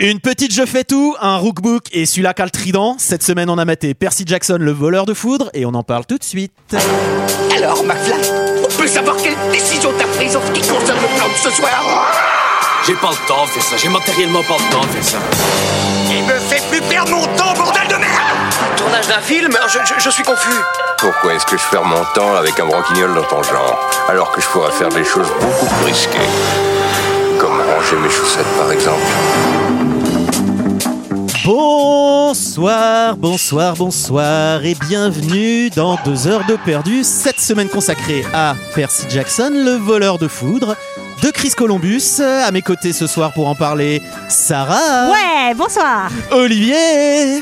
Une petite je fais tout, un rookbook et celui-là qu'a le trident. Cette semaine, on a maté Percy Jackson, le voleur de foudre, et on en parle tout de suite. Alors, McFly, on peut savoir quelle décision t'as prise en ce qui concerne le plan de ce soir J'ai pas le temps de faire ça, j'ai matériellement pas le temps de faire ça. Il me fait plus perdre mon temps, bordel de merde Tournage d'un film je, je- je suis confus. Pourquoi est-ce que je perds mon temps avec un broquignol dans ton genre Alors que je pourrais faire des choses beaucoup plus risquées. Comme ranger mes chaussettes par exemple. Bonsoir, bonsoir, bonsoir, et bienvenue dans 2 heures de perdu. Cette semaine consacrée à Percy Jackson, le voleur de foudre, de Chris Columbus. À mes côtés ce soir pour en parler, Sarah, Ouais, bonsoir. Olivier,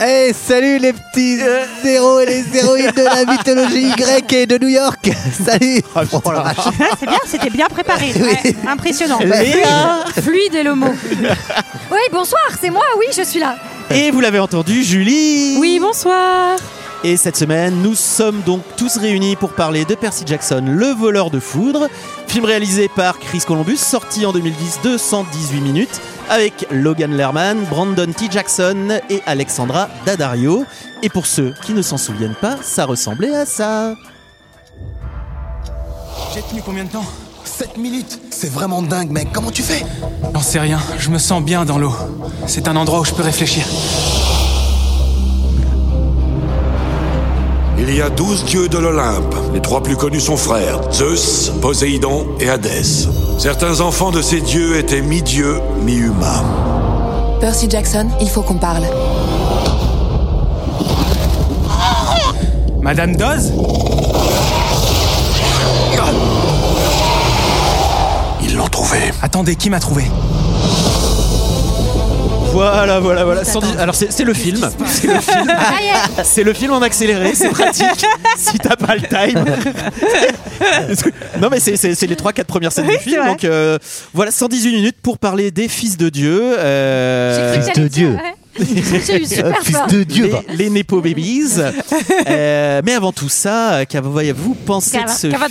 Hey, Eh, salut les petits zéros et les zéroïdes de la mythologie grecque et de New York. Salut. Oh la vache. C'est bien, c'était bien préparé. Ouais, impressionnant. Ah, Léa, Fluide est le mot. oui, bonsoir, c'est moi, oui, je suis là. et vous l'avez entendu, Julie. bonsoir. Et cette semaine, nous sommes donc tous réunis pour parler de Percy Jackson, le voleur de foudre, film réalisé par Chris Columbus, sorti en 2010 de 118 minutes, avec Logan Lerman, Brandon T. Jackson et Alexandra Daddario. Et pour ceux qui ne s'en souviennent pas, ça ressemblait à ça. J'ai tenu combien de temps 7 minutes. C'est vraiment dingue, mec. Comment tu fais J'en sais rien, je me sens bien dans l'eau. C'est un endroit où je peux réfléchir. Il y a douze dieux de l'Olympe. Les trois plus connus sont frères, Zeus, Poséidon et Hadès. Certains enfants de ces dieux étaient mi-dieux, mi-humains. Percy Jackson, il faut qu'on parle. Madame Doz Ils l'ont trouvé. Attendez, qui m'a trouvé Voilà, voilà, voilà. Sans dire- Alors c'est c'est le film. C'est le film. C'est le film en accéléré, c'est pratique si t'as pas le time. non mais c'est- c'est c'est les 3-4 premières scènes du c'est film. vrai. Donc euh, voilà, 118 minutes pour parler des fils de Dieu. euh, Fils de Dieu. J'ai eu super Euh, Fils peur. de Dieu. bah. les, va. les Nepo Babies. Euh, mais avant tout ça, euh, qu'avez-vous pensé de ce Ah,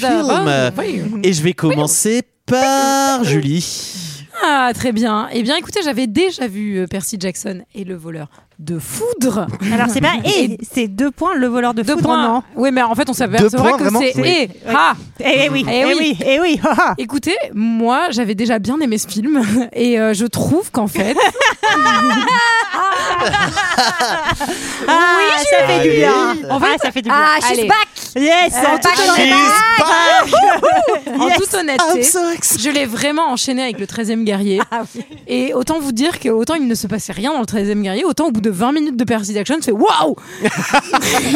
film Et je vais commencer par Julie. Ah, très bien. Eh bien, écoutez, j'avais déjà vu euh, Percy Jackson et le voleur de foudre. Alors c'est bien. Et c'est deux points le voleur de Deux foudre. points. Non. Oui, mais en fait, on s'avait Deux c'est vrai points, que vraiment c'est. Oui. Eh, ah Eh oui, Eh eh oui. oui, eh oui. ha, ha. Écoutez, moi, j'avais déjà bien aimé ce film et euh, je trouve qu'en fait, Ah, ça fait du bien. En fait- Ah, ça fait du bien. Ah, je Allez. suis back. Yes. en tout toute cas, honnêteté, en Yes. toute honnêteté, je l'ai vraiment enchaîné avec le 13e guerrier. Ah oui. Et autant vous dire que autant il ne se passait rien dans le 13e guerrier, autant au bout de 20 minutes de Percy Jackson, je fais waouh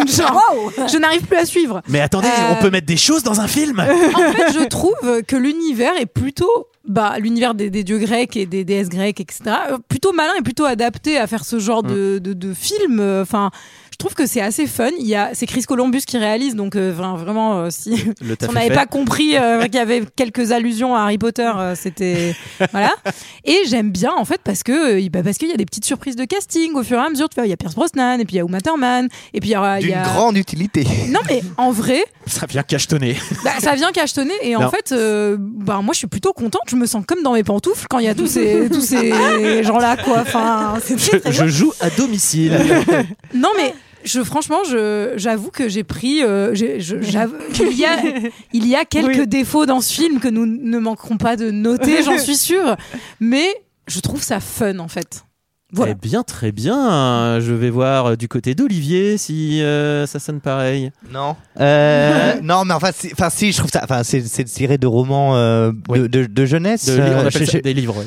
Genre, Je n'arrive plus à suivre. Mais attendez, Euh, on peut mettre des choses dans un film en fait, je trouve que l'univers est plutôt. Bah, l'univers des, des dieux grecs et des déesses grecques, etc., euh, plutôt malin et plutôt adapté à faire ce genre de, de, de film. euh, Enfin, je trouve que c'est assez fun. Il y a, c'est Chris Columbus qui réalise, donc euh, vra- vraiment, euh, si, si Le taf on est n'avait fait. pas compris euh, qu'il y avait quelques allusions à Harry Potter, euh, c'était voilà. Et j'aime bien en fait parce que euh, bah, parce qu'il y a des petites surprises de casting au fur et à mesure. Tu vois, il y a Pierce Brosnan et puis il y a Uma Thurman et puis il y a, il D'une y a- grande utilité. Non mais en vrai, Ça vient cachetonner. bah, ça vient cachetonner et Non. en fait, euh, bah, moi je suis plutôt contente. Je me sens comme dans mes pantoufles quand il y a tous ces, tous ces gens-là, quoi. Enfin, c'est très, très Je joue à domicile. bien. Non mais. Je, franchement, je- j'avoue que j'ai pris. euh, j'ai- je- j'avoue- il, y a, il y a quelques Oui. défauts dans ce film que nous ne manquerons pas de noter, j'en suis sûre. Mais je trouve ça fun, en fait. Voilà. Eh bien, très bien. Je vais voir euh, du côté d'Olivier si euh, ça sonne pareil. Non. Euh, non, mais enfin, si, enfin, si, je trouve ça. Enfin, c'est c'est tiré de romans euh, de, de- de jeunesse. de- euh, on je- appelle ça je- des livres. ouais.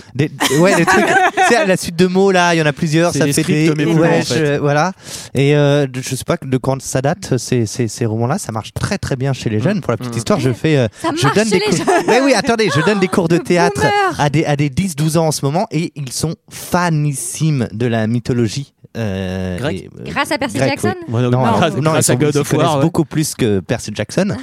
Des- ouais, des trucs. tu sais, la suite de mots là, il y en a plusieurs, C'est ça des fait scripts, des. mais plus longs, ouais, en fait. je- voilà. Et euh, de- je sais pas de quand ça date, ces, ces, ces romans-là, ça marche très très bien chez les jeunes. Pour la petite Mm. histoire, je fais. euh, Eh, Ça je marche donne chez des les Oh, cours. Ouais, oui, attendez, je donne des cours de Le théâtre boomer. à des, à des 10-12 ans en ce moment et ils sont fanissimes de la mythologie. euh, Grec. et, euh, Grâce à Percy Grec, Jackson oui. Moi, Non, grâce, non, grâce ils à sont- God ils of connaissent War. ouais. beaucoup plus que Percy Jackson.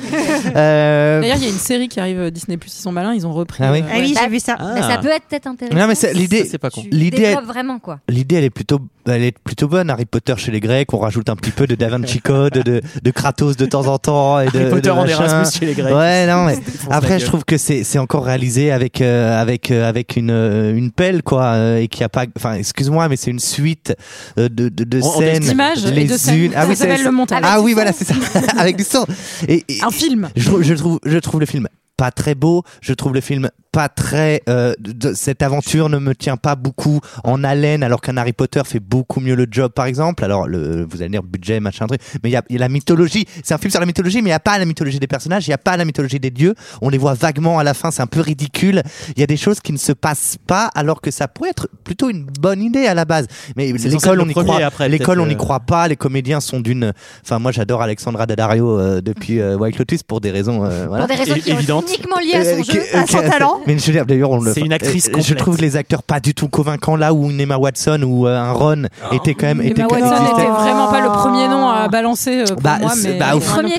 Euh, D'ailleurs, il y a une série qui arrive euh, Disney Plus, ils sont malins, ils ont repris. euh, Ah oui. Ah oui, j'ai vu ça. Ah. Mais Ça peut être peut-être intéressant. non, mais c'est- l'idée, Ça, c'est pas con. Tu l'idée- développes vraiment, quoi. l'idée, elle est plutôt elle est plutôt bonne, Harry Potter chez les Grecs. On rajoute un petit peu de Da Vinci Code, de, de Kratos de temps en temps. Et de, Harry Potter de en machin. Erasmus chez les Grecs. Ouais, non, mais Ils se font la après, gueule. je trouve que c'est c'est encore réalisé avec, euh, avec, euh, avec une, euh, une pelle, quoi. euh, Et qu'il y a pas. Enfin, excuse-moi, mais c'est une suite euh, de, de, de En- en scènes. des images et les de scènes. unes. Ah Ça oui, c'est- s'appelle le montage. Ah Avec oui, du voilà, son. c'est ça. avec du son. Et, et- Un film. je, trouve- je trouve, je trouve le film pas très beau. Je trouve le film pas très. euh, de- cette aventure ne me tient pas beaucoup en haleine, alors qu'un Harry Potter fait beaucoup mieux le job, par exemple. Alors, le, vous allez dire budget, machin, truc. Mais il y a, il y a la mythologie. C'est un film sur la mythologie, mais il n'y a pas la mythologie des personnages, il n'y a pas la mythologie des dieux. On les voit vaguement à la fin, c'est un peu ridicule. Il y a des choses qui ne se passent pas, alors que ça pourrait être plutôt une bonne idée à la base. Mais censé l'école, être on le y premier, croit. après, L'école, peut-être, on y euh, crois pas. Les comédiens sont d'une. Enfin, moi, j'adore Alexandra Daddario euh, depuis euh, White Lotus pour des raisons. euh, voilà. Pour des raisons qui sont uniquement liées à son Euh, jeu, que- à son que- talent. Mais je veux dire, d'ailleurs, on le. C'est une actrice Euh, Je complète. trouve les acteurs pas du tout convaincants là où une Emma Watson ou euh, un Ron Ah. était quand même. était Emma quand même Watson existait. n'était vraiment pas le premier nom Ah. à balancer euh, pour Bah, moi, c'est- mais bah, au fond, les,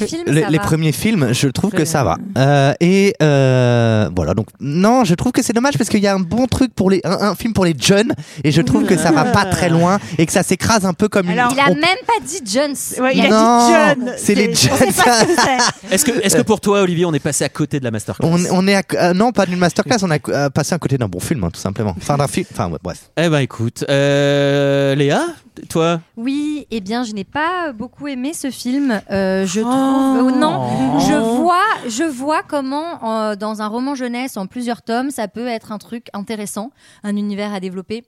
les premiers films, je trouve que ça va. Euh, et euh, voilà, donc non, je trouve que c'est dommage parce qu'il y a un bon truc pour les, un, un film pour les jeunes, et je trouve que ça va pas très loin et que ça s'écrase un peu comme. une- il a on- même pas dit Jones. il a dit Non, John. c'est les C'est- on sait Johns. pas ce que Est-ce que, est-ce que pour toi, Olivier, on est passé à côté de la masterclass On, on est à- euh, non pas d'une masterclass, on a euh, passé à côté d'un bon film hein, tout simplement. Enfin d'un film, enfin ouais, bref. Eh ben écoute, euh, Léa, toi Oui, eh bien, je n'ai pas beaucoup aimé ce film. Euh, je trouve. Oh non, je vois, je vois comment, euh, dans un roman jeunesse en plusieurs tomes, ça peut être un truc intéressant, un univers à développer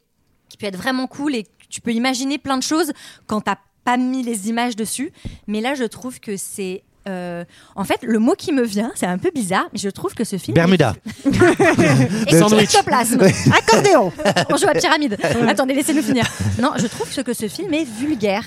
qui peut être vraiment cool et tu peux imaginer plein de choses quand t'as pas mis les images dessus. Mais là, je trouve que c'est. euh, en fait, le mot qui me vient, c'est un peu bizarre, mais je trouve que ce film. Bermuda. Et Sandwich. ectoplasme. Ouais. Accordéon. On joue à pyramide. Attendez, laissez-nous finir. Non, je trouve que ce film est vulgaire.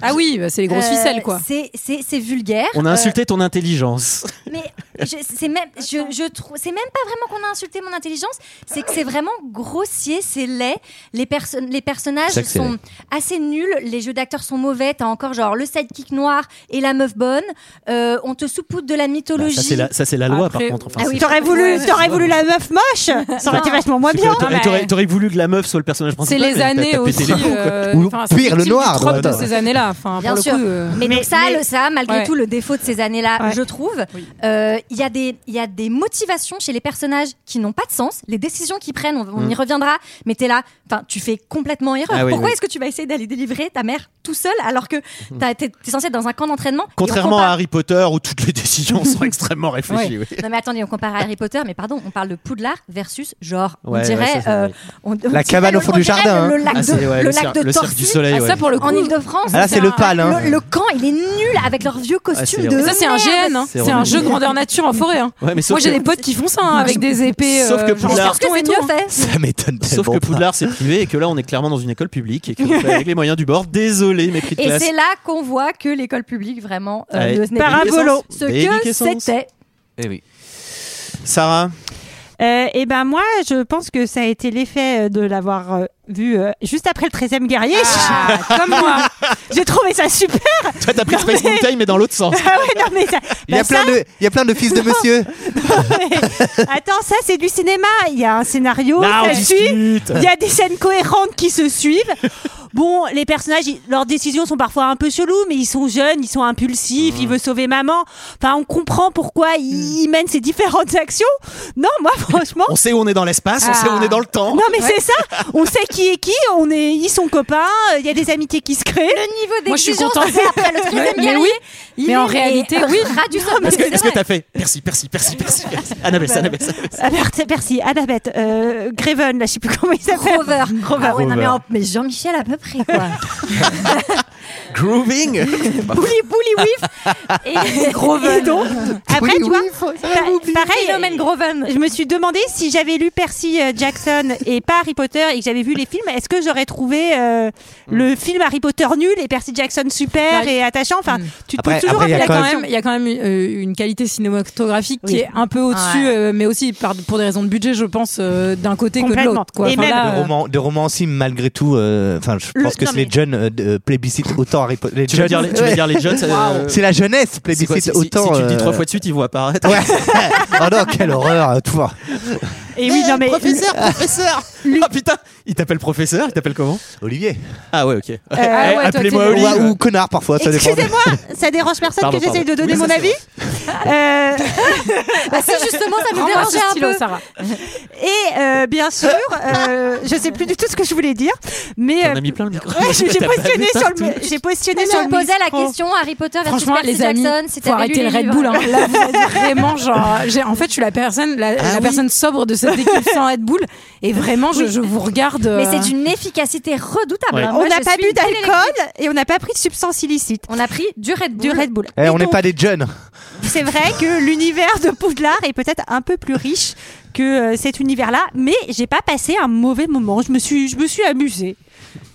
Ah oui, bah, c'est les euh, grosses ficelles, quoi. C'est c'est- c'est vulgaire. On a Euh, insulté ton intelligence. mais je- c'est même, je, je trouve, c'est même pas vraiment qu'on a insulté mon intelligence, c'est que c'est vraiment grossier, c'est laid. Les personnes, les personnages C'est que c'est sont laid. assez nuls, les jeux d'acteurs sont mauvais. T'as encore genre le sidekick noir et la meuf bonne. Euh, on te soupoute de la mythologie. Bah, Ah ça, c'est la- ça, c'est la loi, par contre. Enfin, c'est- T'aurais voulu, Ouais. t'aurais voulu la meuf moche Ça aurait été vachement moins Ah C'est bien. que t'aurais- T'aurais t'aurais voulu que la meuf soit le personnage principal. les mais t'as- années t'as pété les aussi, plombs, quoi. euh, Ou enfin, c'est pire, le victime du noir, trope de attends. ces années-là. Enfin, Bien pour le sûr. coup, euh, Mais, donc ça, mais- le- ça, malgré Ouais. tout, le défaut de ces années-là, Ouais. je trouve, euh, il y, a des- il y a des motivations chez les personnages qui n'ont pas de sens. Les décisions qu'ils prennent, on, on y Mm. reviendra, mais t'es là, enfin, tu fais complètement erreur. Ah oui, Pourquoi oui. est-ce que tu vas essayer d'aller délivrer ta mère tout seul alors que t'as- t'es t'es censé être dans un camp d'entraînement et on Contrairement compare- à Harry Potter, où toutes les décisions sont extrêmement réfléchies. Ouais. oui. Non mais attendez, on compare à Harry Potter, mais pardon, on parle de Poudlard versus genre, on Ouais, ouais, dirait ça, c'est euh, vrai. on- on La dirait cabane au le- fond on du dirait jardin, Le hein. lac Ah, de, c'est- ouais, le le lac cer- de le cirque Torcy, du Eh soleil, Ah, ouais. ça, pour le en coup. Ile-de-France, Ah, là, c'est le un- pal, hein. Le, le camp, il est nul avec leur vieux costume Ah, c'est de horrible. Ça, c'est un GN, hein. C'est c'est un horrible. jeu grandeur nature en forêt. hein. Ouais, mais sauf Moi, j'ai que- des potes qui font ça hein, avec des épées. Sauf que Poudlard- Poudlard, Je pense que c'est mieux fait. Ça m'étonne Sauf tellement que pas. Poudlard, c'est privé et que là, on est clairement dans une école publique et qu'on fait avec les moyens du bord. Désolé, mes cris de Et classe. c'est là qu'on voit que l'école publique vraiment euh, Allez. ne- n'est Parabolo. Ce que Déliquescence. c'était. Eh oui. Sarah Euh, eh ben moi, je pense que ça a été l'effet euh, de l'avoir euh, vu euh, juste après le 13e guerrier. Ah. comme moi. J'ai trouvé ça super. Toi, t'as pris Space Mountain, mais dans l'autre sens. Ah ouais, non, mais ça- Il y a bah, ça- plein de, il y a plein de fils de monsieur. Attends, ça c'est du cinéma. Il y a un scénario, Là, on ça discute. suit. Il y a des scènes cohérentes qui se suivent. Bon, les personnages, ils- leurs décisions sont parfois un peu cheloues, mais ils sont jeunes, ils sont impulsifs, Mmh. ils veulent sauver maman. Enfin, on comprend pourquoi ils, ils mènent ces différentes actions. Non, moi franchement. On sait où on est dans l'espace, on sait Ah. où on est dans le temps. Non mais c'est ça, on sait qui est qui, on est, ils sont copains, euh, il y a des amitiés qui se créent. Le niveau Moi, je suis d'exigence, contente. c'est après le 13e Mais guerrier, oui. il Mais en est- réalité, euh, oui. ras du sol. Est-ce que- Est-ce que t'as fait Merci, merci, merci, merci. merci. Annabelle, Bah, Annabelle, Annabelle. Albert, Ah, merci, Annabeth, euh, Greven, là je sais plus comment il s'appelle. Grover. Grover. Ah ouais, non, mais, en- mais Jean-Michel à peu près quoi. Grooving Bouli, bouli, whiff. Et, Groven. et donc, après, tu vois, pa- pareil, Phénomène Groven. je me suis demandé si j'avais lu Percy euh, Jackson et pas Harry Potter et que j'avais vu les films, est-ce que j'aurais trouvé euh, Hmm. le film Harry Potter nul et Percy Jackson super Bah, et attachant Enfin, tu te Après- poses toujours après, il y a après quand la même, il y a quand même euh, une qualité cinématographique qui Oui. est un peu au-dessus, Ouais. euh, mais aussi par- pour des raisons de budget, je pense, euh, d'un côté que de Complètement. l'autre. quoi. Et Enfin, même- là, de euh, romans, de romans aussi malgré tout. euh, Enfin, je Le- pense que non, c'est les mais- jeunes euh, de- plébiscitent autant Harry Potter. Tu veux dire les- tu veux dire les jeunes, ça- Waouh. euh, C'est la jeunesse C'est quoi, si, plébiscite si- autant. si tu le dis trois euh, fois de suite, ils vont apparaître. oh non, quelle horreur, euh, toi. Et Et oui, Eh, non, mais- Professeur, professeur Ah putain Il t'appelle professeur Il t'appelle comment Olivier. Ah ouais, ok. Eh, ah euh, ouais, toi, Appelez-moi t'es Olivier. bon. Ou, ou connard parfois, ça dépend. Excusez-moi, ça dérange personne Pardon, que j'essaye de pardon. donner Oui, mon ça, avis Euh, Ah si, justement, ça nous Rends-moi dérangeait ce un stylo, peu. Sarah. Et euh, bien sûr, euh, je sais plus du tout ce que je voulais dire, mais T'en euh, as mis plein le micro. ouais, j'ai T'as pas positionné vu sur le, partout. j'ai positionné Mais sur on le posait la micro. question Harry Potter versus Franchement, Percy les amis, Jackson, si faut t'avais arrêter lu le les Red livres. Bull. hein. Là, vous êtes vraiment genre. j'ai- En fait, je suis la personne, la, Ah la personne sobre de cette équipe sans Red Bull. Et vraiment, je, je vous regarde. Mais euh, c'est d'une efficacité redoutable. Ouais. hein. On Moi, n'a je pas suis bu une telle d'alcool et on n'a pas pris de substance illicite. On a pris du Red Du Bull. Red Bull. Eh, Et on n'est donc, pas des jeunes. C'est vrai que l'univers de Poudlard est peut-être un peu plus riche que euh, cet univers-là, mais j'ai pas passé un mauvais moment. Je me suis, je me suis amusée.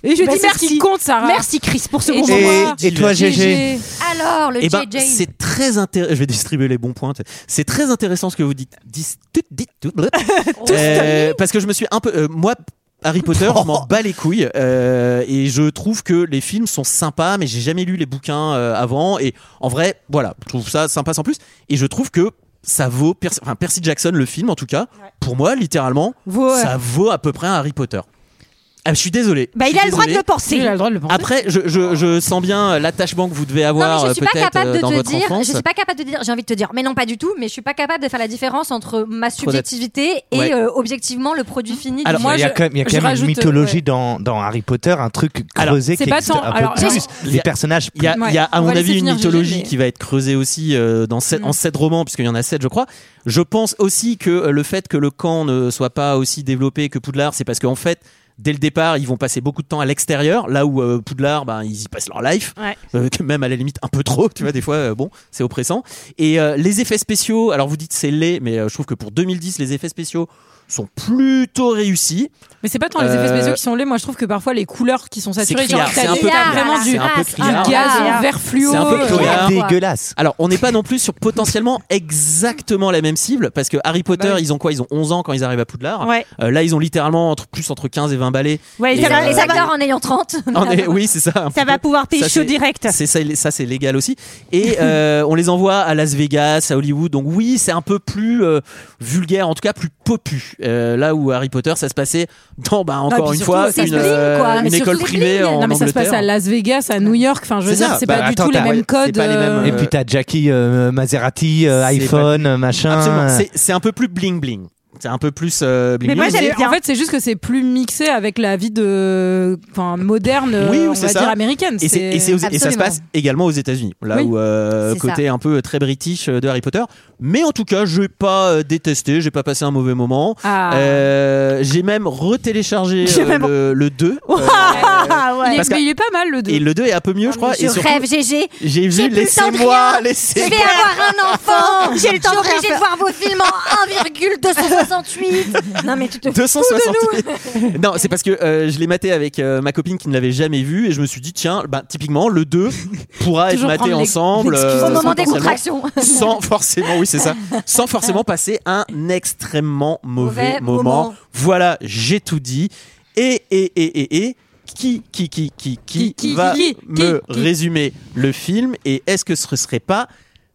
Et je bah, dis c'est ce qui merci. compte, Sarah. Merci Chris pour ce Et bon toi, moment. Et, et toi, GG Alors, le Eh ben, JJ. c'est très intéressant. Je vais distribuer les bons points. C'est très intéressant ce que vous dites. Dis- tout- dites tout. Euh, parce que je me suis un peu. euh, moi. Harry Potter, je Oh. m'en bats les couilles euh, et je trouve que les films sont sympas, mais j'ai jamais lu les bouquins euh, avant et en vrai, voilà, je trouve ça sympa sans plus et je trouve que ça vaut Percy, enfin, Percy Jackson le film en tout cas pour moi littéralement Vaut, euh, ça vaut à peu près un Harry Potter. Ah, je suis désolé. Bah, Je il suis a le droit de désolé. le penser. Il a le droit de le penser. Après, je, je- je sens bien l'attachement que vous devez Non, avoir mais je euh, suis pas peut-être capable euh, de dans te votre dire. enfance. Je suis pas capable de te dire. J'ai envie de te dire, mais non, pas du tout. Mais je suis pas capable de faire la différence entre ma subjectivité et Ouais. Mmh. euh, objectivement le produit fini. du Alors, moi, il y a je- quand même, il y a quand je même rajoute, une euh, mythologie ouais. dans, dans Harry Potter, un truc Alors, creusé c'est qui pas existe tant- un peu alors, plus. il y Les a- personnages Il y a, Ouais, il y a, à on mon va laisser avis, une finir Gégé, mythologie mais- qui va être creusée aussi euh, dans sept, en sept romans, puisqu'il y en a sept, je crois. Je pense aussi que euh, le fait que le camp ne soit pas aussi développé que Poudlard, c'est parce qu'en fait, dès le départ, ils vont passer beaucoup de temps à l'extérieur, là où euh, Poudlard, ben, ils y passent leur life, Ouais. Euh, que même à la limite un peu trop, tu vois, des fois, euh, bon, c'est oppressant. Et euh, les effets spéciaux, alors vous dites c'est laid, mais euh, je trouve que pour 2010, les effets spéciaux sont plutôt réussis. Mais c'est pas tant les effets Euh, spéciaux qui sont laids. Moi, je trouve que parfois les couleurs qui sont saturées, genre criard, c'est t'as un des- peu t'as criard, vraiment du, c'est un peu du criard. du gaz, Ah, un vert fluo. C'est un peu euh, colère. sont Regarde. dégueulasses. Alors, on n'est pas non plus sur potentiellement exactement la même cible, parce que Harry Bah Potter, ils ont quoi Ils ont 11 ans quand ils arrivent à Poudlard. Ouais. Euh, là, ils ont littéralement entre, plus entre 15 et 20 balais. Ouais, Et Ça ça, va, va, euh, les ça va- acteurs en ayant 30. On est- oui, c'est ça. un ça peu. va pouvoir payer Ça, chaud c'est- direct. C'est ça, ça c'est légal aussi. Et euh, on les envoie à Las Vegas, à Hollywood. Donc oui, c'est un peu plus euh, vulgaire, en tout cas plus popu. Euh, là où Harry Potter, ça se passait dans, bah, puis encore une surtout, fois, c'est une, euh, bling, quoi. une Mais surtout, école c'est privée bling. en Non, mais ça se Angleterre. passe à Las Vegas, à New York. Enfin, je veux C'est dire, ça. c'est Bah, pas du attends, tout les t'as- mêmes ouais, c'est codes. pas les mêmes, euh, Et puis t'as Jackie, euh, Maserati, euh, c'est iPhone, euh, machin. Absolument. euh, C'est- C'est un peu plus bling bling. C'est un peu plus euh, bling Mais moi, bling. j'avais- C'est- J'aime bien. En fait, c'est juste que c'est plus mixé avec la vie de, enfin, moderne, euh, Oui, oui, on c'est va ça. dire américaine. Et, c'est- et c'est aux- et ça se Absolument. passe également aux États-Unis, là Oui. où euh, C'est côté un peu très british euh, de Harry Potter. Mais en tout cas, je n'ai pas euh, détesté, j'ai pas passé un mauvais moment. Ah. Euh, j'ai même retéléchargé J'ai euh, même- le, le 2. euh, Ah, ouais. Il est, parce que- mais il est pas mal le 2. et le 2 est un peu mieux, je crois. Je et surtout, rêve, GG. j'ai J'ai vu plus le temps de laissez-moi, rien. Je laissez vais avoir un enfant. J'ai le temps de Je suis rien obligée faire. de voir vos films en 1,268. Non, mais tu te 268. non, c'est parce que euh, je l'ai maté avec euh, ma copine qui ne l'avait jamais vu et je me suis dit tiens, bah, typiquement le 2 pourra être Toujours maté prendre l'ex- ensemble l'excuse au moment des euh, potentiellement. contractions. sans forcément, oui c'est ça, sans forcément passer un extrêmement mauvais, Mauvais moment. moment. Voilà, j'ai tout dit. Et et et et et qui qui qui qui qui, Qui, qui, va qui, qui, me qui résumer le film et est-ce que ce serait pas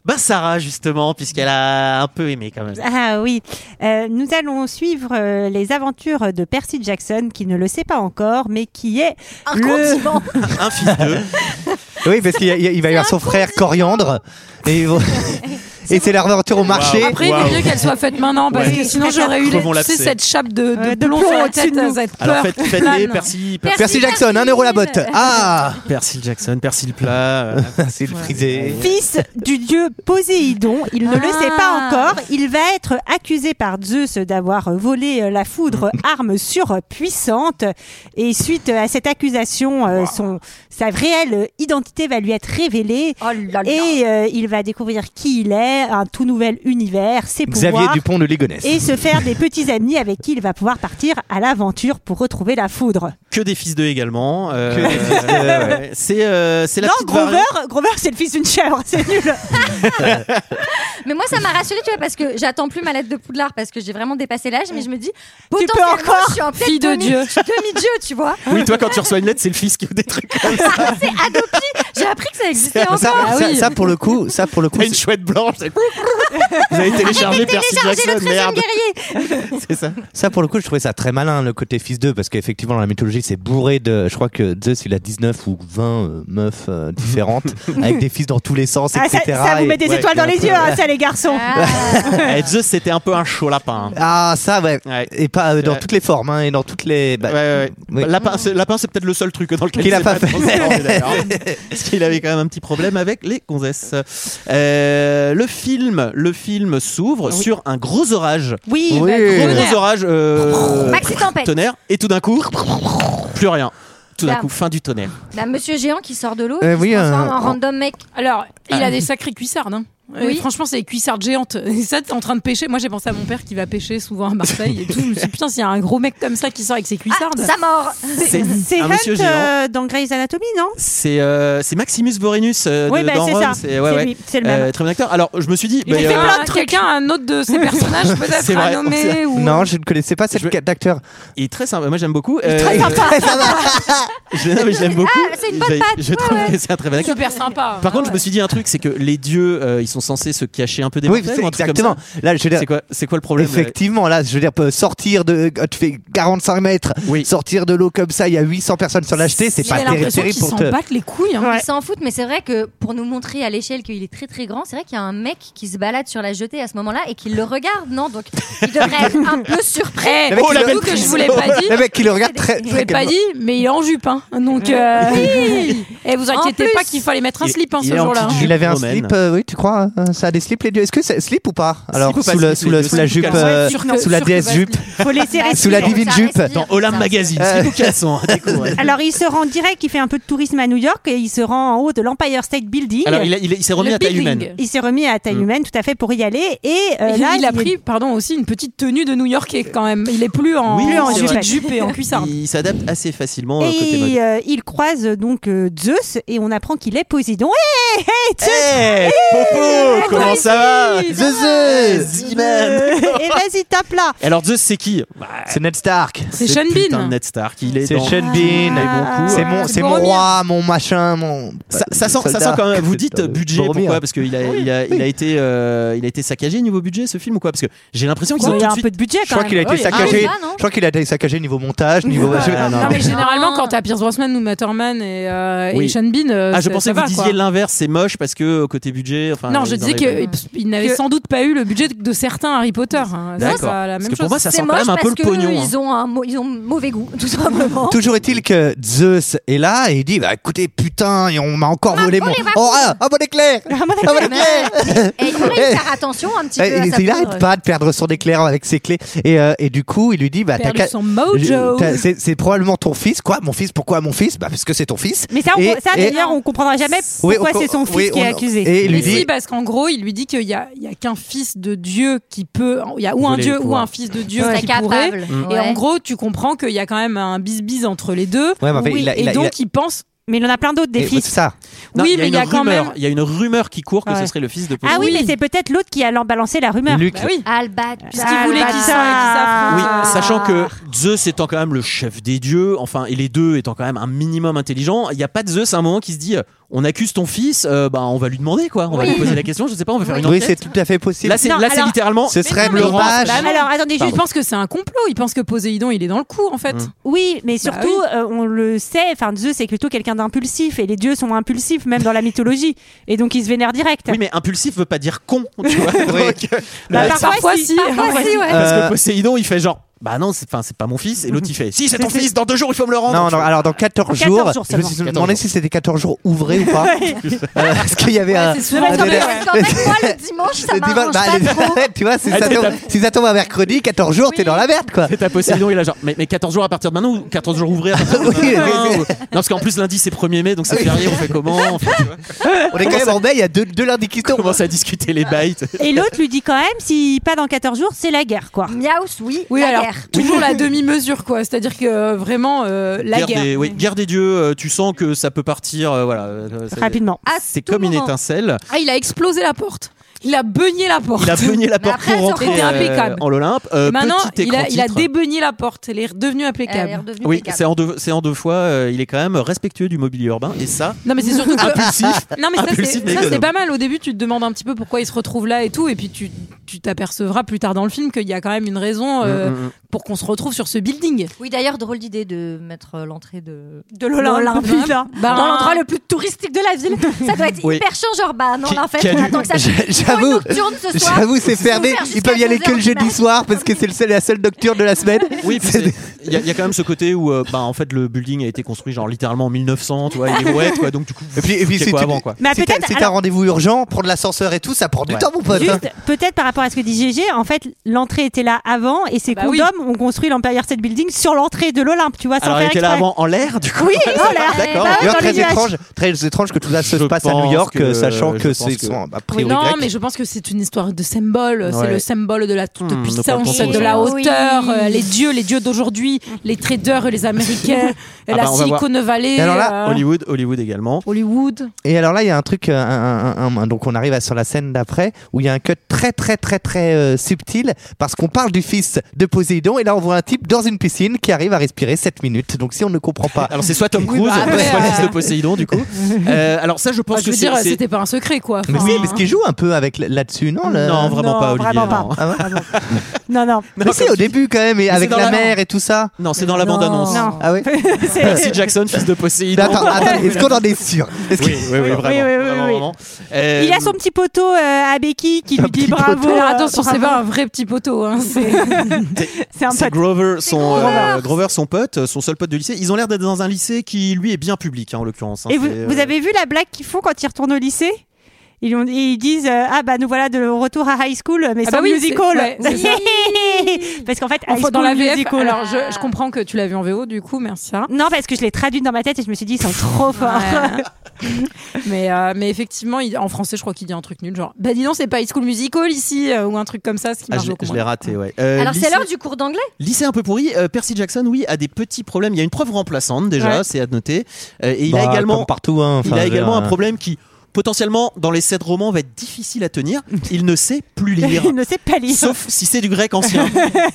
bah Sarah justement puisqu'elle a un peu aimé quand même. Ah oui, Euh, nous allons suivre euh, les aventures de Percy Jackson qui ne le sait pas encore, mais qui est le un fils d'eux. Oui, parce qu'il y a- il y a- il va y avoir son frère Coriandre. Et, ils vont- et c'est leur aventure au marché. Après, il vaut Waouh. mieux qu'elle soit faite maintenant parce Ouais. que sinon j'aurais eu Crevons les- tu sais, l'abcès. cette chape de, de Ouais, de plomb plomb sur la au-dessus tête. de nous. cette Alors peur faites, faites-les, plane. Percy, Percy, Percy Jackson, 1 euro la botte. Ah, Percy Jackson, Percy le plat. euh, c'est le frisé. fils du dieu Poséidon. Il ne le Ah. sait pas encore. Il va être accusé par Zeus d'avoir volé euh, la foudre, arme surpuissante. Et suite à cette accusation, euh, son, sa réelle identité va lui être révélée. Oh Ah, là là. Et euh, il va découvrir qui il est, un tout nouvel univers, ses Xavier pouvoirs. Dupont de Ligonnès. et se faire des petits amis avec qui il va pouvoir partir à l'aventure pour retrouver la foudre. que des fils d'eux également. euh, Que des fils d'eux, ouais. ouais. C'est euh, c'est la non, petite Grover, variante. Grover c'est le fils d'une chèvre, c'est nul. Mais moi, ça m'a rassurée, tu vois, parce que j'attends plus ma lettre de Poudlard parce que j'ai vraiment dépassé l'âge, mais je me dis, peux potentiellement, encore, je suis en fille de Dieu. demi-dieu, tu vois. Oui, toi, quand tu reçois une lettre, c'est le fils qui a des trucs. C'est Adopi. Je J'ai appris que ça existait Ça, encore. Ah ça- ça, pour le coup, ça pour le coup, une chouette blanche. Vous avez téléchargé Percy Téléchargez le Jackson, 13 merde. guerrier C'est ça. Ça, pour le coup, je trouvais ça très malin, le côté fils d'eux, parce qu'effectivement, dans la mythologie, c'est bourré de. Je crois que Zeus, il a 19 ou 20 euh, meufs euh, différentes, avec des fils dans tous les sens, Ah, ça, etc. ça vous Et- met des ouais, étoiles dans c'est un les peu- yeux, hein, ça les Ah. garçons. Ah. Et Zeus, Eh, c'était un peu un chaud lapin. Ah, ça, ouais. Et pas euh, dans Ouais. toutes les formes, hein, et dans toutes les. bah, oui. Lapin, c'est, lapin, c'est peut-être le seul truc dans lequel Qu'il a s'est pas fait. transformé, d'ailleurs. Parce qu'il avait quand même un petit problème avec les gonzesses. Euh, le film, le film s'ouvre sur un gros orage. Oui, Oui. bah, gros, gros gros tonnerre. orage. euh, Maxi tempête. Tonnerre. Et tout d'un coup, plus rien. Tout d'un Là. coup, fin du tonnerre. Bah, monsieur géant qui sort de l'eau Euh, et qui oui, se transforme euh, en random mec. Alors, il Ah. a des sacrées cuissardes. hein. Euh, Oui. franchement, c'est des cuissardes géantes. Et ça, t'es en train de pêcher. Moi, j'ai pensé à mon père qui va pêcher souvent à Marseille et tout. Je me suis dit, putain, s'il y a un gros mec comme ça qui sort avec ses bah, cuissardes. Ça Ah, mort C'est, C'est un Hunt monsieur géant. euh, dans Grey's Anatomy, non C'est, euh, c'est Maximus Vorenus euh, Oui, de- bah, dans c'est Rome. ça. C'est, ouais, C'est ouais. lui, c'est le même. Euh, très bon acteur. Alors, je me suis dit. bah, Il a fait euh, plein de trucs. Quelqu'un, un autre de ses personnages peut-être C'est vrai, à nommer ou... Non, je ne connaissais pas cette Je- carte d'acteur. Il est très sympa. Moi, j'aime beaucoup. Euh, Très sympa. Je, non, mais je l'aime beaucoup. c'est une bonne Je- patte. Je trouve que c'est un très bon acteur. Super sympa. Par contre, je me suis dit un truc, c'est que les dieux, euh, ils sont censés se cacher un peu des Oui, mortels c'est- ou un truc comme exactement. ça. Là, je veux dire, C'est quoi, c'est quoi le problème euh, là Effectivement, là, je veux dire, peut sortir de. euh, Tu fais 45 mètres, Oui. sortir de l'eau comme ça, il y a 800 personnes sur l'acheter, c'est pas J'ai terri- l'impression terrible qu'ils pour s'en te. battent les couilles. hein. Ils s'en foutent, mais c'est vrai que pour nous montrer à l'échelle qu'il est très très grand, c'est vrai qu'il y a un mec qui se balade sur la jetée à ce moment-là et qui le regarde, non Donc il devrait être un peu surpris. Eh, Le mec, oh, il la le- belle que je vous l'ai pas dit. Le mec qui le regarde très. Je Je vous l'ai très pas dit, mais il est en jupe. hein. Donc, euh, et vous inquiétez plus. pas qu'il fallait mettre un Il- slip hein, il ce est en jour-là. petite hein. Il avait un romaine. slip, euh, oui, tu crois hein, Ça a des slips les dieux Est-ce que c'est slip ou pas Alors, ou pas sous, le, slip, sous, les le, deux, sous la slip ou jupe, caleçon euh, Sûr que- sous la sûr que déesse vas-y. jupe. Faut laisser Bah, Sous la sinon, divine ça jupe. respire, Dans ça Olam respire. Magazine, Euh. c'est nous qu'elles sont, hein, découvrez. Alors il se rend direct, il fait un peu de tourisme à New York et il se rend en haut de l'Empire State Building. Alors, il, a- il a- il s'est remis Le à taille building. humaine. Il s'est remis à taille Mm. humaine tout à fait pour y aller et euh, Il- là il a pris, pardon, aussi une petite tenue de New Yorkais quand même. Il est plus en, Oui, en c'est petite vrai. jupe et en cuissard. Il s'adapte assez facilement euh, côté mode. Et euh, il croise euh, donc euh, Zeus et on apprend qu'il est Poséidon. Hé, hé, Zeus Hey, Popo, comment ça va Zeus He-Man. Et Eh, vas-y, tape là Et Alors Zeus, c'est qui Bah, C'est Ned Stark. C'est Sean putain de Bean. Ned Stark. Il est C'est dans- Sean Bean. Ah, euh, C'est mon, c'est c'est mon Boromir. roi, mon machin, mon. Ça, ça sent, ça soldat. sent quand même. Vous dites Putain, budget, Boromir. pourquoi Parce qu'il a, il a, il a été, euh, il a été saccagé niveau budget ce film ou quoi Parce que j'ai l'impression qu'ils ont Il y tout a de un suite. peu de budget Je quand crois même. qu'il a été Oui, ah, saccagé. oui, ça, non Je crois qu'il a été saccagé niveau montage, niveau. Ouais, je- non, Non, mais généralement, Ah. quand t'as Pierce Brosnan ou Matterman et, euh, et Oui. Sean Bean. euh, Ah, je ça- pensais ça que vous va, disiez quoi. l'inverse, c'est moche parce que euh, côté budget. Enfin, Non, je ils en disais avaient- qu'il n'avait Que- sans doute pas eu le budget de certains Harry Potter. hein. C'est D'accord. pas la Parce même que pour chose. moi, ça C'est sent quand moche même un peu le parce que pognon. hein. Ils ont un mau- ils ont mauvais goût, tout simplement. Toujours est-il que Zeus est là et il dit bah écoutez putain et on m'a encore volé mon oh ah ah, bon éclair ah bon éclair Et Eh, il faudrait faire attention un petit peu Et à Eh, il- sa il poudre. arrête pas de perdre son éclair avec ses clés et, euh, et du coup il lui dit bah t'as Perdu qu'à- son mojo. t'as- c'est c'est probablement ton fils quoi mon fils pourquoi mon fils bah parce que c'est ton fils Mais ça, on- Et- ça et- d'ailleurs, on comprendra jamais Oui, pourquoi on- c'est son fils oui, qui est on- accusé. et il lui Mais dit si, parce qu'en gros, il lui dit qu'il y a, il y a qu'un fils de Dieu qui peut, il y a ou un Voler dieu les ou pouvoirs. un fils de Il Dieu serait qui pourrait. Mm. capable. Et en Ouais. gros, tu comprends qu'il y a quand même un bis-bis entre les deux. Ouais, mais en fait, il a- il a- et il a- donc, il pense. Mais il en a plein d'autres des et- fils. c'est ça Non, oui, il y a mais il une y a quand rumeur- même. Il y a une rumeur qui court que Ouais. ce serait le fils de Poséidon. Ah oui, Oui. mais c'est peut-être l'autre qui a lan- balancé la rumeur. Luc Bah oui. Albatros. Puisqu'il voulait qu'il Ah. s'en- Oui, qu'il s'affronte. sachant Bah que Zeus étant quand même le chef des dieux, enfin, et les deux étant quand même un minimum intelligent, il n'y a pas de Zeus à un moment qui se dit euh, on accuse ton fils, euh, bah, on va lui demander quoi, on va Oui. lui poser la question, je sais pas, on va faire une oui c'est enquête. tout à fait possible Là, c'est Non, là, c'est alors- littéralement. ce serait non, mais le il pense- bah non. Alors attendez, Je juste pense que c'est un complot. Il pense que Poséidon, il est dans le coup, en fait. Hum. Mm. Oui, mais surtout, Bah oui. euh, on le sait, enfin, Zeus c'est plutôt quelqu'un d'impulsif et les dieux sont impulsifs, même dans la mythologie. Et donc ils se vénèrent direct. Oui, mais impulsif veut pas dire con, tu vois. Donc, euh, Bah, le- parfois, Parfois, si. si. Ah, si, ouais. Parce Euh, que Poséidon, il fait genre, bah non, c'est, 'fin, c'est pas mon fils. Et l'autre, il fait, si, c'est ton fils, dans deux jours, il faut me le rendre. non, Tu non, vois. alors dans 14 14 jours, jours je me suis seulement. demandé si c'était 14 jours ouvrés ou pas. Euh, parce qu'il y avait un. c'est souvent un quand délai- même, Parce qu'en fait, moi, le dimanche, ça le m'arrange dimanche- bah, pas Ah, les- trop. tu vois, si Ah, ça, t'es tombe, ta- si ça tombe un mercredi, 14 jours, t'es dans la merde, quoi. C'est à Poséidon, il a genre, mais, mais 14 jours à partir de maintenant ou 14 jours ouvrés à partir de Oui, mais- maintenant ou- Non, parce qu'en plus, lundi, c'est 1er mai, donc c'est férié, on fait comment Enfin, tu vois, On est quand même en mai, il y a deux, deux lundis qui On tombent. commence à discuter les bails. Et l'autre lui dit quand même, si pas dans 14 jours, c'est la guerre, quoi. Miaus, oui, Oui, la alors, guerre. toujours la demi-mesure, quoi. C'est-à-dire que euh, vraiment, euh, la guerre. Des, oui, guerre des dieux, euh, tu sens que ça peut partir, euh, voilà. euh, c'est- Rapidement. À C'est tout comme une moment. étincelle. Ah, il a explosé la porte. Il a beugné la porte. Il a beugné la porte pour rentrer C'était euh, impeccable. en l'Olympe. Euh, Et maintenant, petit il a, écran il a titre. débeugné la porte. Elle est redevenue impeccable. Oui, c'est en deux, c'est en deux fois. euh, il est quand même respectueux du mobilier urbain et ça. Non mais c'est surtout que... Impulsif. Non mais ça, c'est- Impulsif, mais ça c'est économe. pas mal. Au début tu te demandes un petit peu pourquoi il se retrouve là et tout et puis tu tu t'apercevras plus tard dans le film qu'il y a quand même une raison euh, Mm, mm, mm. pour qu'on se retrouve sur ce building. Oui, d'ailleurs, drôle d'idée de mettre euh, l'entrée de, De l'Olympe, Oh Bah, putain. Dans l'endroit le plus touristique de la ville. Ça doit être Oui. hyper chiant, genre, bah non, Qui- en fait, qui a on dû- attend que ça J'a- Ils font une J'avoue, nocturne ce soir. j'avoue, c'est Ils sont fermé. ouverts Ils jusqu'à peuvent y aller que 2 heures le du jeudi mat. soir parce que c'est le seul- la seule nocturne de la semaine. Oui, puis c'est- il y, a- il y a quand même ce côté où, euh, bah, en fait, le building a été construit genre littéralement en 1900, tu vois, il est ouette, quoi, donc du coup. Et puis, et puis check si quoi tu- avant, quoi. Mais si t'as peut-être- si t'as un alors- rendez-vous urgent, prendre l'ascenseur et tout, ça prend du Ouais. temps, mon pote. hein. Juste, peut-être par rapport à ce que dit GG, en fait, l'entrée était là avant et ces Bah oui. condoms ont construit l'Empire State Building sur l'entrée de l'Olympe, tu vois, sans Alors, il faire était là exprès. avant en l'air, du coup. Oui, en l'air. D'accord. Bah ouais, D'ailleurs, dans les très nuages. étrange, très étrange que tout ça se Je passe à pense New York, euh, que- sachant je que pense c'est que- sont a Oui, priori non grec. mais je pense que c'est une histoire de symbole. Ouais. C'est le symbole de la toute Hmm, puissance, ne pas de la penser. hauteur, Oui. euh, les dieux, les dieux d'aujourd'hui, les traders, les Américains, Ah la bah, on va voir. Silicon Valley, Et alors là, euh, Hollywood, Hollywood également. Hollywood. Et alors là, il y a un truc, euh, un- un- un- un- donc on arrive à- sur la scène d'après où il y a un cut très très très très euh, subtil parce qu'on parle du fils de Poséidon et là on voit un type dans une piscine qui arrive à respirer 7 minutes. Donc si on ne comprend pas, Alors, c'est soit Tom Oui, Cruise, bah, soit après, le fils euh, de Poséidon, du coup. Euh, alors, ça, je pense Enfin, je que veux c'est. dire, c'est- c'était pas un secret quoi. mais Enfin, c'est parce qu'il joue un peu avec l- là-dessus, non le- Non, vraiment Non, pas, Olivier. vraiment pas. non. Ah ouais Non, non. Non, Mais si, au début quand même, et avec dans la, la- mer et tout ça. Non, c'est dans la Non. bande-annonce. Non. Ah oui. C'est- Percy Jackson, fils de Mais Poséidon. attends, attends, est-ce qu'on en est sûr Est-ce que- Oui, oui, oui, vraiment. oui, oui, oui. vraiment, vraiment. Euh, Il a son petit poteau euh, à Béki qui lui dit petit bravo. Alors, euh, attention, c'est bravo. pas un vrai petit poteau. Hein, c'est- C'est un C'est pote. Grover, son Grover. euh, Grover, son pote, euh, son seul pote de lycée. Ils ont l'air d'être dans un lycée qui lui est bien public hein, en l'occurrence. hein. Et vous, C'est, euh, vous avez vu la blague qu'ils font quand ils retournent au lycée ils, ont- ils disent euh, ah bah nous voilà de retour à high school mais Ah sans bah oui, musical c'est- ouais, c'est ça. parce qu'en fait high Enfin, school dans la VF. musical Alors, je, je comprends que tu l'as vu en VO, du coup, merci. hein. non parce que je l'ai traduite dans ma tête et je me suis dit ils sont trop Ah, forts mais, euh, mais effectivement, il- en français, je crois qu'il dit un truc nul, genre Bah dis donc, c'est pas High School Musical ici, euh, ou un truc comme ça, ce qui ah, marche je l'ai- beaucoup je l'ai moins. raté, ouais. Euh, Alors, lycée- c'est l'heure du cours d'anglais. Lycée un peu pourri. euh, Percy Jackson, oui, a des petits problèmes. Il y a une preuve remplaçante déjà, Ouais. c'est à noter. Euh, et il Bah, a également, comme partout. hein, il enfin, a je veux également un dire, problème qui potentiellement dans les sept romans va être difficile à tenir. Il ne sait plus lire. ils ne savent pas lire Sauf si c'est du grec ancien.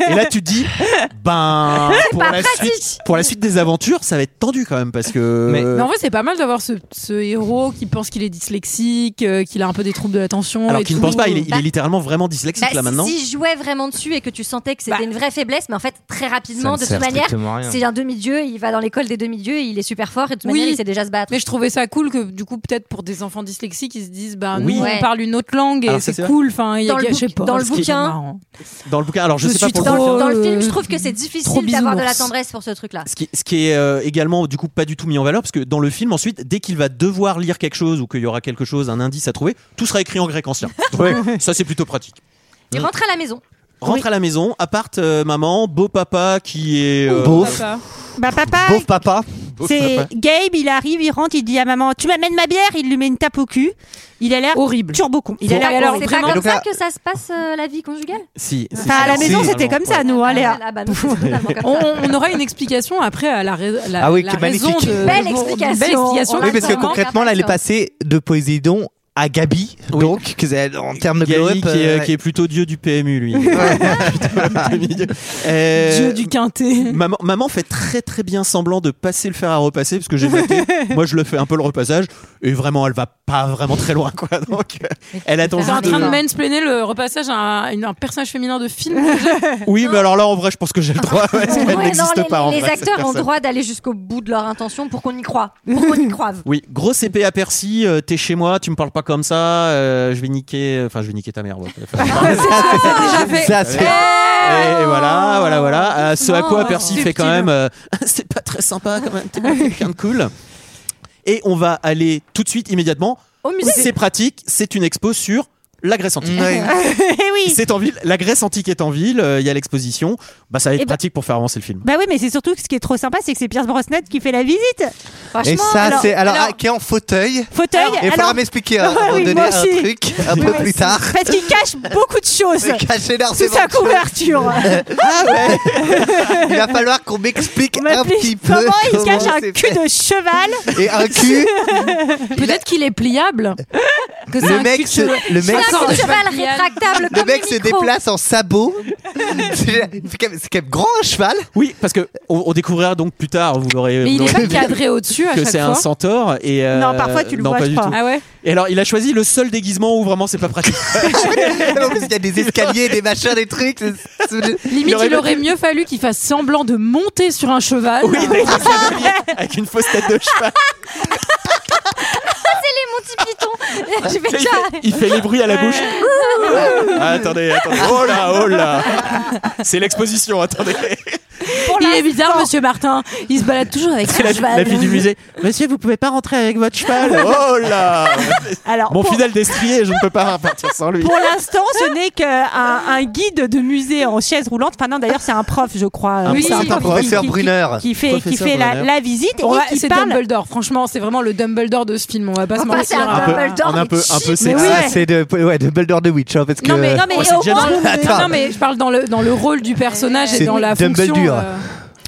Et là, tu te dis, ben, pour la, suite, pour la suite des aventures, ça va être tendu quand même parce que. euh, Mais- Mais en vrai, c'est pas mal d'avoir ce, ce héros qui pense qu'il est dyslexique, euh, qu'il a un peu des troubles de l'attention. Alors et qu'il ne tout. pense pas, il est, il est Bah- littéralement vraiment dyslexique Bah, là si- maintenant. si je jouais vraiment dessus et que tu sentais que c'était Bah. une vraie faiblesse, mais en fait, ça très ne rapidement, de sert toute manière, strictement à rien. c'est un demi-dieu, il va dans l'école des demi-dieux, et il est super fort, et de toute Oui. manière, il sait déjà se battre. Mais je trouvais ça cool que, du coup, peut-être pour des enfants dyslexiques, ils se disent Bah Oui. nous, Ouais. on parle une autre langue Alors, et ça, c'est c'est cool. Enfin, il y a Dans le je sais bouc- pas, dans le ce qui est bouquin. marrant. Dans le bouquin, alors je, Je sais pas suis pour Dans, le trop- film. dans le film, je euh, trouve que c'est trop difficile d'avoir de la bisounours. tendresse pour ce truc-là. Ce qui, ce qui est euh, également du coup pas du tout mis en valeur parce que dans le film ensuite dès qu'il va devoir lire quelque chose ou qu'il y aura quelque chose un indice à trouver tout sera écrit en grec ancien Donc, ça c'est plutôt pratique Il rentre à la maison. rentre à la maison appart euh, maman beau papa qui est euh, Beauf. Papa. bah papa Pauvre papa. c'est Gabe il arrive il rentre il dit à maman tu m'amènes ma bière il lui met une tape au cul il a l'air Oh. Horrible. turbo con il a C'est l'air pas, alors c'est pas vraiment- comme Et donc là- ça que ça se passe euh, la vie conjugale si, si, Enfin, à la si, maison si, c'était vraiment. comme ça nous hein, Léa Ah, bah non, c'est totalement comme On, ça. on aura une explication après à la, rais- la- Ah oui, la qui est raison magnifique. de- Belle de- explication. belle explication. On Oui, va parce que vraiment concrètement, là, elle est passée de Poséidon à Gabi, Oui. donc que c'est- en termes de Gali, glow-up, qui, est, euh, qui est plutôt dieu du PMU lui Plutôt Euh, Dieu du quintet. Maman, maman fait très très bien semblant de passer le fer à repasser parce que j'ai noté. moi je le fais un peu le repassage et vraiment elle va pas vraiment très loin quoi. Donc euh, elle attend T'es juste en de... train de mansplainer le repassage à un, une- un personnage féminin de film. Oui mais alors là en vrai je pense que j'ai le droit parce Ouais, qu'elle non, n'existe les, pas en les vrai, cette acteurs ont personne. droit d'aller jusqu'au bout de leur intention pour qu'on y croit, pour qu'on y croive. Oui, gros CP à Percy, euh, t'es chez moi, tu me parles pas comme ça, euh, je vais niquer, enfin je vais niquer ta mère. ouais. Enfin, déjà fait. ça, c'est- et, et Oh, voilà, voilà, voilà. Euh, ce à quoi Percy subtil. fait quand même, euh, c'est pas très sympa quand même, t'es pas quelqu'un de cool. Et on va aller tout de suite immédiatement Au musée. C'est pratique, c'est une expo sur la Grèce Ah antique. Ouais. Eh oui C'est en ville, la Grèce antique est en ville, euh, il y a l'exposition. Bah ça va être Eh ben- pratique pour faire avancer le film. Bah oui, mais c'est surtout que ce qui est trop sympa, c'est que c'est Pierce Brosnan qui fait la visite. Franchement, Et ça, alors- c'est alors, alors- ah, qui est en fauteuil. Fauteuil. Et il faudra alors, m'expliquer hein, à un Ouais, moment oui, donné moi un aussi. truc un peu plus tard. parce qu'il cache beaucoup de choses Caché sous sa couverture. Il va falloir qu'on m'explique On un m'explique petit peu Comment il cache un c'est cul de cheval fait. et un cul. Peut-être qu'il est pliable. que c'est le un mec, culte- se, le C'est mec, un sort de cheval Fabian. le rétractable comme mec les se micros. déplace en sabot. C'est quand même- c'est quand même grand un cheval. Oui, parce que on, on découvrira donc plus tard, vous l'aurez Mais il vous est pas l'aurez- cadré au-dessus à que chaque c'est fois. un centaure et euh, Non, parfois, tu le non, vois, pas je du crois. tout. Ah ouais Et alors il a choisi le seul déguisement où vraiment c'est pas pratique. Non, parce qu'il y a des escaliers, des machins, des trucs. c'est- c'est- Limite, Il il aurait aurait, pas- mieux fallu qu'il fasse semblant de monter sur un cheval. oui, avec un cavalier, avec une fausse tête de cheval. C'est les Monty Python. Je Il Ah, vais fait, déjà. il fait les bruits à la bouche. Ah, attendez, attendez. Oh là, oh là. C'est l'exposition, attendez. Il est bizarre, monsieur Martin. Il se balade toujours avec C'est son la, cheval. la fille du musée. Monsieur, vous pouvez pas rentrer avec votre cheval. Oh là. Alors, Mon pour- fidèle destrier, je ne peux pas repartir sans lui. Pour l'instant, ce n'est qu'un un guide de musée en chaise roulante. Enfin, non, d'ailleurs, c'est un prof, je crois. Un euh, prof, c'est un prof prof. qui- Professeur qui- Brunner. Qui fait, qui Professeur fait la, Brunner. la visite On va- et qui c'est parle. Dumbledore. Franchement, c'est vraiment le Dumbledore de ce film. On va pas On se va passer mentir. un hein. peu- Dumbledore, on est un peu, mais un peu cheap. c'est Mais oui, Ah, ouais. c'est de, ouais, de Dumbledore de Witch, hein, parce que. Non mais, non, mais, Oh, c'est au James moins- Bond. Attends. non, mais je parle dans le, dans le rôle du personnage C'est et dans la fonction. Dumbledore. euh.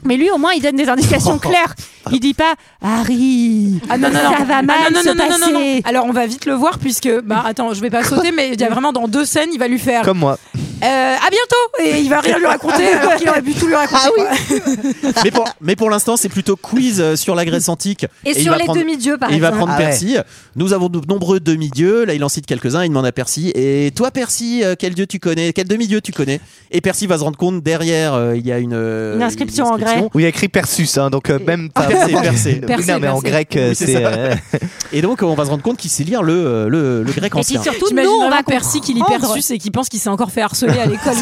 Mais lui, au moins, il donne des indications claires. Il dit pas Harry. Ah non, non, non. ça va Ah, mal non, se non, non, non, non, non. passer. Alors on va vite le voir puisque bah attends, je vais pas sauter mais il y a vraiment dans deux scènes, il va lui faire Comme moi. euh, à bientôt et il va rien lui raconter alors qu'il aurait pu tout lui raconter. quoi. mais pour, mais pour l'instant, c'est plutôt quiz euh, sur la Grèce antique. Et, il sur va les prendre- demi-dieux, par Et il va exemple. prendre Ah ouais. Percy. Nous avons de nombreux demi-dieux. Là, il en cite quelques-uns. Il demande à Percy Et toi, Percy, euh, quel dieu tu connais Quel demi-dieu tu connais Et Percy va se rendre compte derrière, euh, il y a une, euh, Une inscription en grec. Où il y a écrit Persus, hein, donc euh, même pas. Percé, percé. Oui, Percé, non, mais en percé. grec, euh, Oui, c'est c'est. ça. euh, Et donc, on va se rendre compte qu'il sait lire le, euh, le, le grec Et puis ancien. surtout, nous, T'imagines on va vraiment Percy qui lit comprendre. Persus et qui pense qu'il s'est encore fait harceler à l'école.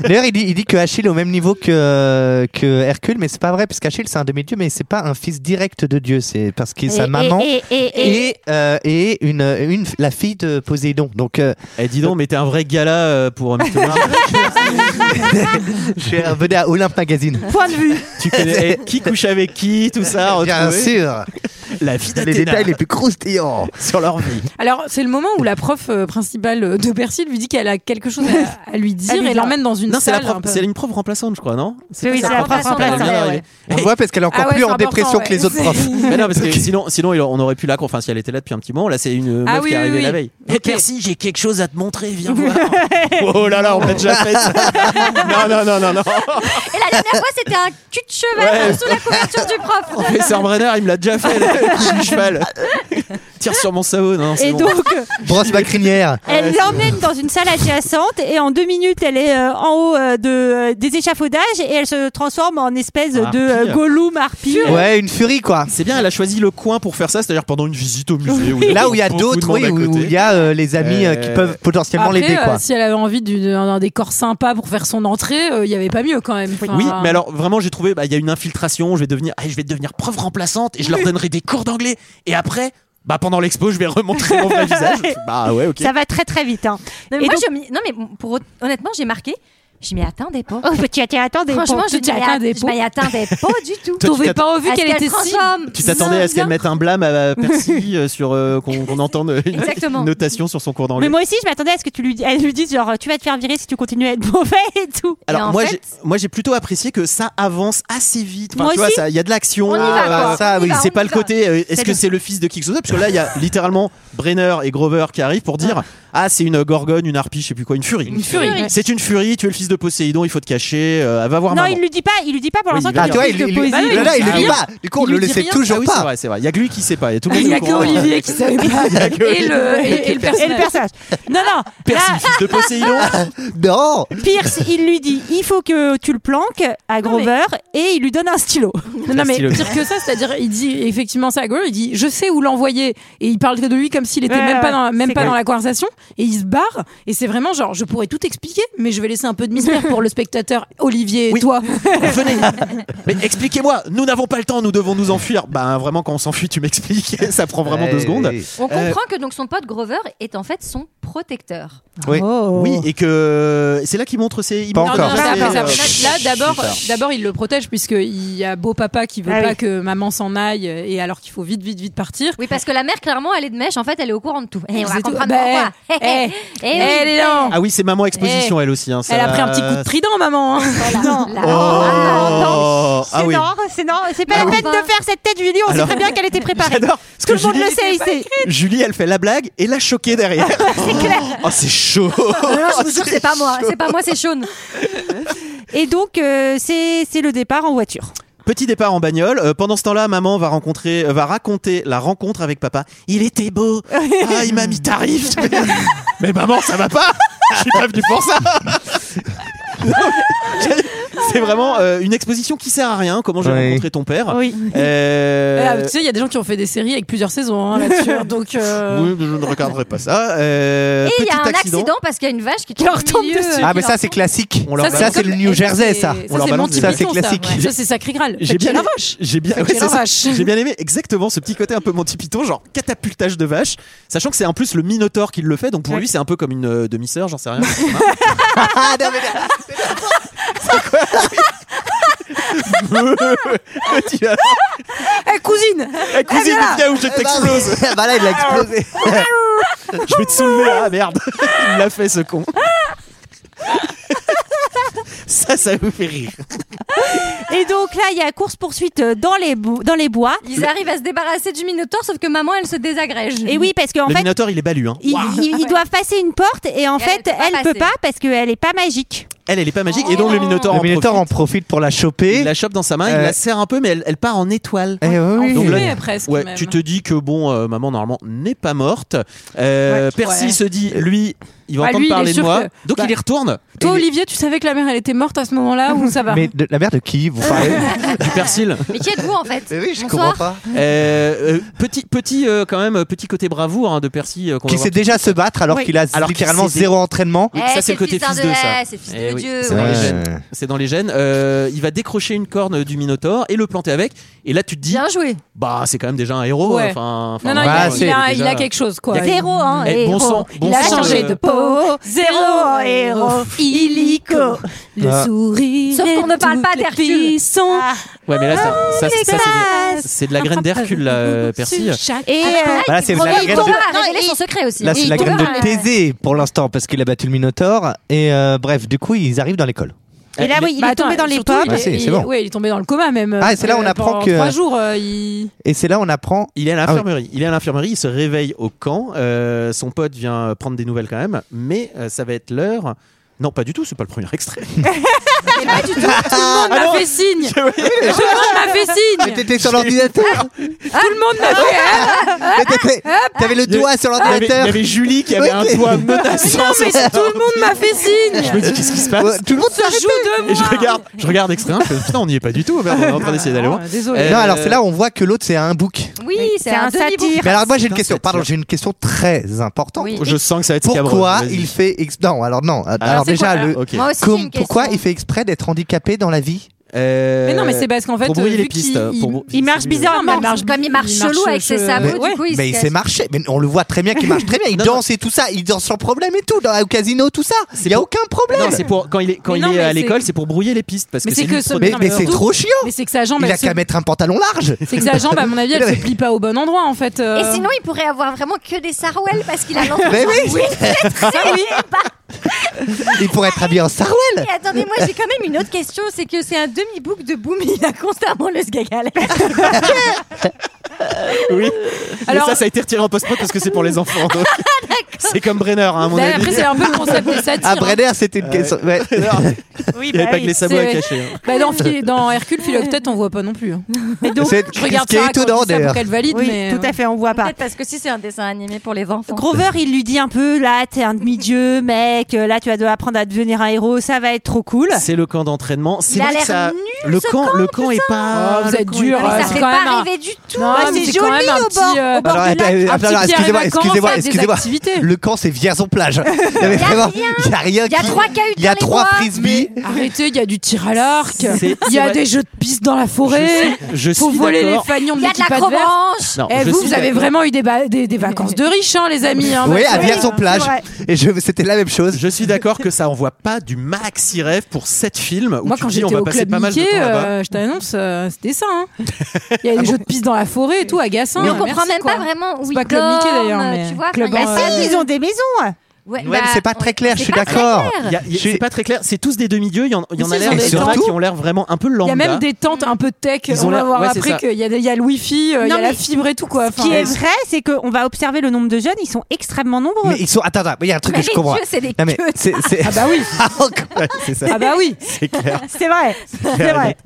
D'ailleurs, il dit, il dit que Achille est au même niveau que, que Hercule, mais c'est pas vrai, parce qu'Achille, c'est un demi-dieu, mais c'est pas un fils direct de Dieu, c'est parce que sa Et- maman. et- et- et- et- Et, euh, et une, une, la fille de Poséidon. Donc, euh, Eh, dis donc, mais t'es un vrai gala euh, pour mythologie. je suis revenu à Olympe Magazine. Point de vue. tu connais eh, qui couche avec qui, tout ça. Bien retrouver sûr, La vie les détails les d'Athéna plus croustillants. sur leur vie. Alors c'est le moment où la prof euh, principale de Percy lui dit qu'elle a quelque chose à, à lui dire lui et dire. l'emmène dans une Non, c'est la salle. un prof- peu. c'est une prof remplaçante, je crois, non Oui, c'est la prof en place. Elle est bien arrivée. On le voit parce qu'elle est encore Ah ouais, plus c'est en important, dépression que les ouais. autres profs. Mais non, parce que sinon, sinon il- on aurait pu la croire. Enfin, si elle était là depuis un petit moment, là, c'est une euh, meuf Ah oui, qui est oui, arrivée oui. la veille. Ok. Merci, j'ai quelque chose à te montrer, viens voir. oh là là, on l'a déjà fait. ça. non, non, non, non, non. Et la dernière fois, c'était un cul de cheval sous la couverture du prof. Professeur Brenner, il me l'a déjà fait, le cul du cheval. Tire sur mon sabot, non, c'est Et bon. donc, Brosse ma crinière. elle l'emmène dans une salle adjacente et en deux minutes, elle est euh, en haut euh, de, euh, des échafaudages et elle se transforme en espèce Harpie. de euh, gollum harpie. Ouais, une furie, quoi. C'est bien, elle a choisi le coin pour faire ça, c'est-à-dire pendant une visite au musée. où Là où il y a d'autres, oui, où où il y a euh, les amis euh, qui Euh, peuvent potentiellement Après, l'aider, euh, quoi. si elle avait envie d'une- d'un décor sympa pour faire son entrée, euh, il y avait pas mieux quand même. Enfin, Oui, mais alors vraiment, j'ai trouvé, bah, il y a une infiltration, je vais devenir, ah, je vais devenir prof remplaçante et je leur donnerai des cours d'anglais. Et après, bah, pendant l'expo, je vais remontrer mon vrai visage. Bah ouais, ok. Ça va très très vite. Hein. Non, Et mais moi, donc- je m'y- non, mais pour autre- honnêtement, j'ai marqué. Je m'y attendais pas. Oh, bah, tu attends, attends, des Franchement, ponts. je tu t'y m'y attendais a- je pas. m'y attendais pas du Toi, tout. tu t'aurais t'att- pas vu Est-ce qu'elle était si. transforme Tu t'attendais à ce qu'elle Zin, mette un blâme à Percy euh, sur euh, qu'on qu'on entende euh, une, Exactement. une notation sur son cours d'anglais. Mais moi aussi, je m'attendais à ce que tu lui, elle lui dise genre tu vas te faire virer si tu continues à être mauvais et tout. Et Alors en moi fait- j'ai moi j'ai plutôt apprécié que ça avance assez vite. Enfin, Moi tu vois, aussi. ça- il y a de l'action. euh, On y va, quoi. ça, On y oui, va, C'est on pas y le va. côté euh, est-ce C'est que le- c'est le fils de qui que ce soit parce que là il y a littéralement Brenner et Grover qui arrivent pour dire ah c'est une gorgone, une harpie, je sais plus quoi, une furie. Une furie. C'est une furie, tu es le fils de Poséidon, il faut te cacher, euh, va voir non, maman. il lui dit pas, il lui dit pas pour Oui, l'instant. il qu'il va Ah, est dire. tu vois, fils il, de il- poésie. là, il- là, il Ah le oui. dit pas. Du coup, on Il le lui dit sait rien. Ah toujours oui, c'est pas. vrai, c'est vrai. Il y a que lui qui sait pas, il y a tout le monde Il y a au que courant. Olivier qui savait pas. Et le, et, et le Et le personnage. personnage. Non, non. Percy, Là, fils de Poséidon. Non Pierce, il lui dit il faut que tu le planques à Non, mais- Grover et il lui donne un stylo. Non, Ah, non, mais Stylé. pire que ça, c'est-à-dire, il dit effectivement ça à Grover, il dit je sais où l'envoyer, et il parle de lui comme s'il était Ouais, même ouais, pas, dans, même c'est pas clair. dans la conversation, et il se barre, et c'est vraiment genre, je pourrais tout expliquer, mais je vais laisser un peu de mystère pour le spectateur, Olivier et Oui. toi. Venez. Mais expliquez-moi, nous n'avons pas le temps, nous devons nous enfuir. Ben Eh Ah, vraiment, quand on s'enfuit, tu m'expliques. Ça prend vraiment deux secondes. On Euh, comprend que donc son pote Grover est en fait son protecteur. Oui. Oh. oui, et que euh, c'est là qu'il montre ses. il Pas montre encore. ses- Là, après, euh, ça- là, d'abord, plus tard. d'abord, il le protège puisqu'il y a beau papa qui veut Ah pas oui. que maman s'en aille et alors qu'il faut vite, vite, vite partir. Oui, parce que la mère, clairement, elle est de mèche. En fait, elle est au courant de tout. Et on C'est va tout. comprendre Bah, pourquoi. eh, Eh, eh oui. elle est là. Ah oui, c'est maman exposition elle aussi. hein, ça- Elle a pris un petit coup de trident, maman. hein. Ah, Oh, ah oui. non, c'est non, c'est pas Ah oui. la peine de faire cette tête, Julie. On Alors- sait très bien qu'elle était préparée. J'adore. parce Tout le que monde le Julie- sait ici. Julie, elle fait la blague et la choquée derrière. C'est clair. oh, c'est chaud. Ah, non, je vous jure, c'est pas moi. C'est pas moi, c'est Sean. Et donc, euh, c'est c'est le départ en voiture. Petit départ en bagnole. Euh, pendant ce temps-là, maman va rencontrer, euh, va raconter la rencontre avec papa. Il était beau. Ah, il m'a mis tarif. Mais, mais maman, ça va pas. Je suis pas venu pour ça. Non, mais C'est vraiment euh, une exposition qui sert à rien. Comment j'ai Oui. rencontré ton père. Oui. Euh, Ah, tu sais, il y a des gens qui ont fait des séries avec plusieurs saisons hein, là-dessus. hein, donc, euh, oui, je ne regarderai pas ça. Euh, Et il y a petit un accident, parce qu'il y a une vache qui leur tombe au tombe milieu. dessus. Ah, mais ça, c'est classique. On leur Ça, c'est comme- le New et Jersey, Eh, c'est- ça. On leur c'est balance Monty des- Ça, c'est Python, classique. ouais. Ça, c'est Sacré Graal. Faites chier la vache. J'ai bien, Fait ouais, qu'il y a c'est la ça. vache. J'ai bien aimé exactement ce petit côté un peu Monty Python, genre catapultage de vache, sachant que c'est en plus le Minotaure qui le fait, donc pour lui c'est un peu comme une euh, demi-sœur, j'en sais rien. Ah, non, mais- c'est quoi Tu vas- Eh, cousine Eh, Cousine, là. viens où je t'explose. Bah là, il a explosé. Je vais te Oh, soulever. Ah merde, il me l'a fait ce con. Ça, ça vous fait rire. Et donc là, il y a course poursuite dans les bo- dans les bois. Ils arrivent à se débarrasser du Minotaure, sauf que maman, elle se désagrège. Et oui, parce qu'en le fait, Minotaure, il est balu. Hein. ils, ils- ils doivent passer une porte et en Et elle fait, peut pas elle peut passer. pas parce qu'elle est pas magique. Elle, elle est pas magique. et Oh. donc le Minotaure, Le en Minotaur profite. en profite pour la Il choper. la chope dans sa main, il Euh, la serre un peu, mais elle, elle part en étoile. Eh oui. Donc là, Ouais, presque. Ouais, même. tu te dis que bon, euh, maman normalement n'est pas morte. Euh, Ouais. Percy Ouais. se dit, lui, il va Ah, entendre lui, il est parler de sûr moi, que- donc bah. il y retourne. Toi, Olivier, tu savais que la mère, elle était morte à ce moment-là ou ça va Mais de la mère de qui vous parlez Du persil. Mais qui êtes-vous en fait Oui, je Bonsoir. pas. Euh, euh, petit, petit euh, quand même, euh, petit côté bravoure hein, de Percy. euh, qu'on va Qui voir sait déjà se battre alors Oui. qu'il a Alors qu'il littéralement sait- zéro entraînement. Oui, Eh, ça, c'est le côté d'un fils de ça. eh, C'est fils Eh de oui, Dieu. c'est dans ouais. les Ouais. gènes. C'est dans les gènes. Euh, il va décrocher une corne du Minotaure et le planter avec. Et là, tu te dis, Bien joué. bah, c'est quand même déjà un héros. euh, Ouais. Enfin, enfin, euh, Non, ouais, non, il, a, bah, il a- est il Ah, déjà- a quelque chose, quoi. Il y a- Zéro en Eh, héros. bon sang, bon il a sang, changé euh, de peau. Zéro euh, en héros. Ah. Illico. Le Ah. sourire. Sauf qu'on ne parle pas d'Hercule. Sont Ah. Ouais, mais là, ça, Oh, ça, ça, c'est, Ah. L'extase. c'est de la graine d'Hercule, là, euh, Percy. Et Ah, euh, Bah là, c'est Il la tombe graine de- à révéler son secret aussi. hein. Là, c'est Il la graine tombe à- de Thésée pour l'instant parce qu'il a battu le Minotaure. Et euh, bref, du coup, ils arrivent dans l'école. et là, oui, il Bah, est tombé attends, dans les surtout, pommes. il Bah, est- c'est- il- c'est bon. ouais, il est tombé dans le coma même. euh, Ah, et c'est là où on pendant apprend que- Trois jours, euh, il. Et c'est là on apprend. Il est à Ah oui. l'infirmerie. Il est à l'infirmerie. Il se réveille au camp. Euh, son pote vient prendre des nouvelles quand même, mais euh, ça va être l'heure. Non, pas du tout. C'est pas le premier extrait. Ah, Tout le monde m'a fait signe. Tout le monde m'a fait Mais signe. t'étais sur l'ordinateur Tout le monde m'a fait. Mais t'étais- T'avais le Il y avait- doigt sur Il y, avait, il y l'ordinateur avait Julie qui avait Oui. un doigt menaçant. Non Ah, mais tout le monde m'a fait signe. Je me dis qu'est-ce qui se passe Ouais, Tout le monde Ça joue de moi. Et je regarde, je regarde extrait. un, je fais, Putain, on n'y est pas du tout. merde, on est en train d'essayer d'aller loin. Ah, Désolé. Euh, Non, alors c'est là où on voit que l'autre c'est un bouc. Oui, c'est un satire. Mais alors moi j'ai une Putain, question. c'est Pardon, dur. j'ai une question très importante. Oui. Je sens que ça va être scabreux. Pourquoi Vas-y. il fait ex- non alors non Ah, alors, c'est déjà quoi, le Ok. Moi aussi, j'ai comme- une question. pourquoi il fait exprès d'être handicapé dans la vie Euh, Mais non mais c'est parce qu'en fait pour brouiller euh, les vu pistes. qu'il- pour brou- il marche c'est- bizarre. Non, mais Marche- Comme il marche il chelou avec ses euh, sabots, ouais. du coup, il mais il se sait cache. marcher mais on le voit très bien qu'il marche très bien il Non, non. danse et tout ça il danse sans problème et tout dans, au casino tout ça il y a pour- aucun problème Non, c'est pour quand il est quand Mais il non, est à mais c'est- l'école, c'est pour brouiller les pistes parce Mais que c'est c'est que lui ce- trop- mais, Non, mais mais c'est surtout- trop chiant Mais c'est que sa jambe il elle a se- qu'à mettre un pantalon large c'est que sa jambe à mon avis elle Mais- se plie pas au bon endroit en fait. euh. Et sinon, il pourrait avoir vraiment que des sarouels parce qu'il a l'enfant. mais oui, il pourrait être habillé en sarouel Et attendez, moi j'ai quand même une autre question, c'est que c'est un demi-bouc de boum, il a constamment le sgagal. Oui. Alors Alors- ça, ça a été retiré en post-prod parce que c'est pour les enfants. donc. c'est comme Brenner, hein, à mon Bah, avis. après c'est un peu le concept des satires. hein. ah Brenner c'était une question ouais. Il n'y avait pas que les sabots à c'est- cacher. hein. Bah, dans, Phil- dans Hercule Philoctète on voit pas non plus. hein. c'est Je regarde ce qui est Sarah étonnant quand elle dit ça pour d'ailleurs qu'elle valide Oui, mais euh, tout à fait, on voit pas. Peut-être parce que si c'est un dessin animé pour les enfants. Grover, il lui dit un peu là, t'es un demi-dieu, mec. euh, Là, tu vas devoir apprendre à devenir un héros. Ça va être trop cool. C'est le camp d'entraînement. C'est Il a vrai que l'air ça. nul, le ce camp, le camp est pas. Oh, vous le êtes camp est dur, pas- Mais Ouais, Ah, ça c'est fait quand pas même un- rêver du tout. Non, Ah, mais c'est c'est quand joli même un au petit, bord- euh, au bord Alors, du lac. attends, attends, Un petit alors, qui arrive excusez-moi, à excusez-moi, Caen, excusez-moi. des activités. le camp, c'est Vierzon-Plage. Il y avait Y a vraiment- rien. y a rien Y a qui- trois cailloux Il y a dans les trois bois. frisbees. Arrêtez, il y a du tir à l'arc, C'est- il y a c'est des vrai. jeux de piste dans la forêt, Je suis- je faut suis voler les d'accord. fanions de Il y a de l'équipe la adverse. Non, Eh, je vous, suis vous avez d'accord. ah, vraiment eu des, ba- des, des vacances de riches, hein, les amis. hein, oui, parce à que- Vierzon-Plage. C'est vrai. Et je- c'était la même chose. Je suis d'accord que ça envoie pas du maxi rêve pour sept films. Où Moi, tu quand dis, j'étais on va au passer club pas mal Mickey, de temps là-bas. euh, je t'annonce, euh, c'était ça. hein. Ah Il y a les jeux de piste dans la forêt et tout, agaçant. Mais on hein, comprend merci, même quoi. pas vraiment où C'est ils pas Club Mickey, dorment, d'ailleurs, mais Tu vois, Club enfin, il y a en- pas Euh, Ah si, de- ils ont des maisons. Ouais, Ouais, bah, mais c'est pas très clair, c'est je suis pas très d'accord. clair. Y a- y a- C'est pas très clair. C'est tous des demi-dieux. Il y en, il y en Mais a si, l'air ils ont des des gens tentes. qui ont l'air vraiment un peu Il y lambda. a même des tentes un peu tech. Ils ont on va l'air- voir ouais, c'est après ça. qu'il y, a- il y a le wifi, euh, il y Non, a la mais- fibre et tout quoi. Ce qui est Enfin, vrai, c'est qu'on va observer le nombre de jeunes, ils sont extrêmement nombreux. Mais ils sont. Attends, attends, il y a un truc Mais que je les comprends. dieux, c'est des Non, mais queues. c'est- c'est- Ah bah oui. Ouais, c'est ça. Ah bah oui. C'est clair. C'est vrai, c'est vrai.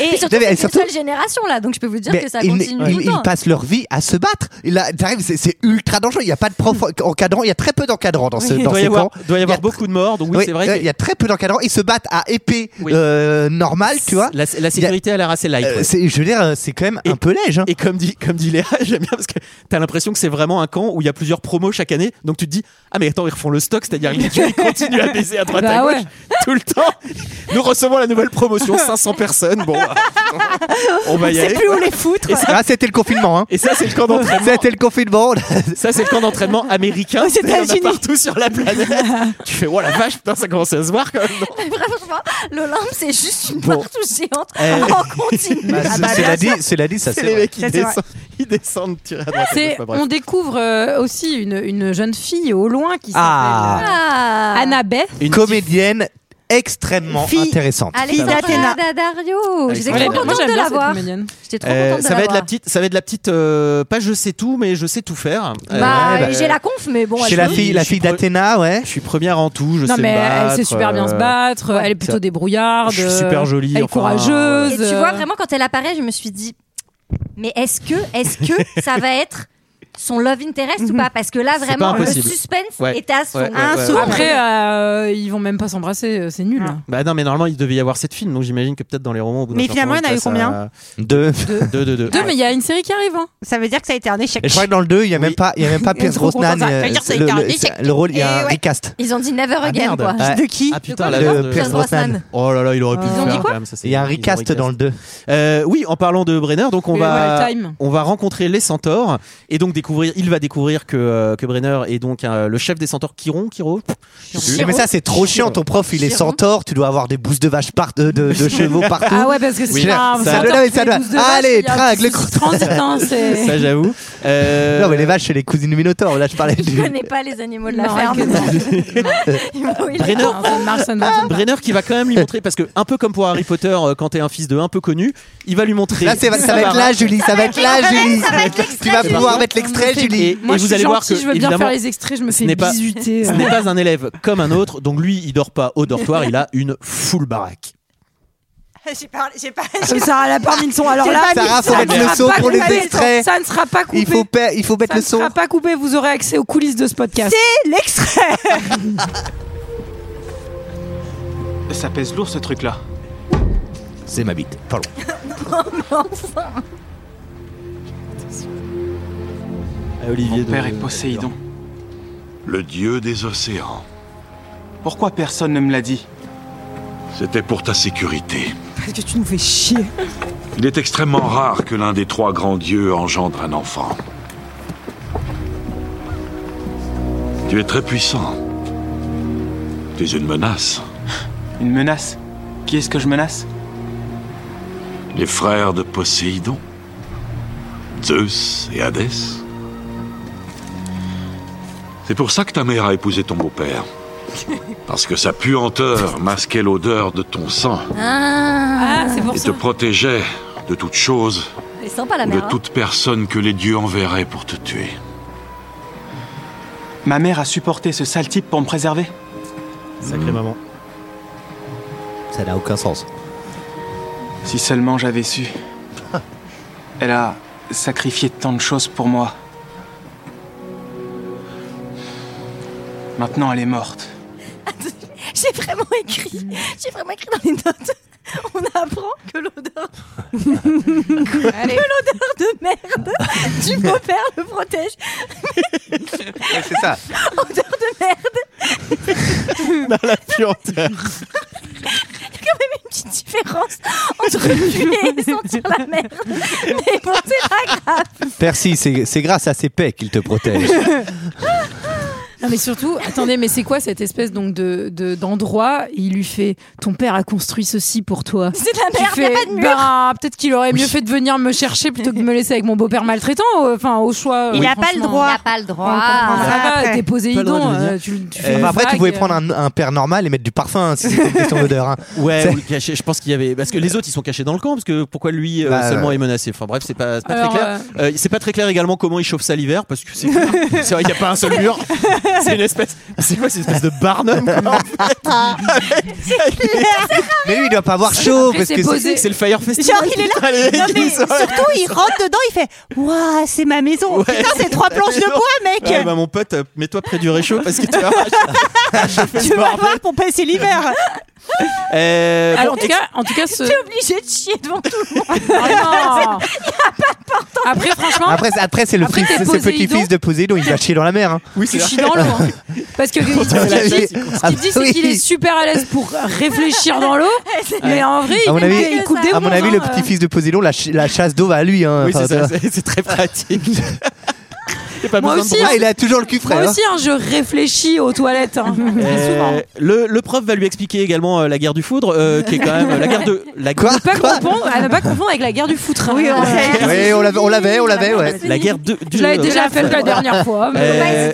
Et surtout, Non, mais c'est surtout- une seule génération là, donc je peux vous dire Mais que ça ils, continue ils- tout le ils temps. passent leur vie à se battre. Et là, t'arrives, c'est- c'est ultra dangereux. Il n'y a pas de prof encadrant. Il y a très peu d'encadrants dans, ce, Il dans doit y ces avoir, camps. doit y avoir Il y a- beaucoup de morts. Donc oui, Oui, c'est vrai. ouais, que- Il y a très peu d'encadrants. Ils se battent à épée Oui. euh, normale, tu vois. La, la sécurité, elle a l'air assez light. Euh, ouais. c'est- je veux dire, euh, c'est quand même un peu hein. léger. Et comme dit, comme dit Léa, j'aime bien parce que t'as l'impression que c'est vraiment un camp où il y a plusieurs promos chaque année. Donc tu te dis, ah mais attends, ils refont le stock, c'est-à-dire les dieux, ils continuent à baiser à droite Bah à gauche ouais. tout le temps. Nous recevons la nouvelle promotion, 500 personnes. Bon, bah, on va y aller. plus où les foutre. Et ça, Ah, c'était le confinement. Hein. et ça, c'est le camp d'entraînement. C'était le confinement. Ça, c'est le camp d'entraînement américain. Aux Il y en a États-Unis. partout sur la planète. tu fais, oh la vache, putain, ça commence à se voir quand même. non Mais Franchement, l'Olympe, c'est juste une Bon. partout géante Euh, en continu. Bah, Ah bah, cela, bien dit, cela dit, ça C'est c'est les vrai. mecs, ils Ça, c'est vrai. descendent, ils descendent tirer à droite. à C'est- gauche, bah, bref. on découvre euh, aussi une, une jeune fille au loin qui s'appelle Ah. euh, Ah. Annabeth. Une comédienne extrêmement Fille- intéressante. Allez, d'Athéna. Dario. J'étais Ouais, trop moi, contente de la voir. J'étais trop Euh, contente de ça va être la voir. petite, ça va être la petite, euh, pas je sais tout, mais je sais tout faire. Euh, Bah, ouais, bah, j'ai la conf, mais bon. Chez elle la peut. fille, la je suis fille pre- d'Athéna, ouais. je suis première en tout, je non sais mais me elle battre, sait super bien se euh, battre, elle est plutôt ça- débrouillarde. euh, Je suis super jolie, Elle est enfin, courageuse. euh. Et tu euh, vois vraiment quand elle apparaît, je me suis dit, mais est-ce que, est-ce que ça va être son love interest ou pas Parce que là Mhm. C'est vraiment, pas le impossible. suspense Ouais. est à son. Ouais, ouais, ouais, Insoumis. ouais. Après, euh, ils vont même pas s'embrasser, euh, c'est nul. Bah non, mais normalement il devait y avoir sept films, donc j'imagine que peut-être dans les romans. Au bout d'un Mais certain finalement, moment, il y en a ils eu combien passent Deux. à- Deux, deux, deux. Deux, mais il y a une série qui arrive. hein. Ça veut dire que ça a été un échec. Et je crois que dans le 2, il n'y a même pas, il y a même pas est Pierce trop Brosnan. content, ça euh, veut dire que ça a le, été un le- échec. le rôle, il y a Et un ouais. recast. Ils ont dit never Ah, again merde. quoi. Ah, De qui Ah putain, quoi, la le merde Le de- Pierce Pierce Brosnan. Brosnan. Oh là là, il aurait pu Ils le ont faire. dit quoi quand même, ça, c'est- Il y a un ils ont recast dans le 2. Euh, oui, en parlant de Brenner, donc on Et va, Wild Time. on va rencontrer les centaures et donc découvrir, il va découvrir que, euh, que Brenner est donc euh, le chef des centaures Chiron, Chiro. je sais plus. Mais ça, c'est trop chiant. Ton prof, il est Chiron. centaure. Tu dois avoir des bousses de vache par de, de, de chevaux partout. Ah ouais, parce que Oui, c'est pas un ça- centaure ça doit- qui fait ça doit- 12 de vache, Allez, il y a un trague, le petit transit, hein, c'est- Ça, j'avoue. Euh, Non, mais les vaches, c'est les cousines du Minotaure. Là, je parlais Je du. connais pas les animaux de la Non, ferme. que Bon, il est- Brenner, Non, ça ne marche, ça ne marche pas. Brenner qui va quand même lui montrer parce que un peu comme pour Harry Potter euh, quand t'es un fils de un peu connu il va lui montrer Là, c'est- ça va être là, Julie. Ça va être là, Julie. Tu vas pouvoir mettre l'extrait, Julie. Et- Moi, et je vous suis allez voir gentille, que, je veux bien évidemment, faire les extraits, je me ce fais n'est pas- bisuter. ce euh. n'est pas un élève comme un autre donc lui il dort pas au dortoir il a une full baraque Ah. J'ai parlé, j'ai pas. Comme ça, à la part, ils sont alors là. Sarah, faut ça mettre ne le sera son pas pour les coupé, extraits. Ça ne sera pas coupé. Il faut, pa- il faut mettre ça le ne son. sera pas coupé, vous aurez accès aux coulisses de ce podcast. C'est l'extrait. Ça pèse lourd ce truc-là. C'est ma bite. Pardon. Olivier Mon père est Poséidon. Le dieu des océans. Pourquoi personne ne me l'a dit C'était pour ta sécurité. Parce que tu nous fais chier. Il est extrêmement rare que l'un des trois grands dieux engendre un enfant. Tu es très puissant. Tu es une menace. Une menace Qui est-ce que je menace Les frères de Poséidon. Zeus et Hadès. C'est pour ça que ta mère a épousé ton beau-père. Parce que sa puanteur masquait l'odeur de ton sang Ah, Ah, c'est pour et te ça. protégeait de toute chose elle est sympa la ou de mère. hein. toute personne que les dieux enverraient pour te tuer. Ma mère a supporté ce sale type pour me préserver sacré maman Ça n'a aucun sens. Si seulement j'avais su. Elle a sacrifié tant de choses pour moi. Maintenant, elle est morte. J'ai vraiment écrit. J'ai vraiment écrit dans les notes. on apprend que l'odeur que l'odeur de merde du beau-père le protège. c'est ça. Odeur de merde. Dans la puanteur. Il y a quand même une petite différence entre puer et sentir la merde. Mais bon, c'est pas grave. Percy, c'est c'est grâce à ses paix qu'il te protège. Non mais surtout, attendez, mais c'est quoi cette espèce donc de de- d'endroit Il lui fait, ton père a construit ceci pour toi. C'est de la Tu merde, y a pas de mur. Ben, peut-être qu'il aurait mieux fait de venir me chercher plutôt que de me laisser avec mon beau-père maltraitant. euh, Enfin, au choix. Il euh, a pas le franchement. droit. Il a pas le droit. Ah, ça va, Après. Pas le t'es droit Poséidon. de venir. euh, tu, tu fais Euh, une après, tu vague, pouvais euh. prendre un, un père normal et mettre du parfum, hein, si c'est une question d'odeur. hein. Ouais, C'est- ou le cacher. Je pense qu'il y avait parce que les autres ils sont cachés dans le camp parce que pourquoi lui euh, Bah, seulement ouais. est menacé. Enfin bref, c'est pas, c'est pas Alors, très clair. Euh, c'est pas très clair également comment il chauffe ça l'hiver parce que c'est c'est vrai qu'il n'y a pas un seul mur. C'est une espèce c'est quoi c'est une espèce de Barnum quoi, Ah, en fait. Avec- avec Mais lui, il doit pas avoir chaud les- parce que c'est c'est le Fire Festival. Genre, il est putain, les là. mecs, Non, mais ils sont- surtout, il rentre dedans, il fait Waouh, c'est ma maison. Putain, c'est trois planches de bois, mec. Ouais, bah, mon pote, euh, mets-toi près du réchaud parce que tu vas tu vas voir pour passer l'hiver. Euh, Alors, bon, en tout cas, en tout cas, ce... T'es obligé de chier devant tout le monde. Ah, non. Après, franchement, Après, c'est- après, c'est le Après, fils, t'es c'est le Poséidon. petit-fils de Poséidon, il va chier dans la mer. hein. oui, tu c'est chies dans l'eau. hein. Parce que il- Ah, la ce chaise, Ah, qu'il dit, c'est oui. qu'il est super à l'aise pour réfléchir dans l'eau. Mais en vrai, À il, mon avis, il coupe des à mon bons, avis, le hein, euh. petit-fils de Poséidon, la, ch- la chasse d'eau va à lui. hein. Oui, Enfin, c'est tu vois. ça, c'est- c'est très pratique. Y a pas Moi besoin de aussi, Ah, il a toujours le cul frais. Moi hein. aussi, hein, je réfléchis aux toilettes. hein. Très souvent. Euh, le, le prof va lui expliquer également euh, la guerre du foudre, euh, qui est quand même euh, la guerre de la, Eh, Quoi Pas confondre, à ne pas confondre avec la guerre du foutre. hein. Oui, Oui, on l'avait- on l'avait, on l'avait, ouais. la guerre de, du. Je l'avais déjà euh, fait la dernière fois. mais- Euh,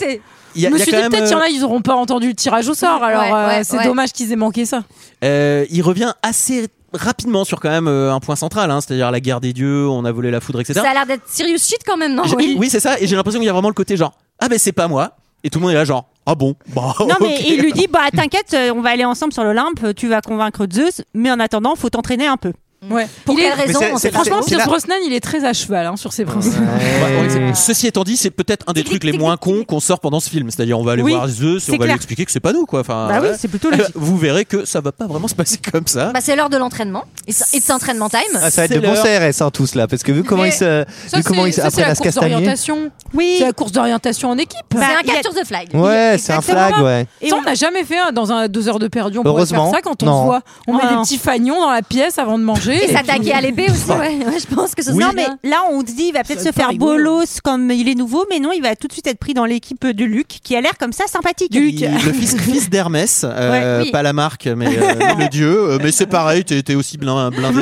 il y Je a- me il y a suis dit quand même, peut-être qu'il y en euh, a, ils n'auront pas entendu le tirage au sort. Alors Ouais, euh, ouais, c'est ouais. dommage qu'ils aient manqué ça. euh, il revient assez rapidement sur quand même euh, un point central, hein, c'est-à-dire la guerre des dieux, on a volé la foudre, etc. Ça a l'air d'être serious shit quand même, non Ah, J'ai- oui, c'est ça. Et j'ai l'impression qu'il y a vraiment le côté genre ah ben c'est pas moi. Et tout le monde est là genre ah bon bah. Non, mais ok. il lui dit Bah, t'inquiète, euh, on va aller ensemble sur l'Olympe, tu vas convaincre Zeus, mais en attendant, faut t'entraîner un peu. Ouais. Pour Il quelle est- raison c'est- on sait c'est- pas. Franchement, c'est Pierce là- Brosnan, il est très à cheval hein, sur ses principes. Euh. Ouais, Ceci étant dit, c'est peut-être un des trucs les moins cons qu'on sort pendant ce film. C'est-à-dire, on va aller Oui, voir Zeus et on c'est va lui clair. expliquer que c'est pas nous, quoi. Ah Enfin, Bah oui, ouais. c'est plutôt Eh ben, logique. Vous verrez que ça va pas vraiment se passer comme ça. Bah, c'est l'heure de l'entraînement. It's, it's entraînement time. Ah, ça va être C'est de bons l'heure. CRS hein, tous là, parce que vu comment Mais ils se, Ça, vu comment c'est- ils se- ça, c'est après la la se course castagner. d'orientation. Oui. C'est la course d'orientation en équipe. Bah, c'est un il y a- capture de flag. Ouais, c'est un flag, ouais. Et ça, on n'a jamais fait hein, dans un deux heures de perdu. On pourrait Heureusement. faire ça quand on Non. se voit. On met Ah, des non. petits fagnons dans la pièce avant de manger. Et puis- s'attaquer à l'épée aussi, ouais. Ouais, Je pense que ce Non, serait mais bien. là, on se dit, il va peut-être Ça se va pas faire rigoler. bolos comme il est nouveau, mais non, il va tout de suite être pris dans l'équipe de Luc, qui a l'air comme ça sympathique. Il- le fils, fils d'Hermès, euh, Ouais, oui. pas la marque, mais euh, mais le dieu. Euh, mais c'est pareil, t'es t'es aussi blin- blindé.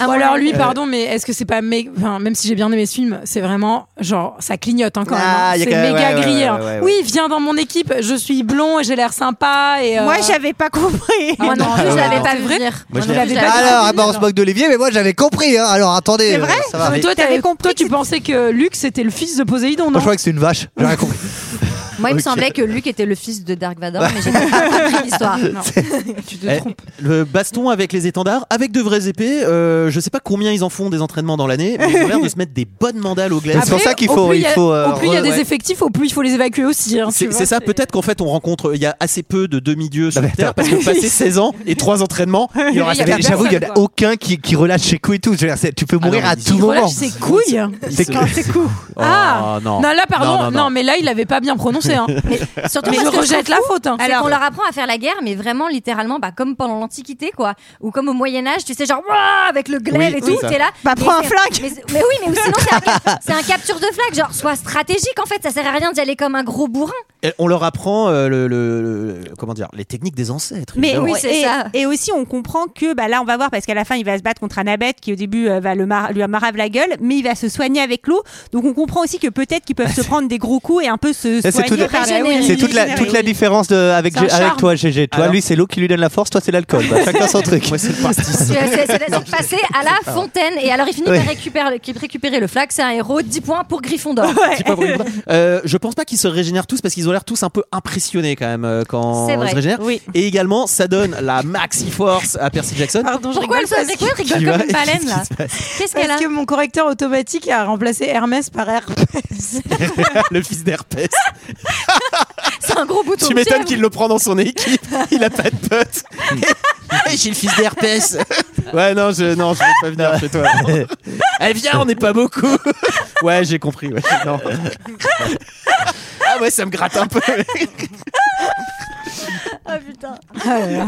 Bon, alors lui, pardon, mais est-ce que c'est pas mé- enfin, même si j'ai bien aimé ce film, c'est vraiment genre ça clignote hein, quand même. hein. Ah, y a C'est quand même- méga ouais, ouais, grillé. ouais, hein. ouais, ouais. Oui, viens dans mon équipe, je suis blond et j'ai l'air sympa et. euh, Moi, j'avais pas compris. Moi Ah, non, plus, je ouais, l'avais non. pas C'est vu vrai venir. Moi, je Non, l'avais plus, pas l'avais Alors, ah, vu bah, on se venir. moque d'Olivier, mais moi j'avais compris. hein. Alors attendez, C'est euh, vrai ça va. mais toi, T'avais t'avais- compris toi, tu que- pensais que Luc c'était le fils de Poséidon, Moi, non je crois que c'est une vache. J'ai rien compris. Moi, il me Ok. semblait que Luc était le fils de Dark Vador, mais j'ai pas compris l'histoire. Non. tu te Eh, trompes. le baston avec les étendards, avec de vraies épées. euh, je sais pas combien ils en font des entraînements dans l'année, mais ils ont l'air de se mettre des bonnes mandales au glace. c'est pour Après, ça qu'il au faut- plus il y a- faut, euh, au plus il y a re- des ouais. effectifs, au plus il faut les évacuer aussi. hein, tu C'est vois, c'est ça, peut-être qu'en fait on rencontre, il y a assez peu de demi-dieux sur Non, mais Terre attends. parce que passer 16 ans et 3 entraînements, il aura Il y a jamais- la Mais J'avoue, il y en a personne, aucun qui, qui relâche ses couilles et tout. Je veux dire, c'est- tu peux non, mourir mais à ils- tout Il relâche moment. ses couilles. C'est quand- Oh, Ah. non. Non, là, pardon. Non, non, non. mais là, il l'avait pas bien prononcé. hein. Mais surtout, Mais moi, je ce que rejette trouve la fou, faute. hein. C'est qu'on leur apprend à faire la guerre, mais vraiment littéralement, bah, comme pendant l'Antiquité, quoi. Ou comme au Moyen-Âge, tu sais, genre, Ouah avec le glaive Oui, et c'est tout, ça. t'es là. Bah, mais prends un c'est- flingue. Mais, mais oui, mais sinon, c'est un, cap- c'est un capture de flag. Genre, sois stratégique, en fait, ça sert à rien d'y aller comme un gros bourrin. Et On leur apprend euh, le, le- le- comment dire, les techniques des ancêtres. Mais évidemment. oui, on- c'est et, ça. et aussi, on comprend que bah, là, on va voir parce qu'à la fin, il va se battre contre Annabeth qui, au début, euh, va le mar- lui marave la gueule, mais il va se soigner avec l'eau. Donc, on comprend aussi que peut-être qu'ils peuvent se prendre des gros coups et un peu se c'est soigner. tout- par- c'est oui, C'est toute la, régénérer. toute la différence de, avec, C'est un Gé- avec charme. toi, GG. Toi, Alors. lui, c'est l'eau qui lui donne la force. Toi, c'est l'alcool. Bah, chacun son truc. Moi, c'est le pastis. Tu- C'est c'est- c'est passé à la fontaine. Et alors, il finit Oui. par récupérer, qu'il récupérer le flag. C'est un héros, 10 points pour Gryffondor. Petit peu pour une fois. Euh, je pense pas qu'ils se régénèrent tous parce qu'ils ont l'air tous un peu impressionnés quand même euh, quand C'est ils vrai. se régénèrent. Oui. Et également, ça donne la maxi force à Percy Jackson. Pardon, je Pourquoi rigole elle parce se- pourquoi elle Qui rigole va- comme une baleine, là Qu'est-ce qu'elle a Parce que mon correcteur automatique a remplacé Hermès par Herpès. le fils d'Herpès. C'est un gros bouton. Tu de m'étonnes fièvre. qu'il le prend dans son équipe. Il a pas de potes. Et J'ai le fils d'Herpès. Ouais, non, je, non, je vais pas venir chez toi. non. Eh, viens, on n'est pas beaucoup. ouais, j'ai compris. ouais, non. ah, ouais, ça me gratte un peu. Ah putain. Allez, hein.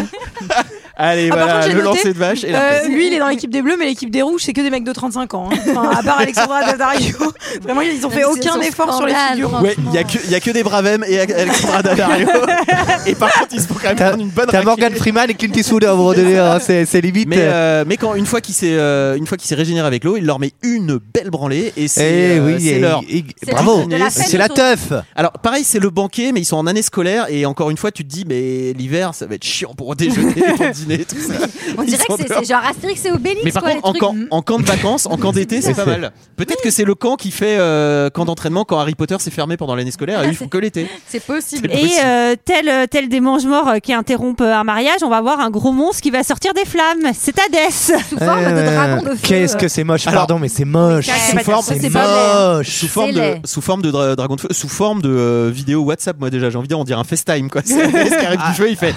Ah, par voilà, contre, Eh ben, j'ai le noté, lancer de vache et la euh, presse. lui, il est dans l'équipe des Bleus, mais l'équipe des Rouges, c'est que des mecs de 35 ans. hein. Enfin, à part Alexandra Daddario. Vraiment, ils ont fait C'est aucun son effort sur les scandale, figures. Ouais, il y, a que- y a que des Bravem et Alexandra Daddario. et par contre, ils se font quand même prendre une bonne T'as Morgan Freeman et Clint Eastwood à un moment donné, hein, c'est c'est limite. Mais, euh, mais quand une fois qu'il s'est euh, une fois qu'il s'est régénéré avec l'eau, il leur met une belle branlée et c'est Eh euh, oui, c'est et- leur. et- C'est bravo, la- de la fête c'est la autour. teuf. Alors pareil, c'est le banquet, mais ils sont en année scolaire et encore une fois, tu te dis mais l'hiver, ça va être chiant pour déjeuner, pour dîner, tout ça. On Ils dirait sont que c'est- dehors. c'est genre Astérix et Obélix, Mais par quoi, contre, en les trucs. camp, en camp de vacances, en camp d'été, c'est C'est pas ça. mal. Peut-être que c'est le camp qui fait euh, camp d'entraînement quand Harry Potter s'est fermé pendant l'année scolaire et eux, ils font que l'été. C'est possible. C'est Et euh, tel, euh, tel démange-mort euh, qui interrompt euh, un mariage, on va voir un gros monstre qui va sortir des flammes. C'est Hadès. Sous Euh, Qu'est-ce que c'est moche, pardon, mais c'est moche. oui, c'est Sous pas forme, d'accord, c'est c'est pas moche. Sous forme, de, laid. sous forme de dra- dragon de feu, sous forme de euh, vidéo WhatsApp, moi déjà j'ai envie de dire, on dirait un FaceTime quoi. C'est un mec qui arrive du feu, il fait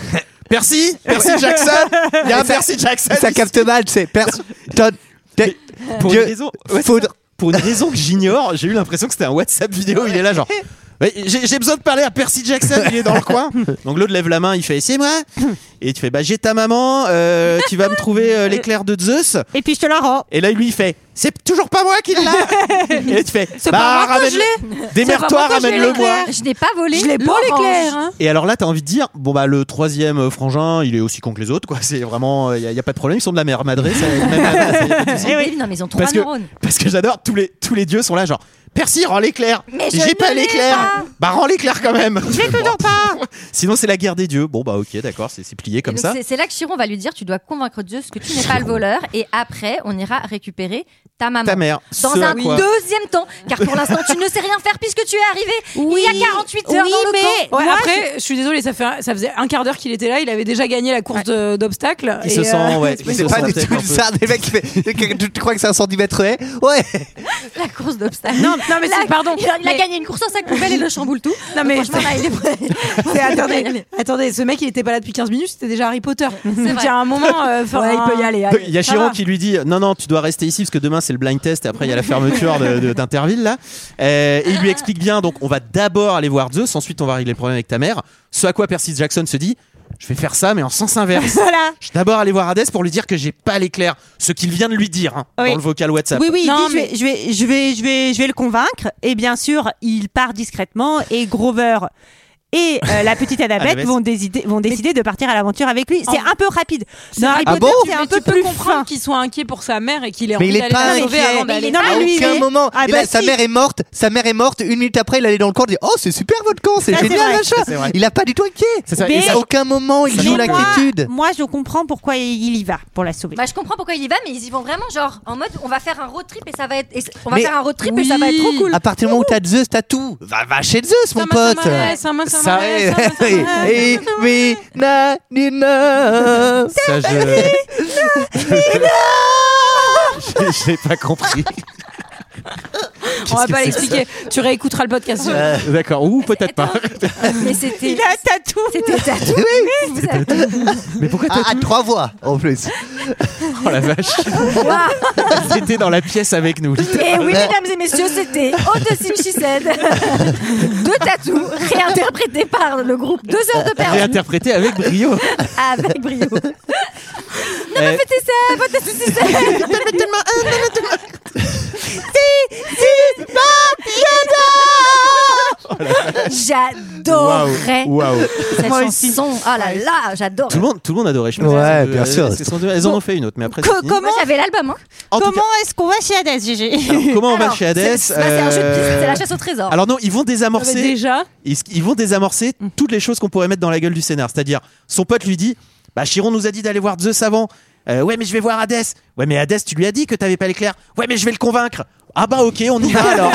Percy Percy Jackson Il y a un Ça- Percy Jackson Ça capte mal, c'est Percy. Todd- Ted- Pour Dieu- une raison, ouais, pour une raison que j'ignore, j'ai eu l'impression que c'était un WhatsApp vidéo, il est là genre. Ouais, j'ai j'ai besoin de parler à Percy Jackson, il est dans le coin. Donc l'autre lève la main, il fait c'est moi. Et tu fais bah j'ai ta maman, euh, tu vas me trouver euh, l'éclair de Zeus. Et puis je te la rends. Et là lui il fait c'est toujours pas moi qui l'a. Et là, tu fais C'est bah pas moi que ramène je l'ai. C'est démerde-toi, pas moi que je l'ai, ramène-le moi. l'éclair. Je n'ai pas volé. Je l'ai pas, l'orange. l'éclair, hein. Et alors là, t'as envie de dire, bon bah le troisième euh, frangin, il est aussi con que les autres, quoi. C'est vraiment, il y, a- y a pas de problème, ils sont de la merde madrée. ça- même à- ça y a pas de souci. Eh oui, Non, mais ils ont trois parce que neurones. parce que j'adore tous les tous les dieux sont là, genre Percy rends l'éclair. Mais je J'ai ne pas l'ai l'éclair. pas. Bah rends l'éclair quand même. Je l'ai toujours pas. Sinon c'est la guerre des dieux. Bon bah ok, d'accord, c'est c'est plié comme Et donc, ça. c'est- C'est là que Chiron va lui dire tu dois convaincre Dieu que tu n'es pas le voleur et après on ira récupérer ta maman. Ta mère. Dans Ce à un quoi- deuxième temps, car pour l'instant tu ne sais rien faire puisque tu es arrivé il y a 48 heures oui, dans le mais- camp. Ouais, Moi, après, je suis désolée, ça, fait, un- ça faisait un quart d'heure qu'il était là, il avait déjà gagné la course de- d'obstacles. Il et, se sent, euh, ouais, il se C'est pas sent du peut-être tout un peu. ça, des mecs qui fait- Tu crois que c'est un 110 mètres haies Ouais La course d'obstacles. Non, non, mais La- c'est- pardon. Il a, il a Mais- gagné une course en sac poubelle et le chamboule tout. Non, mais- Donc, franchement, là, il est prêt. c'est- attendez, attendez, ce mec il était pas là depuis 15 minutes, c'était déjà Harry Potter. Donc il y vrai. a un moment, euh, enfin, Ouais, il peut y aller, allez. Il y a Ça Chiron va. qui lui dit non non tu dois rester ici parce que demain c'est le blind test et après il y a la fermeture de- de- d'Interville là Euh, et il lui explique bien donc on va d'abord aller voir Zeus ensuite on va régler le problème avec ta mère ce à quoi Percy Jackson se dit je vais faire ça mais en sens inverse Voilà. je vais d'abord aller voir Hades pour lui dire que j'ai pas l'éclair ce qu'il vient de lui dire hein, Oui. dans le vocal WhatsApp Oui, oui, il Non, dit, je, vais, je, vais, je, vais, je, vais, je vais le convaincre. Et bien sûr, il part discrètement et Grover et euh, la petite Annabeth Annabeth. vont, décider, vont décider de partir à l'aventure avec lui. C'est un peu rapide. Dans Harry Ah Potter, bon c'est un Mais peu tu peux plus fin. comprendre qu'il soit inquiet pour sa mère et qu'il ait Mais envie il est d'aller pas la sauver inquiet. avant d'aller. Non, à mais lui, il aucun est- moment. Ah et bah là, sa si. mère est morte. Sa mère est morte. Une minute après, il allait dans le coin. Il dit Oh, c'est super votre camp, c'est Ça, c'est génial, vrai, ça, c'est vrai. machin. Il a pas du tout inquiet. C'est ça, Mais- et Et ça- à aucun moment, il Mais joue moi- l'inquiétude. Moi, je comprends pourquoi il y va pour la sauver. Bah, je comprends pourquoi il y va, mais ils y vont vraiment genre en mode on va faire un road trip et ça va être, et c- on va Mais- faire un road trip et ça va être trop cool. À partir du moment où t'as Zeus, t'as tout. Va, va chez Zeus, mon Ça m'a- ça pote. m'a- ça m'a- ça m'a- Eh, ça m'a- ça m'a- eh, oui, na, ni, na. ça, je Je- je l'ai pas compris On va que pas c'est l'expliquer. Tu réécouteras le podcast. Euh, d'accord ou peut-être pas Mais c'était Il a un tatou. c'était tatoué. Vous savez- mais pourquoi t'as Ah, à trois voix en plus. oh, la vache Waouh. t'étais dans la pièce avec nous Et oui, mesdames et messieurs, c'était Odyssey Chissed de Tatou, réinterprété par le groupe Deux heures de perdu réinterprété avec brio avec brio. Euh, C'était ça, votre Chissed. J'adorais Waouh. cette Moi aussi. chanson. Oh là là, j'adore. Tout le monde, tout le monde adorait. Je Euh, Ouais, bien sûr. Elles en ont fait une autre, mais après. c'est Co- fini. Moi, j'avais l'album. Hein. En tout Comment cas, est-ce qu'on va chez Hadès, GG alors, comment on va Alors, chez euh, Hades c'est- C'est bah, c'est un jeu de piste, c'est la chasse au trésor. Alors non, ils vont désamorcer. Déjà, ils, ils vont désamorcer Mm. toutes les choses qu'on pourrait mettre dans la gueule du scénar. C'est-à-dire, son pote lui dit, bah Chiron nous a dit d'aller voir Zeus avant. Euh, ouais, mais je vais voir Hadès. Ouais, mais Hadès, tu lui as dit que t'avais pas l'éclair. Ouais, mais je vais le convaincre. Ah bah ok, on y va alors.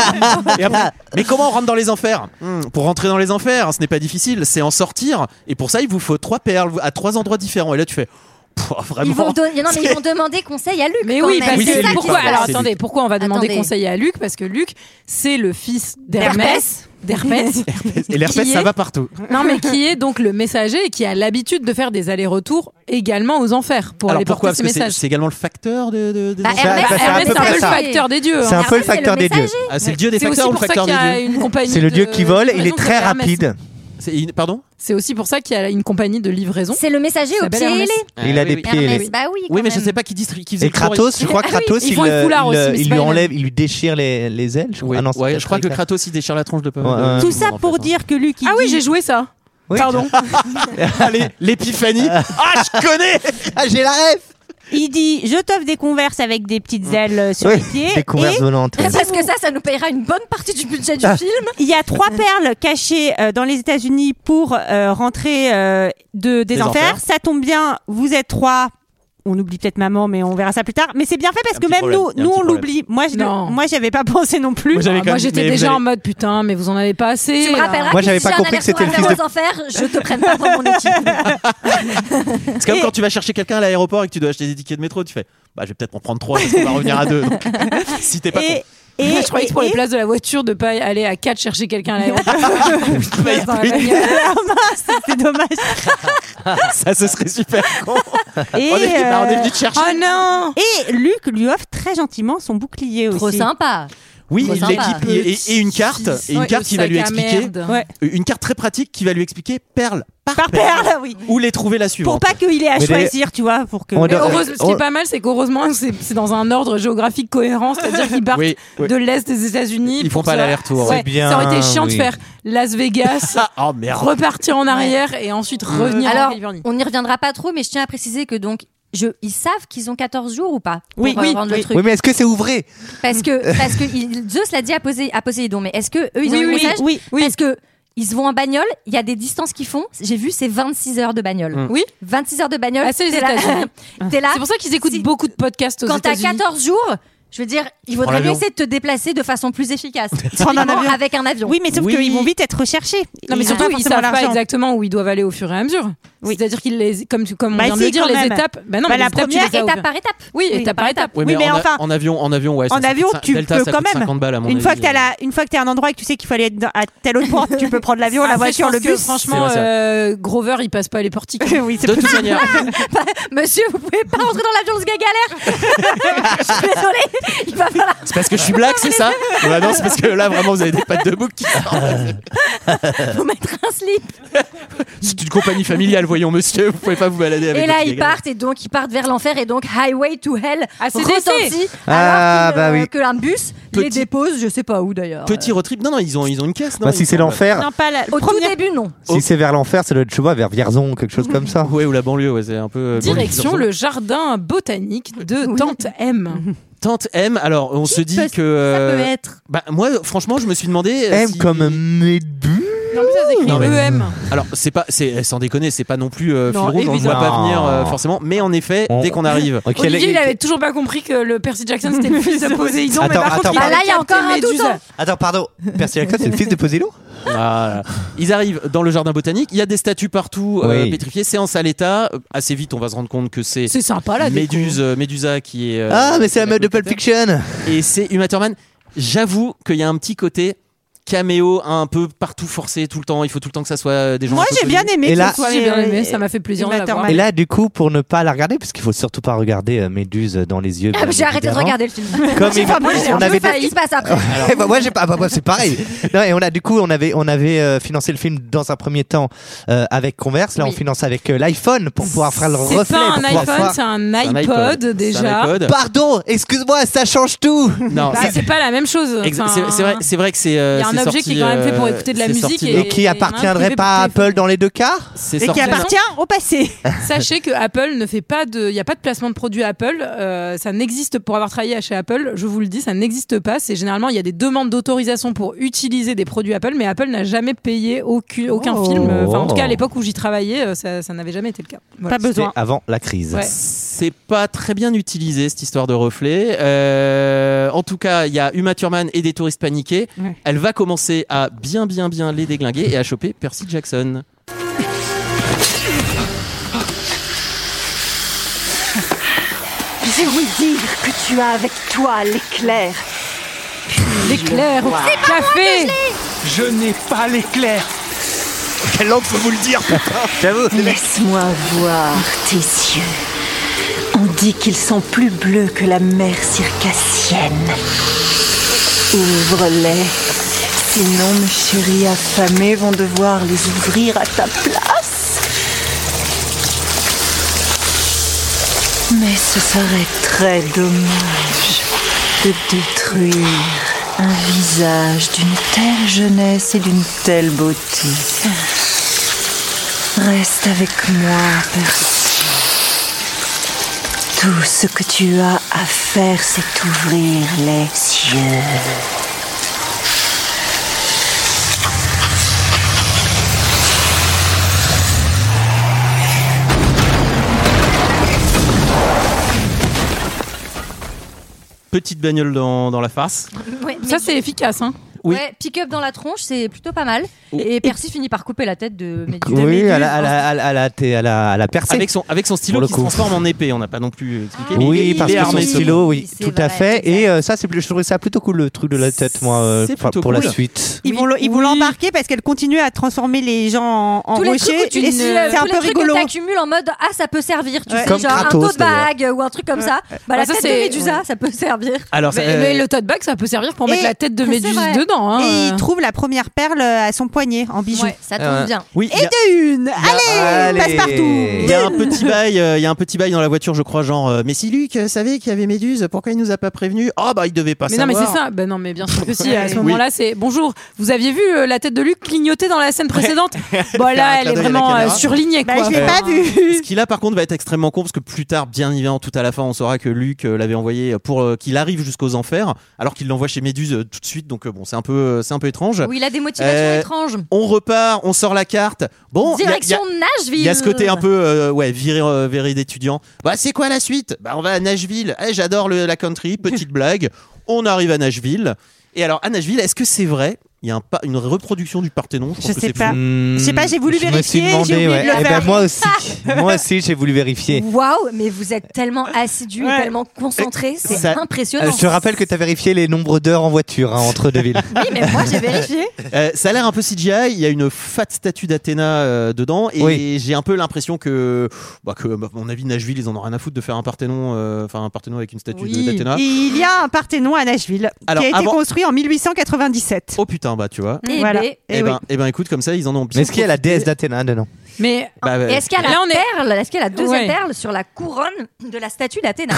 Et après, mais comment on rentre dans les enfers Hmm, Mm. Pour rentrer dans les hein, enfers, ce n'est pas difficile, c'est en sortir. Et pour ça, il vous faut trois perles à trois endroits différents. Et là, tu fais. Pouah, Ah, vraiment. Ils vont, don- non, mais ils vont demander conseil à Luc. Mais quand oui, même. parce C'est ça que qui pourquoi se Alors passe. attendez, pourquoi on va demander Attendez. conseil à Luc Parce que Luc, c'est le fils d'Hermès. D'Hermès. Et l'herpès, Qui ça est- va partout. non, mais qui est donc le messager et qui a l'habitude de faire des allers-retours également aux enfers pour Alors aller pourquoi porter Parce ses que c'est messages. c'est également le facteur de, de- des Bah, enfants. Hermès, Bah, c'est un Hermès, peu c'est un peu le ça. facteur des dieux, hein. C'est un peu le facteur des dieux. Ah, c'est le dieu des C'est aussi facteurs ou le pour ça facteur des qu'il y a dieux une compagnie C'est le dieu de- qui vole, de il livraison est très qui s'appelle Hermès. rapide. C'est une- Pardon C'est aussi pour ça qu'il y a une compagnie de livraison. C'est le messager au pied ailé. Il Euh, a des pieds. Hermès, les- bah oui. Oui, mais je sais pas qui distribue. Qui faisait Et le cours Kratos, je crois que Ah oui, Kratos, ils il, font le euh, foulard aussi, le- mais il c'est lui pas les enlève, il lui déchire les, les ailes. Je crois, Ah non, c'est Ouais, je crois que Kratos- Kratos il déchire la tronche de Ouais, de- ouais. de Tout tout le ça monde, en pour fait, hein. dire que Luc. Ah oui, dit- j'ai joué ça. Oui. Pardon. Allez, l'épiphanie. Ah, je connais Ah, j'ai la ref Il dit Je t'offre des converses avec des petites ailes euh, sur Ouais, les pieds. des converses et volantes. ouais. Parce que ça, ça nous payera une bonne partie du budget Ah. du film. il y a trois perles cachées euh, dans les États-Unis pour euh, rentrer euh, de, des Des enfers. enfers. Ça tombe bien, vous êtes trois. On oublie peut-être maman, mais on verra ça plus tard. Mais c'est bien fait parce Un que petit même problème, il y a un nous, nous petit on problème. l'oublie. Moi, je Non. moi, j'avais pas pensé non plus. Moi, j'avais quand même- Moi, mais j'étais vous déjà avez- en mode putain, mais vous en avez pas assez. Tu me là. rappelleras Moi, que j'avais si pas j'ai un compris que c'était le aller-retour à fils de- faire aux enfers, je te prenne pas dans mon équipe. C'est comme Et- quand tu vas chercher quelqu'un à l'aéroport et que tu dois acheter des tickets de métro, tu fais Bah, je vais peut-être en prendre trois parce qu'on va revenir à deux. Donc, si t'es pas con. Et, et, Moi, je croyais que pour et- les places de la voiture, de pas aller à 4 chercher quelqu'un à l'aéroport. Bah, y a Dans la plus de- bagnole. ah, c'est dommage. Ça, ce serait super con. Et, on, est, bah, on est euh, venu te chercher. Oh non et Luc lui offre très gentiment son bouclier Trop aussi. sympa. Oui, Ah, Trop il sympa. l'équipe et, et- et une carte, et une Ouais, carte le qui va lui sac à expliquer, merde. Ouais. une carte très pratique qui va lui expliquer perle par, Par perle, oui. où les trouver la Pour suivante. pas qu'il ait à Mais choisir, tu vois, pour que. On Mais doit- heureuse- ce qui Oh. on- est pas mal, c'est qu'heureusement, c'est c'est dans un ordre géographique cohérent, c'est-à-dire qu'ils partent Oui, oui. de l'est des États-Unis. Ils font pour pas se- l'aller-retour. Ouais, C'est bien, Ça aurait été chiant oui. de faire Las Vegas, Ah, oh merde. Mmh. repartir en arrière et ensuite revenir en Alors, Californie. on n'y reviendra pas trop, mais je tiens à préciser que donc. Je, ils savent qu'ils ont 14 jours ou pas pour Oui, euh, oui, rendre oui. le truc Oui, mais est-ce que c'est ouvré parce que parce que il- Zeus l'a dit à, Posé- à Poséidon mais est-ce que eux ils ont Oui, eu le oui, message oui, oui. parce que ils se vont en bagnole il y a des distances qu'ils font j'ai vu c'est 26 heures de bagnole Mm. Oui. 26 heures de bagnole Ah, c'est les t'es là- États-Unis. t'es là C'est pour ça qu'ils écoutent si- beaucoup de podcasts aux quand t'as États-Unis. 14 jours je veux dire il Prends vaudrait mieux l'avion. essayer de te déplacer de façon plus efficace Prendre un Typiquement, avion. avec un avion Oui, mais sauf Oui. qu'ils vont vite être recherchés. Non, mais Ils ont surtout, ils forcément savent pas l'argent. exactement où ils doivent aller au fur et à mesure. Oui. C'est-à-dire qu'ils les, comme, tu- comme Bah on vient de si, le dire, quand les même. étapes. Bah non, Bah, mais la les étapes, tu les première as étape ouvertes. par étape Oui, étape par étape. Oui, Oui, mais en, a- enfin- en avion, en avion, ouais. ça, En ça avion, coûte cin- tu Delta, peux ça quand coûte même. 50 balles, à mon Une fois que avis. t'as la, une fois que t'es à un endroit et que tu sais qu'il faut aller dans- à tel autre point, tu peux prendre l'avion, la Après, je voiture, pense le que, bus. Franchement, C'est vrai, euh, Grover, il passe pas les portiques. oui, c'est De possible. toute manière, monsieur vous pouvez pas rentrer dans l'avion ce gars galère je suis désolée il va falloir c'est parce que je suis black, c'est ça Bah non, c'est parce que là, vraiment, vous avez des pattes de bouc qui sortent. vous mettre un slip C'est une compagnie familiale, voyons, monsieur. Vous pouvez pas vous balader avec Et là, des ils gars. partent, et donc ils partent vers l'enfer, et donc Highway to Hell Ah, c'est retentit, Ah, alors bah que, oui. que un bus les Petit- dépose, je sais pas où d'ailleurs. Petit road trip. Non, non, ils ont, ils ont une caisse. non, Bah, ils Si c'est sont- l'enfer, Non, pas la- Au première- tout début, non. Oh. si c'est vers l'enfer, c'est le je sais pas, vers Vierzon, quelque chose comme ça. Ouais, ou la banlieue, ouais, c'est un peu. euh, banlieue Direction Vierzon. le jardin botanique de Tante M. Tante M, alors on se dit peut- que. Ça euh, peut être. Bah, moi, franchement, je me suis demandé. euh, M si- Eh, comme Médu. Non, mais ça E s'écrit Non, mais- hmm. EM. Alors, c'est pas, c'est sans déconner, c'est pas non plus euh, fil Non, rouge, on ne voit évidemment. pas venir euh, forcément. Mais en effet, On- dès qu'on arrive, Ok, Olivier, les- il avait toujours pas compris que le Percy Jackson c'était le fils de Poséidon. mais Attends, par contre, attends, il Bah là, il y a capté encore un Méduse. doute, hein. Attends, pardon. Percy Jackson, c'est le fils de Poséidon voilà. ils arrivent dans le jardin botanique. Il y a des statues partout euh, Oui. pétrifiées. C'est en sale état. Euh, Assez vite, on va se rendre compte que c'est. C'est sympa là. Méduse, euh, Médusa qui est. euh, Ah, mais c'est la meuf de Pulp locataire. Fiction. Et c'est Uma Thurman. J'avoue qu'il y a un petit côté caméo un peu partout forcé tout le temps. Il faut tout le temps que ça soit euh, des gens. Moi, un peu j'ai bien connus. aimé. Et que là- ce soit J'ai bien les- aimé, ça m'a fait plaisir de Uma la voir. Thurman. Et là, du coup, pour ne pas la regarder, parce qu'il faut surtout pas regarder euh, Méduse dans les yeux. Ah, bien J'ai arrêté de évidemment. regarder le film. Comme il- Moi, j'ai on un avait peu ce qui se passe après. Eh ben, moi j'ai pas bah, moi, c'est pareil. Non, et on a du coup on avait on avait euh, financé le film dans un premier temps euh, avec Converse là on Oui. finance avec euh, l'iPhone pour pouvoir faire le reflet C'est pas un pour pouvoir iPhone, voir- c'est un C'est un iPod C'est un déjà. iPod. Pardon, excuse-moi, ça change tout. Non, Bah, c'est- C'est pas la même chose. Exa- Enfin, C'est c'est vrai, c'est vrai que c'est. euh, Il y a un c'est objet sorti, qui est quand même fait pour euh, écouter de la c'est musique sorti- et- Et qui il y a un appartiendrait privé pas à pour téléphone. Apple dans les deux cas c'est Et qui sorti- appartient au passé. Sachez que Apple ne fait pas de, il n'y a pas de placement de produits Apple. euh, ça n'existe pour avoir travaillé chez Apple, je vous le dis, ça n'existe pas. C'est généralement il y a des demandes d'autorisation pour utiliser des produits Apple, mais Apple n'a jamais payé aucun, aucun Oh. film. Enfin, en tout cas à l'époque où j'y travaillais, euh, ça, ça n'avait jamais été le cas. Voilà. Pas besoin. C'était avant la crise. Ouais. C'est pas très bien utilisé cette histoire de reflet. Euh, en tout cas, il y a Uma Thurman et des touristes paniqués. Ouais. Elle va commencer à bien, bien, bien les déglinguer et à choper Percy Jackson. J'ai ouï dire que tu as avec toi l'éclair. L'éclair au vois. C'est pas moi café Je n'ai pas l'éclair. Quelle langue peut vous le dire, putain J'avoue. Laisse-moi voir tes yeux. On dit qu'ils sont plus bleus que la mer circassienne. Ouvre-les. Sinon, mes chéris affamés vont devoir les ouvrir à ta place. Mais ce serait très dommage de détruire un visage d'une telle jeunesse et d'une telle beauté. Reste avec moi, Percy. Tout ce que tu as à faire, c'est ouvrir les yeux. Petite bagnole dans, dans la face. Ça, c'est efficace. Hein. Oui. Ouais, pick-up dans la tronche, c'est plutôt pas mal. Et Percy finit par couper la tête de Méduse. Oui, à la, à, la, à, la, à, la, à la- à la percée. Avec son, avec son stylo Pour le qui coup. se transforme en épée, on n'a pas non plus expliqué. mais il Oui, est parce que son armé, ce stylo, con. oui, tout à fait. Et euh, ça, c'est plus, je trouvais ça plutôt cool le truc de la tête, moi, euh, C'est pour plutôt pour la cool. suite. Ils vont le- ils vont l'embarquer parce qu'elle continue à transformer les gens en, en Tous les trucs rochers. où tu Et dis, euh, C'est tous un les peu trucs que rigolo. t'accumules en mode ah ça peut servir, tu Ouais. sais, Comme genre un Kratos, tote bag ou un truc comme ça. Bah, Ouais. la Ah, ça, tête de c'est- Médusa, ça peut servir. Alors, ça- Mais, euh, mais le tote bag, ça peut servir pour mettre Et- la tête de c'est Méduse vrai. dedans. hein. Et il trouve la première perle à son poignet en bijou. ça tombe Euh, bien. oui, et il y a- de une. Allez, passe partout. Il y a un petit bail, euh, il y a un petit bail dans la voiture, je crois, genre. euh, mais si Luc euh, savait qu'il y avait Méduse, pourquoi il nous a pas prévenu Ah bah il devait pas Mais non, savoir. mais c'est ça. Ben non, mais bien sûr que si. À ce Oui. moment-là, c'est bonjour. Vous aviez vu euh, la tête de Luc clignoter dans la scène précédente. Bon, Faire un là, clin elle d'œil à est la vraiment euh, caméra. surlignée. Bah, Quoi. Ce qui là par contre va être extrêmement con parce que plus tard, bien évidemment, tout à la fin, on saura que Luc euh, l'avait envoyé pour euh, qu'il arrive jusqu'aux enfers, alors qu'il l'envoie chez Méduse euh, tout de suite. Donc euh, bon, c'est un peu, euh, c'est un peu étrange. Oui, il a des motivations Euh, étranges. On repart, on sort la carte. Bon, il y a- Direction il y a- Nashville. Il y a ce côté un peu euh, ouais viré euh, viré d'étudiant. Bah c'est quoi la suite Bah on va à Nashville. Eh, j'adore le- la country. Petite blague. On arrive à Nashville. Et alors à Nashville, est-ce que c'est vrai Il y a un pa- une reproduction du Parthénon. Je, pense Je que sais c'est pas. faux. Je sais pas, j'ai voulu Hmm. Je me vérifier, suis j'ai demandé, oublié de ouais. le Eh ben, faire. moi aussi, moi aussi, j'ai voulu vérifier. Waouh, mais vous êtes tellement assidu, et tellement concentré, c'est Ça- impressionnant. Euh, je te rappelle que tu as vérifié les nombres d'heures en voiture hein, entre deux villes. Oui, mais moi j'ai vérifié. Euh, ça a l'air un peu CGI. Il y a une fat statue d'Athéna euh, dedans et j'ai un peu l'impression que bah, que bah, à mon avis Nashville ils en ont rien à foutre de faire un Parthénon, euh, enfin un Parthénon avec une statue de- Oui. d'Athéna. Il y a un Parthénon à Nashville Alors, qui a été avant- construit en 1897. Oh putain bah tu vois. Eh Voilà. ben. Eh Eh ben, oui. eh ben, écoute comme ça ils en ont. Mais est-ce qu'il y a la déesse d'Athéna dedans Mais Bah, bah, Et est-ce qu'il y a la Là, on est- perle Est-ce qu'il y a la deuxième Ouais. perle sur la couronne de la statue d'Athéna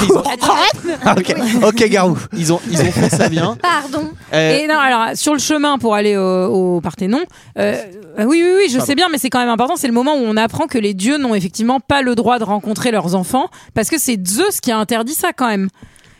Ah, ok, ok, Garou. Ils ont, ils ont fait ça bien. Pardon. Euh, Et non, alors sur le chemin pour aller au, au Parthénon, euh, euh, oui, oui, oui, je Pardon. sais bien, mais c'est quand même important. C'est le moment où on apprend que les dieux n'ont effectivement pas le droit de rencontrer leurs enfants parce que c'est Zeus qui a interdit ça quand même.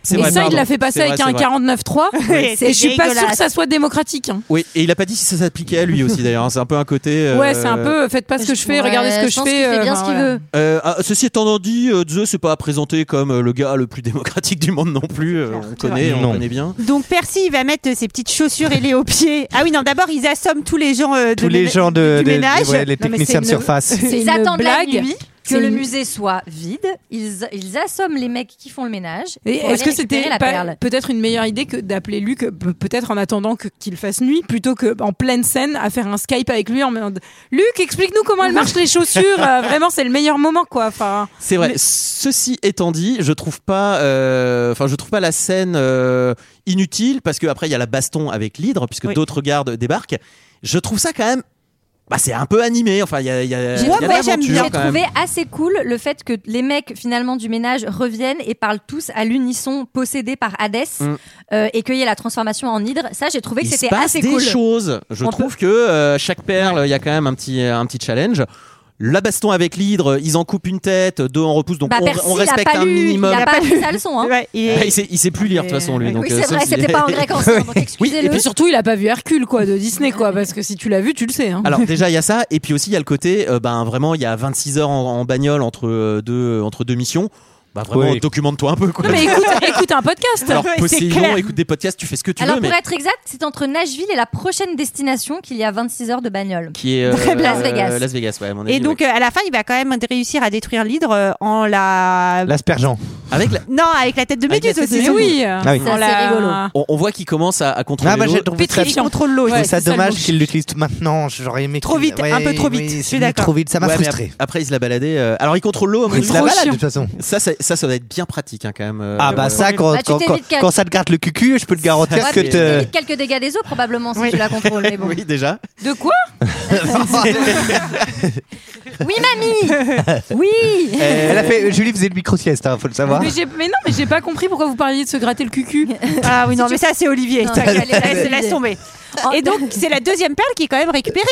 C'est Et vrai, ça, pardon. il l'a fait passer C'est vrai, avec c'est un vrai. 49.3. Ouais. Et C'est je suis pas dégueulasse. sûr que ça soit démocratique. hein. Oui, et il a pas dit si ça s'appliquait à lui aussi d'ailleurs. hein. C'est un peu un côté. euh, Ouais, c'est un peu euh, faites pas ce que je fais, Ouais, regardez ce que je je pense fais. euh, qu'il fait bien enfin, ce qu'il voilà. veut. Euh, ah, ceci étant dit, euh, Zeus n'est pas présenté comme euh, le gars le plus démocratique du monde non plus. euh, on connaît, on Non. connaît bien. Donc Percy, il va mettre ses petites chaussures ailées aux pieds. Ah oui, non, d'abord, ils assomment tous les gens euh, de Tous les ména- gens de- du de- ménage. ouais, les Non, mais c'est techniciens de une- surface. c'est Ils une attendent la blague. nuit que C'est le une- musée soit vide. Ils, ils assomment les mecs qui font le ménage. Et pour est-ce aller que c'était récupérer la pas perle peut-être une meilleure idée que d'appeler Luc, euh, pe- peut-être en attendant que- qu'il fasse nuit, plutôt que en pleine scène à faire un Skype avec lui en mode Luc, explique-nous comment elles marchent les chaussures. Euh, vraiment, c'est le meilleur moment, quoi. Enfin, C'est vrai. Ceci étant dit, je trouve pas, euh, enfin, je trouve pas la scène euh, inutile parce que après il y a la baston avec l'hydre puisque d'autres gardes débarquent. Je trouve ça quand même, bah, c'est un peu animé. Enfin, il y a, il y a, Euh, il y a de l'aventure, J'ai quand même. trouvé assez cool le fait que les mecs finalement du ménage reviennent et parlent tous à l'unisson possédés par Hadès Mm. euh, et qu'il y ait la transformation en hydre. Ça, j'ai trouvé que Il se c'était passe assez des cool. choses. Je On trouve que euh, chaque perle, il y a quand même un petit, un petit challenge. La baston avec l'hydre, ils en coupent une tête, deux en repoussent, donc Bah, on, Percy, on il a respecte pas un lu- minimum. Il a pas lu sa leçon. euh, Hein. Ouais, il Bah, il, sait, il sait plus lire de toute façon lui. Oui, donc, c'est euh, vrai, sauf s'il- c'était pas en grec ancien, donc excusez-le. et puis surtout, il a pas vu Hercule, quoi, de Disney, quoi, parce que si tu l'as vu, tu le sais. hein. Alors déjà il y a ça et puis aussi il y a le côté euh, ben vraiment il y a 26 heures en, en bagnole entre euh, deux entre deux missions. Bah vraiment Oui. documente-toi un peu quoi. Non, mais écoute, écoute un podcast. Alors Poséidon, écoute des podcasts, tu fais ce que tu Alors veux pour mais être exact, c'est entre Nashville et la prochaine destination qu'il y a 26 heures de bagnole. qui est euh, Très bien. Las Vegas. Las Vegas ouais, à mon avis, Et donc, ouais. euh, à la fin, il va quand même réussir à détruire l'hydre euh, en la. L'aspergeant. Avec la... Non, avec la tête de Avec la Méduse tête de aussi. Méduse. Ah oui. Ça, c'est rigolo. On, on voit qu'il commence à, à contrôler Ah bah, l'eau. j'ai trouvé ça- Pétrifiant. Contrôle l'eau, Je trouve ouais, ça c'est ça le dommage mot. qu'il l'utilise tout maintenant. J'aurais aimé. Trop qu'il- vite, un peu trop oui, vite, je suis c'est mis d'accord. Trop vite, ça m'a Ouais, mais frustré. ap- Après, euh, il se la baladait. euh, Alors, il contrôle l'eau. mais Oui, il se la trop balade chiant. de toute façon. Ça, ça, ça, ça doit être bien pratique hein, quand même. euh, Ah bah euh, ça, quand, Bah, tu quand, t'évites quand, quatre- quand ça te gratte le cucu, je peux te garantir Ouais, que puis tu te- évites quelques dégâts des eaux probablement si tu la contrôles. mais bon. euh, Oui, déjà. De quoi Oui, mamie Oui Elle a fait, Julie faisait le micro sieste, hein, faut le savoir. Mais, j'ai- mais non, mais j'ai pas compris pourquoi vous parliez de se gratter le cucu. Ah oui, non, mais ça, c'est Olivier. Non, T'inquiète, elle est- elle est- laisse, laisse tomber. Et donc, c'est la deuxième perle qui est quand même récupérée.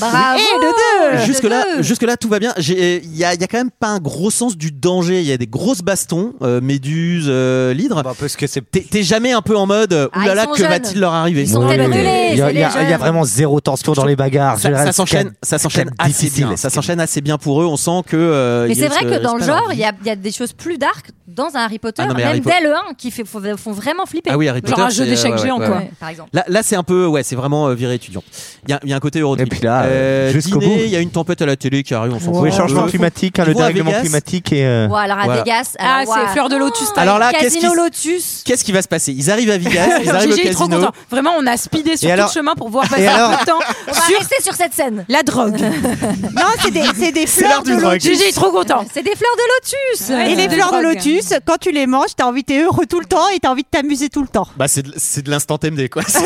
Bravo. Et le 2 Jusque là, jusque là, tout va bien. J'ai- Il y, a- il y a quand même pas un gros sens du danger. Il y a des grosses bastons, euh, méduses, euh, l'hydre. parce que c'est. T'es t'es jamais un peu en mode. euh, Ah, Oulala, ils sont que jeunes. va-t-il leur arriver Ils sont Ouais, têtes mais- brûlées, Il y, a- c'est il y a- les jeunes. il y a vraiment zéro tension dans les bagarres. Je Ça, ça reste s'enchaîne, calme. ça s'enchaîne c'est assez difficile, bien. hein, Ça s'enchaîne assez bien pour eux. On sent que. euh, Mais il c'est risque- vrai que dans le risque pas leur genre, il vie. y a, il y a des choses plus dark dans un Harry Potter, Ah non, mais même Harry dès le 1, qui fait, font, font vraiment flipper. Ah oui, Harry Potter, c'est, euh, ouais, ouais, ouais. Par exemple. Là, là, c'est un peu, ouais, c'est vraiment euh, viré étudiant. Il y a, il y a un côté eurotrip. Et puis là, jusqu'au bout. il y a une tempête à la télé qui arrive, on s'en Oui, fout. changement climatique, hein, Ils le vont à dérèglement Vegas. climatique et. euh, Ou alors à Voilà. Vegas. Ah, alors, c'est ouah. Fleur de Lotus. style. Alors là, qu'est-ce Casino qui, Lotus. qu'est-ce qui va se passer Ils arrivent à Vegas, ils Non, arrivent au Gégé est trop casino. content. Vraiment, on a speedé Et sur tout alors- le chemin pour voir Et passer un alors- peu de temps On va rester sur cette scène. la drogue. Non, c'est des, c'est des C'est fleurs l'heure de du drogue. lotus. Gégé est trop content. C'est des fleurs de lotus. Et les de fleurs de drogue. lotus, quand tu les manges, t'as envie d'être heureux tout le temps et t'as envie de t'amuser tout le temps. Bah, c'est de, c'est de l'instant MD, quoi. C'est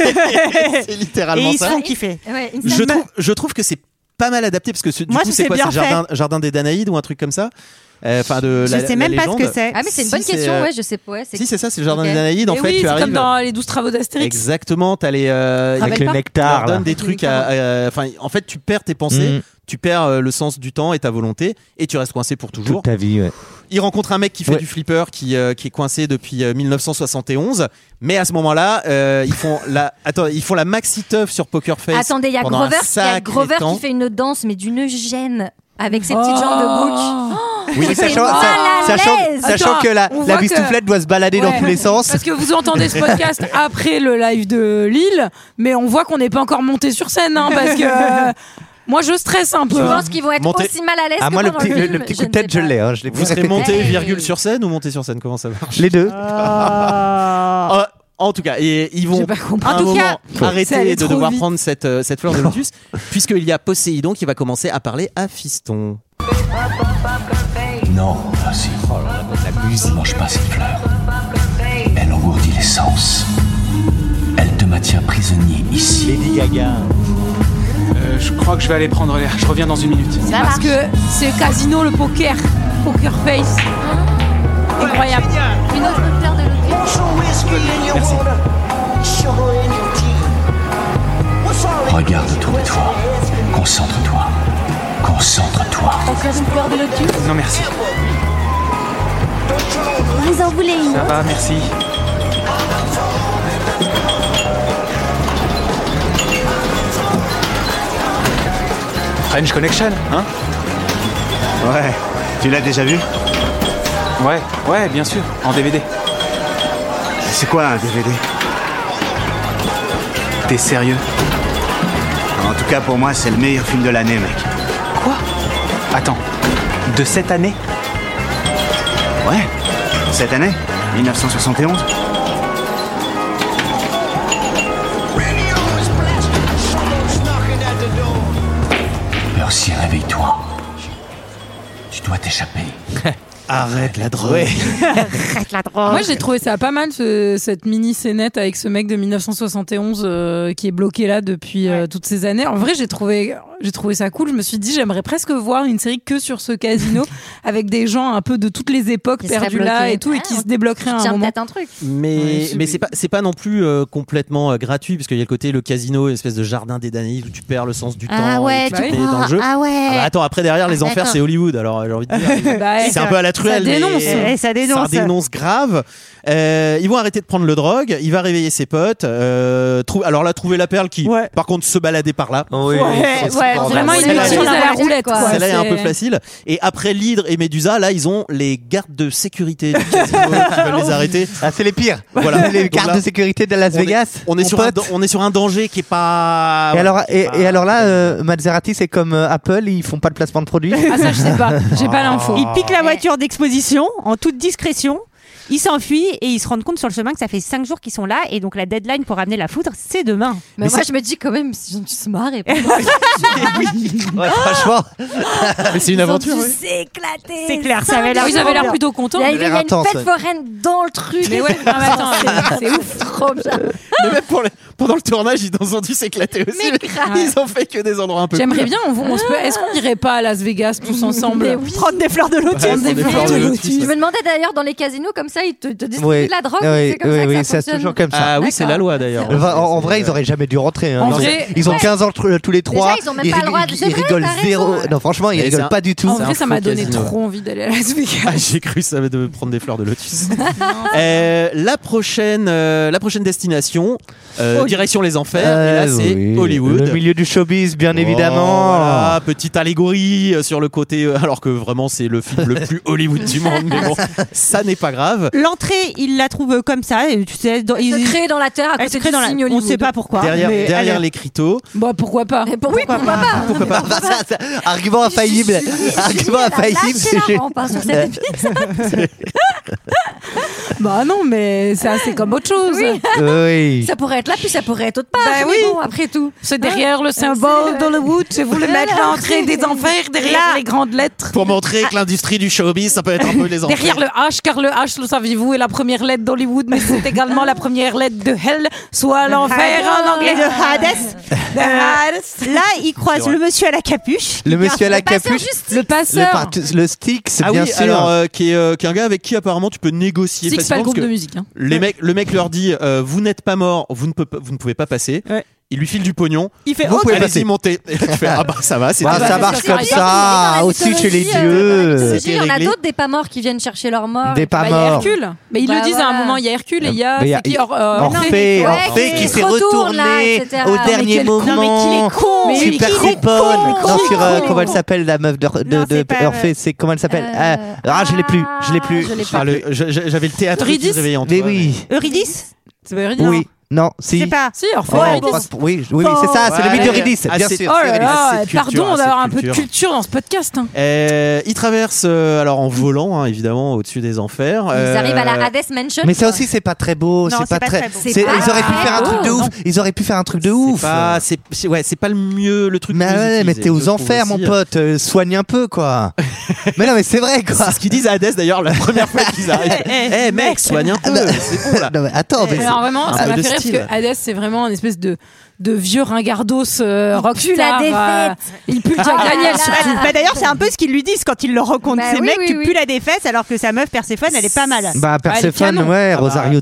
c'est littéralement Et ils ça. se font kiffer. Ouais, une Je scène- trouve, je trouve que c'est pas mal adapté parce que ce- du Moi, coup, je c'est sais quoi bien C'est fait. jardin, jardin des Danaïdes ou un truc comme ça Euh, Enfin, de Je la, sais la même pas ce légende. que c'est. Ah, mais c'est une bonne Si, question, euh, ouais, je sais pas. ouais, c'est- Si, c'est ça, c'est le jardin Ok. des Danaïdes. En Et fait, oui, tu c'est arrives. comme dans les 12 travaux d'Astérix. Exactement, t'as les. euh, Avec ils- le ils nectar, leur donnent Ah bah, là. des trucs à- à. Enfin, en fait, tu perds tes pensées, Mm. tu perds euh, le sens du temps et ta volonté, et tu restes coincé pour toujours. Toute ta vie, ouais. Il rencontre un mec qui fait du flipper, qui, euh, qui est coincé depuis euh, 1971. Mais à ce moment-là, euh, ils font la. Attends, ils font la maxi teuf sur Poker Face. Attendez, il y a pendant un Grover, qui- il y a sacré Grover temps. qui fait une danse, mais d'une gêne, avec ses Oh. petites jambes de bouc. Oui, J'étais sachant, mal à sachant- l'aise. sachant Attends, que la, on la voit que- bistouflette doit se balader dans Ouais. tous les sens. Parce que vous entendez ce podcast après le live de Lille, mais on voit qu'on n'est pas encore monté sur scène, hein, parce que euh, moi je stresse un peu. Je hein. pense qu'ils vont être Monter- aussi mal à l'aise Ah, que moi, le pendant petit, le, film, le petit coup de ne tête, sais je pas. l'ai. hein, je l'ai Vous plus serez répété. monté Hey. virgule sur scène ou monté sur scène Comment ça marche Les deux. Euh, En tout cas, et ils vont Ah. J'ai pas compris. à un En tout moment cas, ça allait arrêter de trop devoir vite. prendre cette, euh, cette fleur de lotus, puisqu'il y a Poséidon qui va commencer à parler à Fiston. Non, ah si. Oh là là, la musique. Mange pas cette fleur. Elle engourdit les sens. Elle te maintient prisonnier ici. Lady Gaga. Euh, je crois que je vais aller prendre l'air. Je reviens dans une minute. Parce que c'est casino le poker, poker face. Ah, Incroyable. Une autre fleur de lotus. Merci. Regarde autour de toi. Concentre-toi. Concentre-toi. Encore une fleur de lotus. Non, merci. Vous en voulez une Ça va, merci. French Connection, hein Ouais. Tu l'as déjà vu Ouais, ouais, bien sûr, en DVD. C'est quoi un DVD T'es sérieux En tout cas, pour moi, c'est le meilleur film de l'année, mec. Quoi Attends, de cette année Ouais. Cette année 1971 Merci, réveille-toi. Tu dois t'échapper. Arrête la drogue. Ah Moi j'ai trouvé ça pas mal ce- cette mini scénette avec ce mec de 1971 euh, qui est bloqué là depuis euh, toutes ces années. En vrai j'ai trouvé j'ai trouvé ça cool. Je me suis dit j'aimerais presque voir une série que sur ce casino avec des gens un peu de toutes les époques Qui seraient perdus là bloqués. et tout et qui Ah, se débloqueraient à un Tiens, moment. peut-être un truc. Mais, Ouais, c'est- mais c'est pas, c'est pas non plus euh, complètement euh, gratuit, parce qu'il y a le côté le casino, une espèce de jardin des Danaïdes où tu perds le sens du Ah temps. et ouais, tu tu es dans vois. le jeu. Ah Ah bah ouais. attends, après derrière les Ah, enfers, d'accord. c'est Hollywood, alors euh, j'ai envie de dire. Bah, C'est un peu à la truelle. Ça dénonce. mais- euh, Eh, ça dénonce. Ça dénonce grave. Euh, ils vont arrêter de prendre le drogue. Il va réveiller ses potes. Euh, trou- Alors là, trouver la perle qui, par contre, se balader par là. Ouais, ouais, Vraiment C'est une la- mission à la c'est- roulette quoi. Celle-là est un C'est- peu facile. Et après l'hydre et Médusa, là, ils ont les gardes de sécurité du casino qui veulent les arrêter. Ah, c'est les pires. Voilà. Les Donc gardes là, de sécurité de Las on est- Vegas. On est, mon sur un, pote. dan- on est sur un danger qui est pas. Et alors, et, Ah pas- et alors là, euh, Maserati, c'est comme euh, Apple, ils font pas de placement de produits. Ah ça je sais pas, j'ai pas l'info. Ils piquent la voiture d'exposition en toute discrétion. Ils s'enfuient et ils se rendent compte sur le chemin que ça fait 5 jours qu'ils sont là et donc la deadline pour ramener la foudre, c'est demain. Mais, moi, je me dis quand même, ils ont dû se marrer. Ah, Ouais, franchement, c'est une Ils ont aventure. dû oui. s'éclater. C'est clair, ça Cinq avait l'air- jours. ils avaient l'air plutôt contents. Il y a, L'air il y a une intense, fête ouais. foraine dans le truc. Mais ouais, non, mais attends, c'est- c'est ouf. Trop bien. Mais même pour les- pendant le tournage, ils ont dû s'éclater aussi. Mais grave. Ils ont fait que des endroits un peu. J'aimerais cool. bien, on, on se peut- est-ce qu'on irait pas à Las Vegas tous ensemble Prendre des fleurs de lotus. Ouais, prendre des fleurs de lotus. Je me demandais d'ailleurs dans les casinos comme ça, ils te, te distribuent Oui, de la drogue. oui, c'est comme ça oui, que oui, ça c'est fonctionne. toujours comme ça. Ah oui, c'est la loi d'ailleurs. Enfin, en, en vrai, ils auraient jamais dû rentrer. hein. En Ils ont- vrai, ils ont ouais. 15 ans tr- tous les trois. ils ont même pas le rig- droit de- c'est ils vrai, rigolent t'as raison. zéro. Non, franchement, ils Mais c'est un- rigolent pas du tout. En vrai, ça m'a donné casino. trop envie d'aller à Las Vegas. Ah, j'ai cru ça de prendre des fleurs de lotus. Euh, la prochaine, euh, la prochaine destination, euh, Hollywood. direction les enfers. Euh, et là, c'est oui. Hollywood. Le milieu du showbiz, bien Oh, évidemment. voilà, petite allégorie euh, sur le côté, euh, alors que vraiment c'est le film le plus Hollywood du monde, mais bon, ça n'est pas grave. L'entrée, ils la trouvent comme ça. et Tu sais, dans, Ils se créent dans la terre à elle se côté crée du dans la- signe On ne Hollywood. sait pas Ah, pourquoi. derrière mais derrière elle- les crito, Bah pourquoi pas Mais pourquoi, pourquoi pas pourquoi pas Ça, ça, Argument infaillible. Argument infaillible. Lâchez la c'est- rampe hein, sur cette épisode. Bah non, mais ça, c'est comme autre chose. Oui. Ça pourrait être là, puis ça pourrait être autre part. Bah mais oui. bon, après tout. C'est derrière le symbole d'Hollywood, je voulais mettre l'entrée des enfers derrière les grandes lettres. Ah. pour montrer que l'industrie du showbiz, ça peut être un peu les enfers. Derrière le H, car le H, le saviez-vous, est la première lettre d'Hollywood, mais c'est également la première lettre de Hell, soit l'enfer en anglais. de Hades. Là, ils croisent C'est le monsieur à la capuche. Le monsieur à la capuche. Le Le, passeur. part- le stick, c'est Ah bien oui, sûr. alors euh, qui est, euh, qui est un gars avec qui apparemment tu peux négocier Six, pas le facilement parce groupe que de musique. hein. les mecs, le mec leur dit euh, vous n'êtes pas mort, vous ne, peut pas- vous ne pouvez pas passer. Ouais. Il lui file du pognon. Il fait Vous OK. pouvez passer. euh, Allez-y, montez. Et tu fais, ah bah ça va, c'est Bah, déjà- ça marche c'est comme vrai. ça, aussi chez euh, les dieux. Il y en a réglé. d'autres des pas morts qui viennent chercher leur mort. Des pas Bah, il y a morts. Hercule. Mais ils Bah, le disent à un voilà. moment, il y a Hercule et il y Mais il y a. a- c'est qui, Or- euh, Orphée, Ouais, Orphée qui s'est retourne, là, retourné etc. au Mais dernier quel con. moment. Non, mais qu'il est con. Mais Super qu'il est coupon. con. Non, sur euh, Con. comment elle s'appelle la meuf de, de, Non, de c'est pas, Orphée, c'est comment elle s'appelle Euh, Euh, Ah, je l'ai plus, je l'ai plus. je l'ai Ah, le- je- je- J'avais le théâtre qui Eurydice se réveillait en toi. Mais oui, Eurydice C'est pas Eurydice. oui, non, Je si. sais pas. Si, Orphée. Oh, Eurydice. pas- oui, oui, oui, c'est ça, c'est le Ouais. mythe d'Eurydice, Ah, bien c'est- sûr. Oh là là, Assez de culture, hein, pardon assez d'avoir de un peu de culture. culture dans ce podcast. hein. Euh, il traverse euh, alors en volant hein, évidemment au-dessus des enfers. Ils Euh, arrivent à la Hades Mansion. Mais ça aussi, c'est pas très beau, Non, c'est pas très. beau. c'est- pas Ils auraient pu très faire un truc de beau, ouf. non. Ils auraient pu faire un truc de ouf. C'est pas, c'est- c'est- ouais, c'est pas le mieux le truc. Mais qu'ils ouais, mais utilisent, t'es je aux trouve enfers, mon aussi. pote. euh, soigne un peu, quoi. mais non, mais c'est vrai, quoi. C'est ce qu'ils disent à Hades d'ailleurs la première fois qu'ils arrivent. Eh mec, soigne un peu, Bah, Oh, c'est bon là. Non, mais attends, mais ah Alors vraiment, un ça peu m'a de fait rire parce style. que Hades, c'est vraiment un espèce de, de vieux ringardos euh, rockstar. pue la euh, défaite. il pue le Jack Ah, Daniel là, surtout. là. Bah, D'ailleurs, c'est un peu ce qu'ils lui disent quand ils le rencontrent. Bah Ces oui, mecs, oui, tu oui. pues la défaite alors que sa meuf Perséphone, elle est pas mal. Bah, Persephone, canon. ouais, Ah bah, Rosario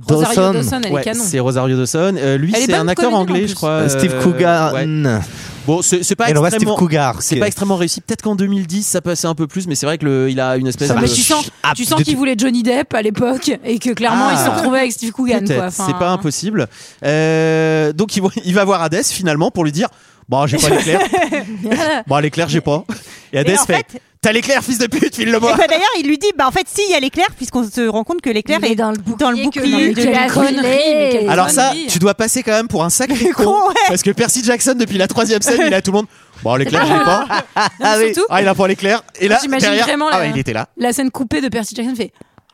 Dawson. Rosario Dawson, elle Ouais, est canon. c'est Rosario Dawson. Euh, lui, Elle est c'est bonne un acteur comédienne, en anglais, plus. je crois. Euh, Steve euh, Cougar. ouais. mm. Bon, c'est c'est pas Et on voit Steve extrêmement. Cougar. C'est qui- pas extrêmement réussi. Peut-être qu'en 2010, ça passait un peu plus, mais c'est vrai que le- il a une espèce Ça de. Mais marche. tu sens, Ah, tu sens de- qu'ils voulaient Johnny Depp à l'époque et que clairement Ah. ils se sont retrouvés avec Steve Coogan. Peut-être, quoi. Enfin, c'est pas impossible. Euh, donc il, voit- il va voir Hadès finalement pour lui dire Bon, j'ai pas l'éclair. bon, l'éclair, j'ai pas. Et Hadès en fait, fait- T'as l'éclair, fils de pute, file-le Et moi bah, D'ailleurs, il lui dit, bah en fait, si, il y a l'éclair, puisqu'on se rend compte que l'éclair Il est, est dans le bouclier bouclier de que la la connerie. connerie. mais quelle- Alors, ça, Bonne vie. tu dois passer quand même pour un sacré con. Con, ouais. Parce que Percy Jackson, depuis la troisième scène, il a tout le monde Bon, l'éclair, j'ai pas. Ah oui. surtout- Ah, il a pas l'éclair. Et là, J'imagine derrière, vraiment ah la- ouais, il était là. La scène coupée de Percy Jackson fait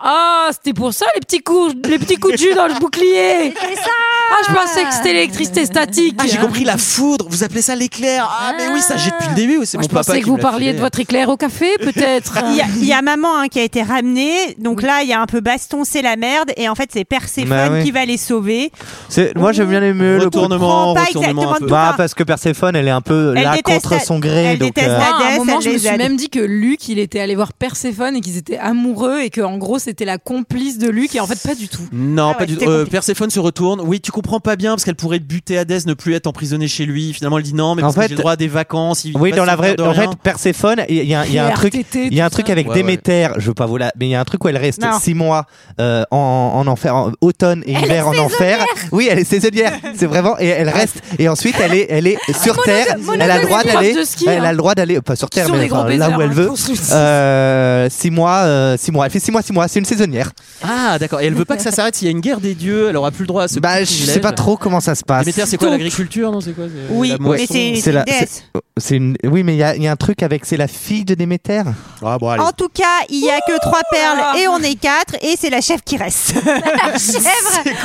Ah, c'était pour ça les petits coups, les petits coups de jus dans le bouclier. C'est ça Ah, je pensais que c'était l'électricité statique. Ah, j'ai compris la foudre, vous appelez ça l'éclair. Ah, mais oui, ça j'ai depuis le début. C'est mon Moi, je papa. pensais qui que me vous l'a parliez filé. de votre éclair au café, peut-être. Il y, a- il y a maman hein, qui a été ramenée, donc là il y a un peu baston, c'est la merde, et en fait c'est Perséphone Bah oui. qui va les sauver. C'est- Moi, j'aime bien aimé le coup. de- Retournement, Comprends pas retournement un exactement peu. tout. Bah, parce que Perséphone, elle est un peu Elle là déteste contre la- son gré. elle donc, euh, déteste la- Ah, à Hades, un moment, elle je me les suis aide. même dit que Luc, il était allé voir Perséphone et qu'ils étaient amoureux et que en gros, c'était la complice de Luc et en fait, pas du tout. Non, Ah pas ouais, du tout. c'était Euh, compliqué. Perséphone se retourne. Oui, tu comprends pas bien parce qu'elle pourrait buter Hadès, ne plus être emprisonnée chez lui. Finalement, elle dit non, mais En parce que fait- j'ai le droit à des vacances. il Oui, va dans se la vraie, faire de en rien. fait, Perséphone, il y a, il y a un Les truc, RTT, il y a un tout truc ça. avec Ouais, ouais. Déméter, je veux pas vous la, mais il y a un truc où elle reste Non. 6 mois euh, en, en enfer, en- automne et hiver en enfer. Oui, elle est saisonnière, c'est vraiment, et elle reste, et ensuite elle est, elle est Ah, sur terre, elle a le droit monogame, d'aller, prof de ski, elle hein. a le droit d'aller, pas sur Qui terre, sont mais des gros enfin, là baisers, où elle euh, hein, veut. qu'on se le dise. Euh, 6 mois, 6 mois, elle fait 6 mois, 6 mois, c'est une saisonnière. Ah, d'accord. Et elle veut pas que ça s'arrête. S'il y a une guerre des dieux, elle aura plus le droit à ce. Bah, je sais pas trop comment ça se passe. Déméter, c'est quoi l'agriculture Non, c'est quoi c'est- la moisson la- c'est- Euh, c'est une- Oui, mais il y, a- il y a un truc avec. C'est la fille de Déméter Ah, bon, En tout cas, il n'y a que trois Ah. perles et on est quatre et c'est la chef qui reste. La chèvre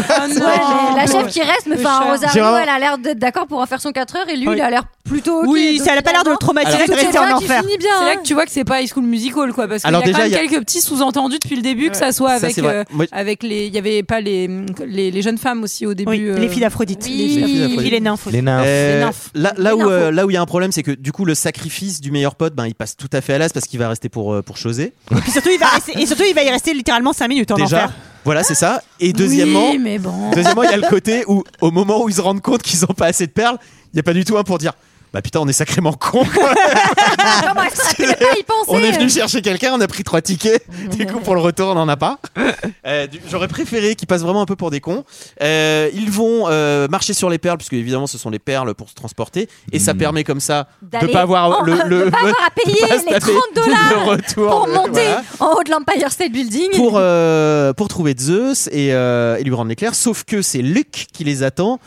Ah Ouais, Ah, La chèvre qui reste me fait un J'ai Rosario, vraiment- elle a l'air d'être d'accord pour en faire son 4 heures et lui, il a l'air plutôt. ok. Oui, Donc, ça n'a pas l'air de le finalement, traumatiser de c'est rester quelqu'un en qui enfer. finit bien, C'est là hein. que tu vois que c'est pas High School Musical, quoi, parce qu'il y a Alors quand déjà, même il y a- quelques petits sous-entendus depuis le début, que ça soit Ça, avec, c'est vrai. euh, Moi, je- avec les, il y avait pas les, les, les jeunes femmes aussi au début. euh, les filles d'Aphrodite. Les filles d'Aphrodite. les nymphes. Les nymphes. Euh, Les nymphes. Là, là Les où, nymphes. euh, là où il y a un problème, c'est que du coup, le sacrifice du meilleur pote, ben, il passe tout à fait à l'as parce qu'il va rester pour, euh, pour Chosé. Et, puis surtout, il va rester- et surtout, il va y rester littéralement 5 minutes en Déjà, enfer. voilà, c'est ça. Et deuxièmement, Oui, mais bon. deuxièmement, il y a le côté où, au moment où ils se rendent compte qu'ils n'ont pas assez de perles, il n'y a pas du tout un pour dire Bah putain, on est sacrément con. Ah, Comment elle se rappelait pas y penser euh, on est venu chercher quelqu'un, on a pris trois tickets. Du coup, pour le retour, on n'en a pas. Euh, du- J'aurais préféré qu'ils passent vraiment un peu pour des cons. Euh, ils vont euh, marcher sur les perles, puisque évidemment, ce sont les perles pour se transporter. Et ça permet comme ça de D'aller- pas avoir Oh, le, le- de pas avoir à de payer pas se les taper 30 le dollars retour, pour le- monter voilà. en haut de l'Empire State Building. Pour, euh, pour trouver Zeus et, euh, et lui rendre l'éclair. Sauf que c'est Luke qui les attend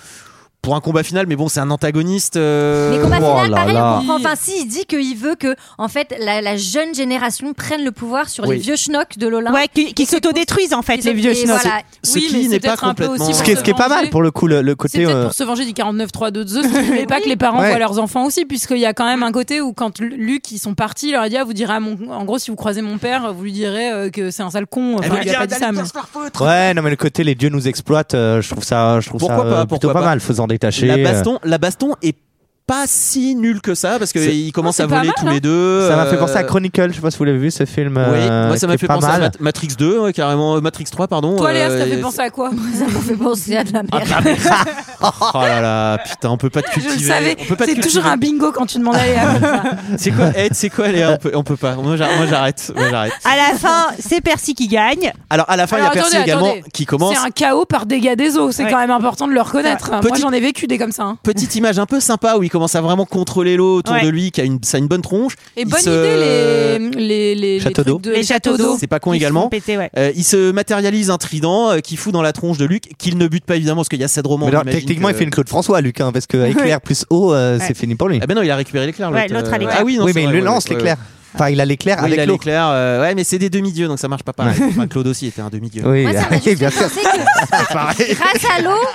pour un combat final, mais bon, c'est un antagoniste. euh, Mais combat oh final, là pareil, là. on comprend. Enfin, si, il dit qu'il veut que, en fait, la, la jeune génération prenne le pouvoir sur Oui. les vieux schnocks de l'Olympe. Ouais, qui, qui s'autodétruisent en fait, les vieux et schnocks. voilà. Ce qui n'est pas peut-être un peu complètement. aussi Ce qui, ce qui est pas mal pour le coup, le, le C'est côté. peut-être euh, pour se venger du 49.3 de Zeus, parce qu'il voulait pas que les parents Ouais. voient leurs enfants aussi, puisqu'il y a quand même un côté où quand Lu- Luc ils sont partis, il leur a dit ah, vous direz à mon, en gros si vous croisez mon père, vous lui direz euh, que c'est un sale con. Enfin, Elle va Eh, il a pas dire, dit ça, mais- Ouais, non, mais le côté les dieux nous exploitent, euh, je trouve ça, je trouve Pourquoi ça pas, euh, plutôt pourquoi pas, pas. mal, faisant détacher. La euh, baston, la baston est pas si nulle que ça parce C'est- qu'ils commencent Oh, à c'est pas voler mal, tous hein. les deux. ça m'a euh, fait penser à Chronicle, je sais pas si vous l'avez vu ce film. Oui, euh, moi ça m'a qui est fait pas penser à mal. Mat- Matrix 2, ouais, carrément euh, Matrix 3, pardon. Toi Léa, euh, ça fait et- penser à quoi Ça m'a fait penser à de Ah, la merde. Oh là là, putain, on peut pas te Je bah, cultiver. le savais. on peut pas te C'est toujours cultiver. un bingo quand tu demandes à Léa. C'est quoi, Ed, c'est quoi, Léa on peut, on peut pas. Moi j'ar- moi, j'arrête. Moi, j'arrête. À la fin, c'est Percy qui gagne. Alors à la fin, il y a Alors, Percy attendez, également attendez. qui commence. C'est un chaos par dégâts des eaux. C'est quand même important de le reconnaître. Moi, Petit- j'en ai vécu des comme ça. hein. Petite image un peu sympa où il commence à vraiment contrôler l'eau autour Ouais. de lui, qui a une, ça a une bonne tronche. Et Il bonne se- idée, les, les, les, Château d'eau. trucs de- les châteaux d'eau. C'est pas con Ils se également. font péter, ouais. Euh, il se matérialise un trident euh, qui fout dans la tronche de Luc, qu'il ne bute pas évidemment parce qu'il y a cette romans. Mais alors, techniquement, il fait une Claude François, Lucas, parce que éclair plus eau, euh, c'est fini pour lui. Ah ben non, il a récupéré l'éclair. Ouais, l'autre, l'autre a euh, l'éclair. Ah oui, non, Oui, c'est mais il vrai, le lance, ouais, ouais, l'éclair. Enfin, il a l'éclair Oui, avec il a l'eau. l'éclair. euh, ouais, mais c'est des demi-dieux, donc ça marche pas pareil. Enfin, Claude aussi était un demi-dieu. Oui, Moi, ça m'a juste bien fait sûr. penser que- Grâce à l'eau,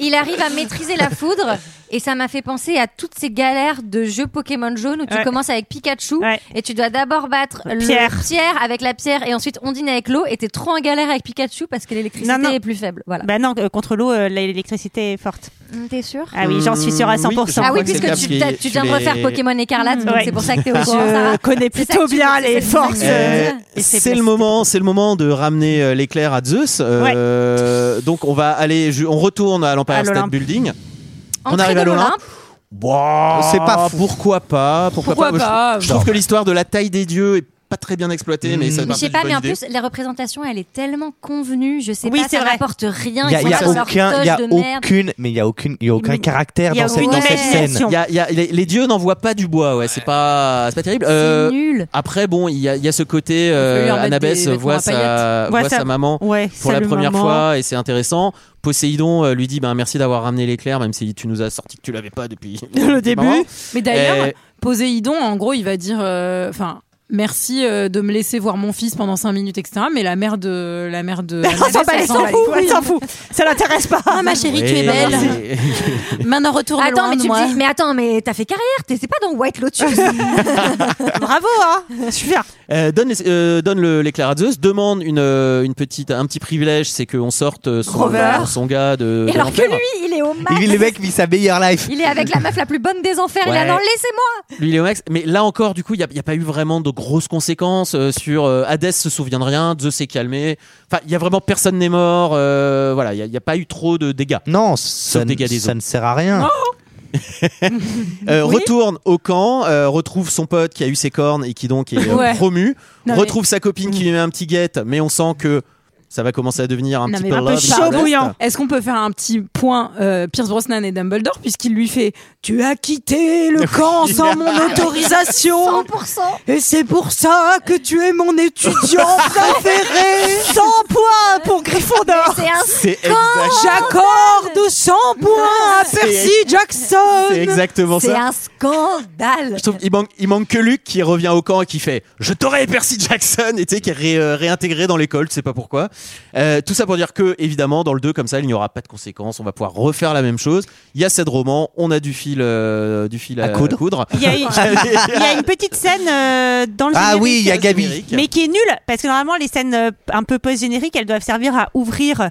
il arrive à maîtriser la foudre et ça m'a fait penser à toutes ces galères de jeux Pokémon jaune où tu Ouais. commences avec Pikachu et tu dois d'abord battre le Pierre. pierre avec la pierre et ensuite on dîne avec l'eau et t'es trop en galère avec Pikachu parce que l'électricité Non, non. est plus faible. Voilà. Bah non, euh, contre l'eau, euh, l'électricité est forte. Hum, T'es sûr Ah oui, j'en suis sûre à 100%. Ah oui, puisque tu, t'as- tu viens de refaire Pokémon Écarlate, donc Ouais. c'est pour ça que t'es au Je courant. Sarah. connais C'est ça plutôt que tu- bien c'est les ça que forces, tu- Euh, Et c'est c'est le moment, c'est le moment de ramener euh, l'éclair à Zeus. Euh, Donc on va aller, ju- on retourne à À l'Empire State l'Olympe. Building. on Entrée arrive à de hein. l'Olympe. l'Olympe. Bon, C'est pas fou. pourquoi pas, pourquoi, Pourquoi Moi, je- pas je, trouve que l'histoire de la taille des dieux est pas très bien exploitée, mais ça Mais part je sais d'une pas, bonne mais en idée. plus, la représentation, elle est tellement convenue. Je sais Oui, pas, c'est ça vrai. n'apporte rien. Il y a, ils il y a sont là dans leur aucun, il y a toge de merde. aucune, mais il y a aucune, il y a aucun caractère il y a dans, cette, aucune dans cette scène. Il y a- il y a- les, les dieux n'en voient pas du bois, ouais, c'est pas, c'est pas terrible. Euh, C'est nul. Après, bon, il y, a- il y a ce côté, euh, peut lui en mettre Annabeth des voit vêtements à sa, paillettes. voit Ouais, sa ça- maman ouais, pour la salut, première maman. fois et c'est intéressant. Poséidon euh, lui dit ben, merci d'avoir ramené l'éclair, même si tu nous as sorti que tu l'avais pas depuis le début. Marrant. Mais d'ailleurs, Euh, Poséidon, en gros, il va dire, euh, enfin. Merci euh, de me laisser voir mon fils pendant 5 minutes, etc. Mais la mère de. La mère de. Elle s'en bat, elle s'en fout, elle s'en fout. Ça l'intéresse pas. Ah, ma chérie, tu es belle. Maintenant, retourne Attends, loin mais de tu moi. me dis, mais attends, mais t'as fait carrière, t'es c'est pas dans White Lotus. Bravo, hein. Super. Euh, donne les- euh, donne le- l'éclair à Zeus, demande une, euh, une petite, un petit privilège, c'est qu'on sorte euh, son, Grover. son gars de. Et de alors que l'enfer. lui, il est au max. Il le mec vit sa meilleure life. Il est avec la meuf la plus bonne des enfers. Il est Ouais. là, non, laissez-moi. Lui, il est au max. Mais là encore, du coup, il n'y a, il y a pas eu vraiment de grosses conséquences euh, sur euh, Hadès se souvient de rien, Zeus s'est calmé. Enfin, il y a vraiment personne n'est mort. euh, voilà, il n'y a, pas eu trop de dégâts. Non, ça, Sauf dégâts des ça eaux. ne sert à rien. Euh, Oui. Retourne au camp, euh, retrouve son pote qui a eu ses cornes et qui donc est euh, Ouais. promu. Non, mais- Mm. retrouve sa copine qui lui met un petit guette, mais on sent que ça va commencer à devenir un Non, petit mais peu un peu love chaud interest. bouillant. Est-ce qu'on peut faire un petit point euh, Pierce Brosnan et Dumbledore puisqu'il lui fait tu as quitté le camp sans mon Ah autorisation 100%. et c'est pour ça que tu es mon étudiant préféré 100 points pour Gryffondor C'est exact- J'accorde 100 points à C'est- Percy Jackson c'est exactement ça. C'est un scandale Je trouve il manque, il manque que Luc qui revient au camp et qui fait Je t'aurai Percy Jackson et tu sais, qui est ré- euh, réintégré dans l'école, tu sais pas pourquoi. Euh, tout ça pour dire que, évidemment, dans le 2, comme ça, il n'y aura pas de conséquences, on va pouvoir refaire la même chose. Il y a cette roman, on a du fil, euh, du fil à, coudre. Il y, a une, il y a une petite scène euh, dans le Ah générique, oui, il y a euh, Gabi. générique. Mais qui est nulle, parce que normalement, les scènes euh, un peu post-génériques, elles doivent servir à ouvrir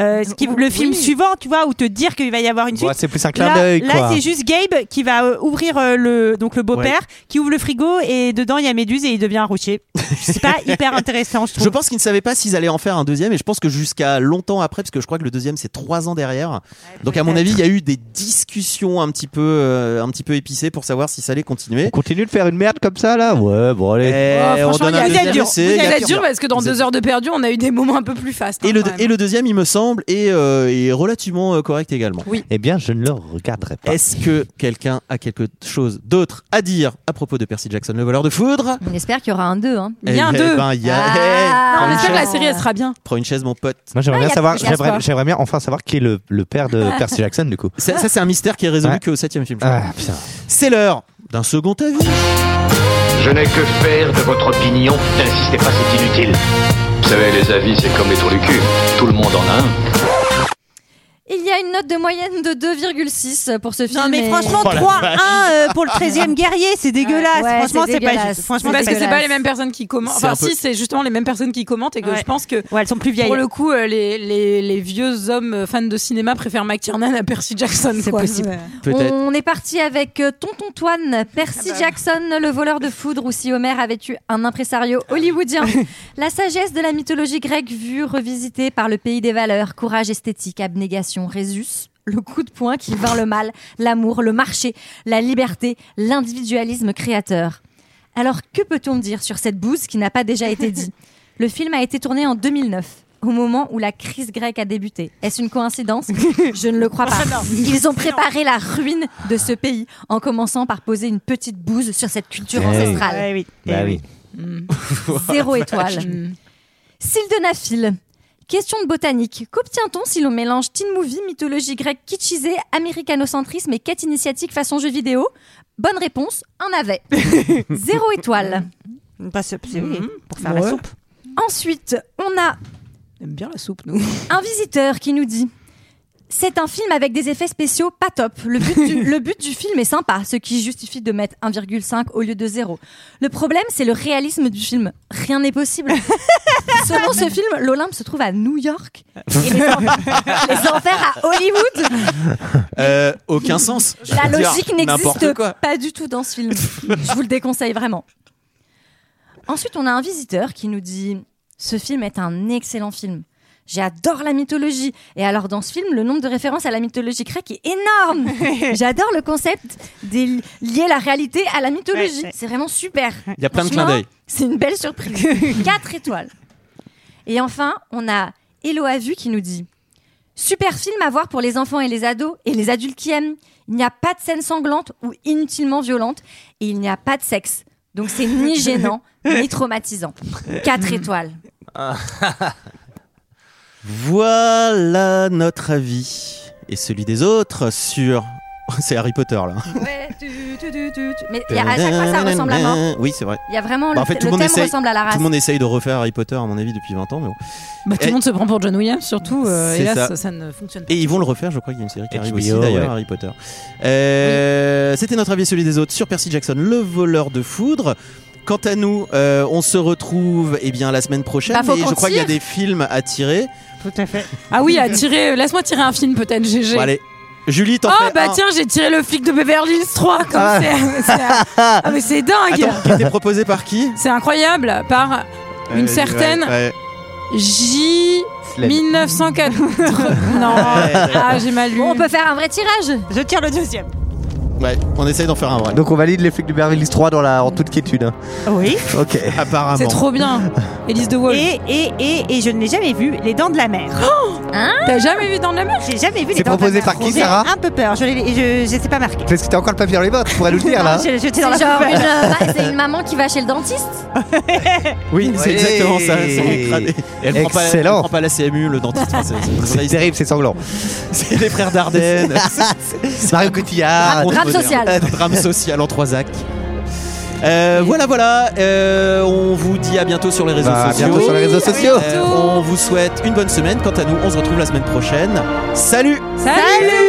euh, ce qui- le film suivant, tu vois, ou te dire qu'il va y avoir une Bon, suite. c'est plus un clin Là- d'œil, Là, quoi. c'est juste Gabe qui va euh, ouvrir euh, le, donc le beau-père, qui ouvre le frigo, et dedans, il y a Méduse, et il devient un routier. C'est pas hyper intéressant, je trouve. Je pense qu'ils ne savaient pas s'ils allaient en faire un deuxième et je pense que jusqu'à longtemps après, parce que je crois que le deuxième c'est trois ans derrière. Donc à mon avis, il y a eu des discussions un petit peu, euh, un petit peu épicées pour savoir si ça allait continuer. On continue de faire une merde comme ça là Ouais, bon allez. Eh, on donne un il y a deuxième dur. essai, Vous il y a allez être pire. dur parce que dans Vous êtes- deux heures de perdu, on a eu des moments un peu plus fastes. Et hein, le, quand et le deuxième, il me semble, est, euh, est relativement euh, correct également. Oui. Eh bien, je ne le regarderai pas. Est-ce que quelqu'un a quelque chose d'autre à dire à propos de Percy Jackson, le voleur de foudre On espère qu'il y aura un 2. Hein. Eh ben, il y a- Eh, prends on une espère que la chaise. série elle sera bien. Prends une chaise, mon pote. Moi, j'aimerais Ah, y bien a- savoir, y a j'aimerais, soif. j'aimerais bien enfin savoir qui est le, le père de Percy Jackson, du coup. Ça, ça, c'est un mystère qui est résolu Ouais. qu'au septième film. je crois. Ah, putain. C'est l'heure d'un second avis. Je n'ai que faire de votre opinion. N'insistez pas, c'est inutile. Vous savez, les avis, c'est comme les trous du cul. Tout le monde en a un. Il y a une note de moyenne de 2,6 pour ce film. Non, mais et- franchement, Oh la 3-1 euh, vache. pour le 13e guerrier, c'est dégueulasse. Ouais, franchement, c'est c'est pas dégueulasse. juste. Franchement, parce que c'est pas les mêmes personnes. personnes qui commentent. C'est Enfin, un peu- si, c'est justement les mêmes personnes qui commentent et que Ouais. je pense que. Ouais, elles sont plus vieilles. Pour le coup, euh, les, les, les vieux hommes euh, fans de cinéma préfèrent McTiernan à Percy Jackson. C'est possible. Peut-être. On est parti avec euh, Tonton Toine, Percy Jackson, le voleur de foudre, ou si Homer avait eu un impresario hollywoodien. la sagesse de la mythologie grecque vue, revisitée par le pays des valeurs, courage esthétique, abnégation, résus. Le coup de poing qui vint le mal, l'amour, le marché, la liberté, l'individualisme créateur. Alors, que peut-on dire sur cette bouse qui n'a pas déjà été dit Le film a été tourné en 2009, au moment où la crise grecque a débuté. Est-ce une coïncidence Je ne le crois pas. Ils ont préparé la ruine de ce pays en commençant par poser une petite bouse sur cette culture Eh oui. ancestrale. Eh oui. Bah oui. Mm. Zéro étoile. Mm. Sildenafil. Question de botanique. Qu'obtient-on si l'on mélange teen movie, mythologie grecque kitschisée, américanocentrisme et quête initiatique façon jeu vidéo Bonne réponse, un navet. Zéro étoile. Pas se- c'est- Pour faire la Bah Ouais. soupe. Ensuite, on a On aime bien la soupe, nous. un visiteur qui nous dit c'est un film avec des effets spéciaux pas top. Le but, du, le but du film est sympa, ce qui justifie de mettre 1,5 au lieu de 0. Le problème, c'est le réalisme du film. Rien n'est possible. Selon ce film, l'Olympe se trouve à New York et les, en- les enfers à Hollywood. Euh, aucun sens. Je Oh. La veux dire, logique n'importe n'existe quoi. pas du tout dans ce film. Je vous le déconseille vraiment. Ensuite, on a un visiteur qui nous dit Ce film est un excellent film. J'adore la mythologie. Et alors, dans ce film, le nombre de références à la mythologie grecque est énorme. J'adore le concept de li- lier la réalité à la mythologie. C'est vraiment super. Il y a plein de Franchement, clins d'œil. C'est une belle surprise. 4 étoiles. Et enfin, on a Eloa Vu qui nous dit Super film à voir pour les enfants et les ados et les adultes qui aiment. Il n'y a pas de scène sanglante ou inutilement violente et il n'y a pas de sexe. Donc c'est ni gênant ni traumatisant. 4 étoiles. Voilà notre avis et celui des autres sur. C'est Harry Potter là. Ouais, tu, tu, tu, tu, tu. Mais il y a- à chaque fois ça ressemble à mort. Ah, Oui, c'est vrai. Il y a Bah, vraiment le, en fait, le tout le monde thème essaye- ressemble à la race. Tout le monde essaye de refaire Harry Potter, à mon avis, depuis 20 ans. Mais bon. Bah, tout Eh, le monde se prend pour John Williams, surtout. euh, c'est hélas, ça. ça. ça ne fonctionne pas. Et ils vont le refaire, je crois qu'il y a une série qui arrive HBO, aussi d'ailleurs, ouais. Harry Potter. Euh, C'était notre avis, celui des autres, sur Percy Jackson, le voleur de foudre. Quant à nous, euh, on se retrouve eh bien, la semaine prochaine. Bah, faut et qu'on je crois qu'il y a tire. des films à tirer. Tout à fait. Ah oui, à tirer. Laisse-moi tirer un film, peut-être, GG. Bon, allez, Julie, t'en Oh fais bah un. tiens, j'ai tiré le flic de Beverly Hills 3 comme Ah. c'est- c'est- Ah, mais c'est dingue. Attends, qui était proposé par qui C'est incroyable par une Euh, certaine ouais, ouais. J Flemme. 1904. non, Ouais, d'accord. ah, j'ai mal lu. Bon, on peut faire un vrai tirage. Je tire le deuxième. Ouais, on essaye d'en faire un vrai. Donc on valide les flics du Beverly Hills 3 dans la, en toute quiétude. hein. Oui. Ok. Apparemment. C'est trop bien. Elise de Wall. Et, et, et, et je ne l'ai jamais vu, Les Dents de la Mer. hein? T'as jamais vu Dents de la Mer J'ai jamais vu Oh C'est Les Dents de la Mer. proposé par qui, J'ai Sarah un peu peur, je ne je, je sais pas marqué. Parce que t'as encore le papier dans les bottes, pour aller nous le dire là. Je l'ai jeté C'est dans la genre poubelle. une, euh, ma- c'est une maman qui va chez le dentiste. Oui, c'est Ouais. exactement ça. c'est cradé. Et elle prend pas- Excellent. elle prend pas la CMU, le dentiste. Enfin, c'est- c'est- C'est terrible, c'est sanglant. C'est les frères Dardenne. Mario Ah, Cotillard. Raconte Drame moderne. social. Euh, Drame social en trois actes. Euh, voilà, voilà. euh, on vous dit à bientôt sur les réseaux Bah, à sociaux. bientôt sur les réseaux sociaux. Euh, on vous souhaite une bonne semaine. Quant à nous, on se retrouve la semaine prochaine. Salut Salut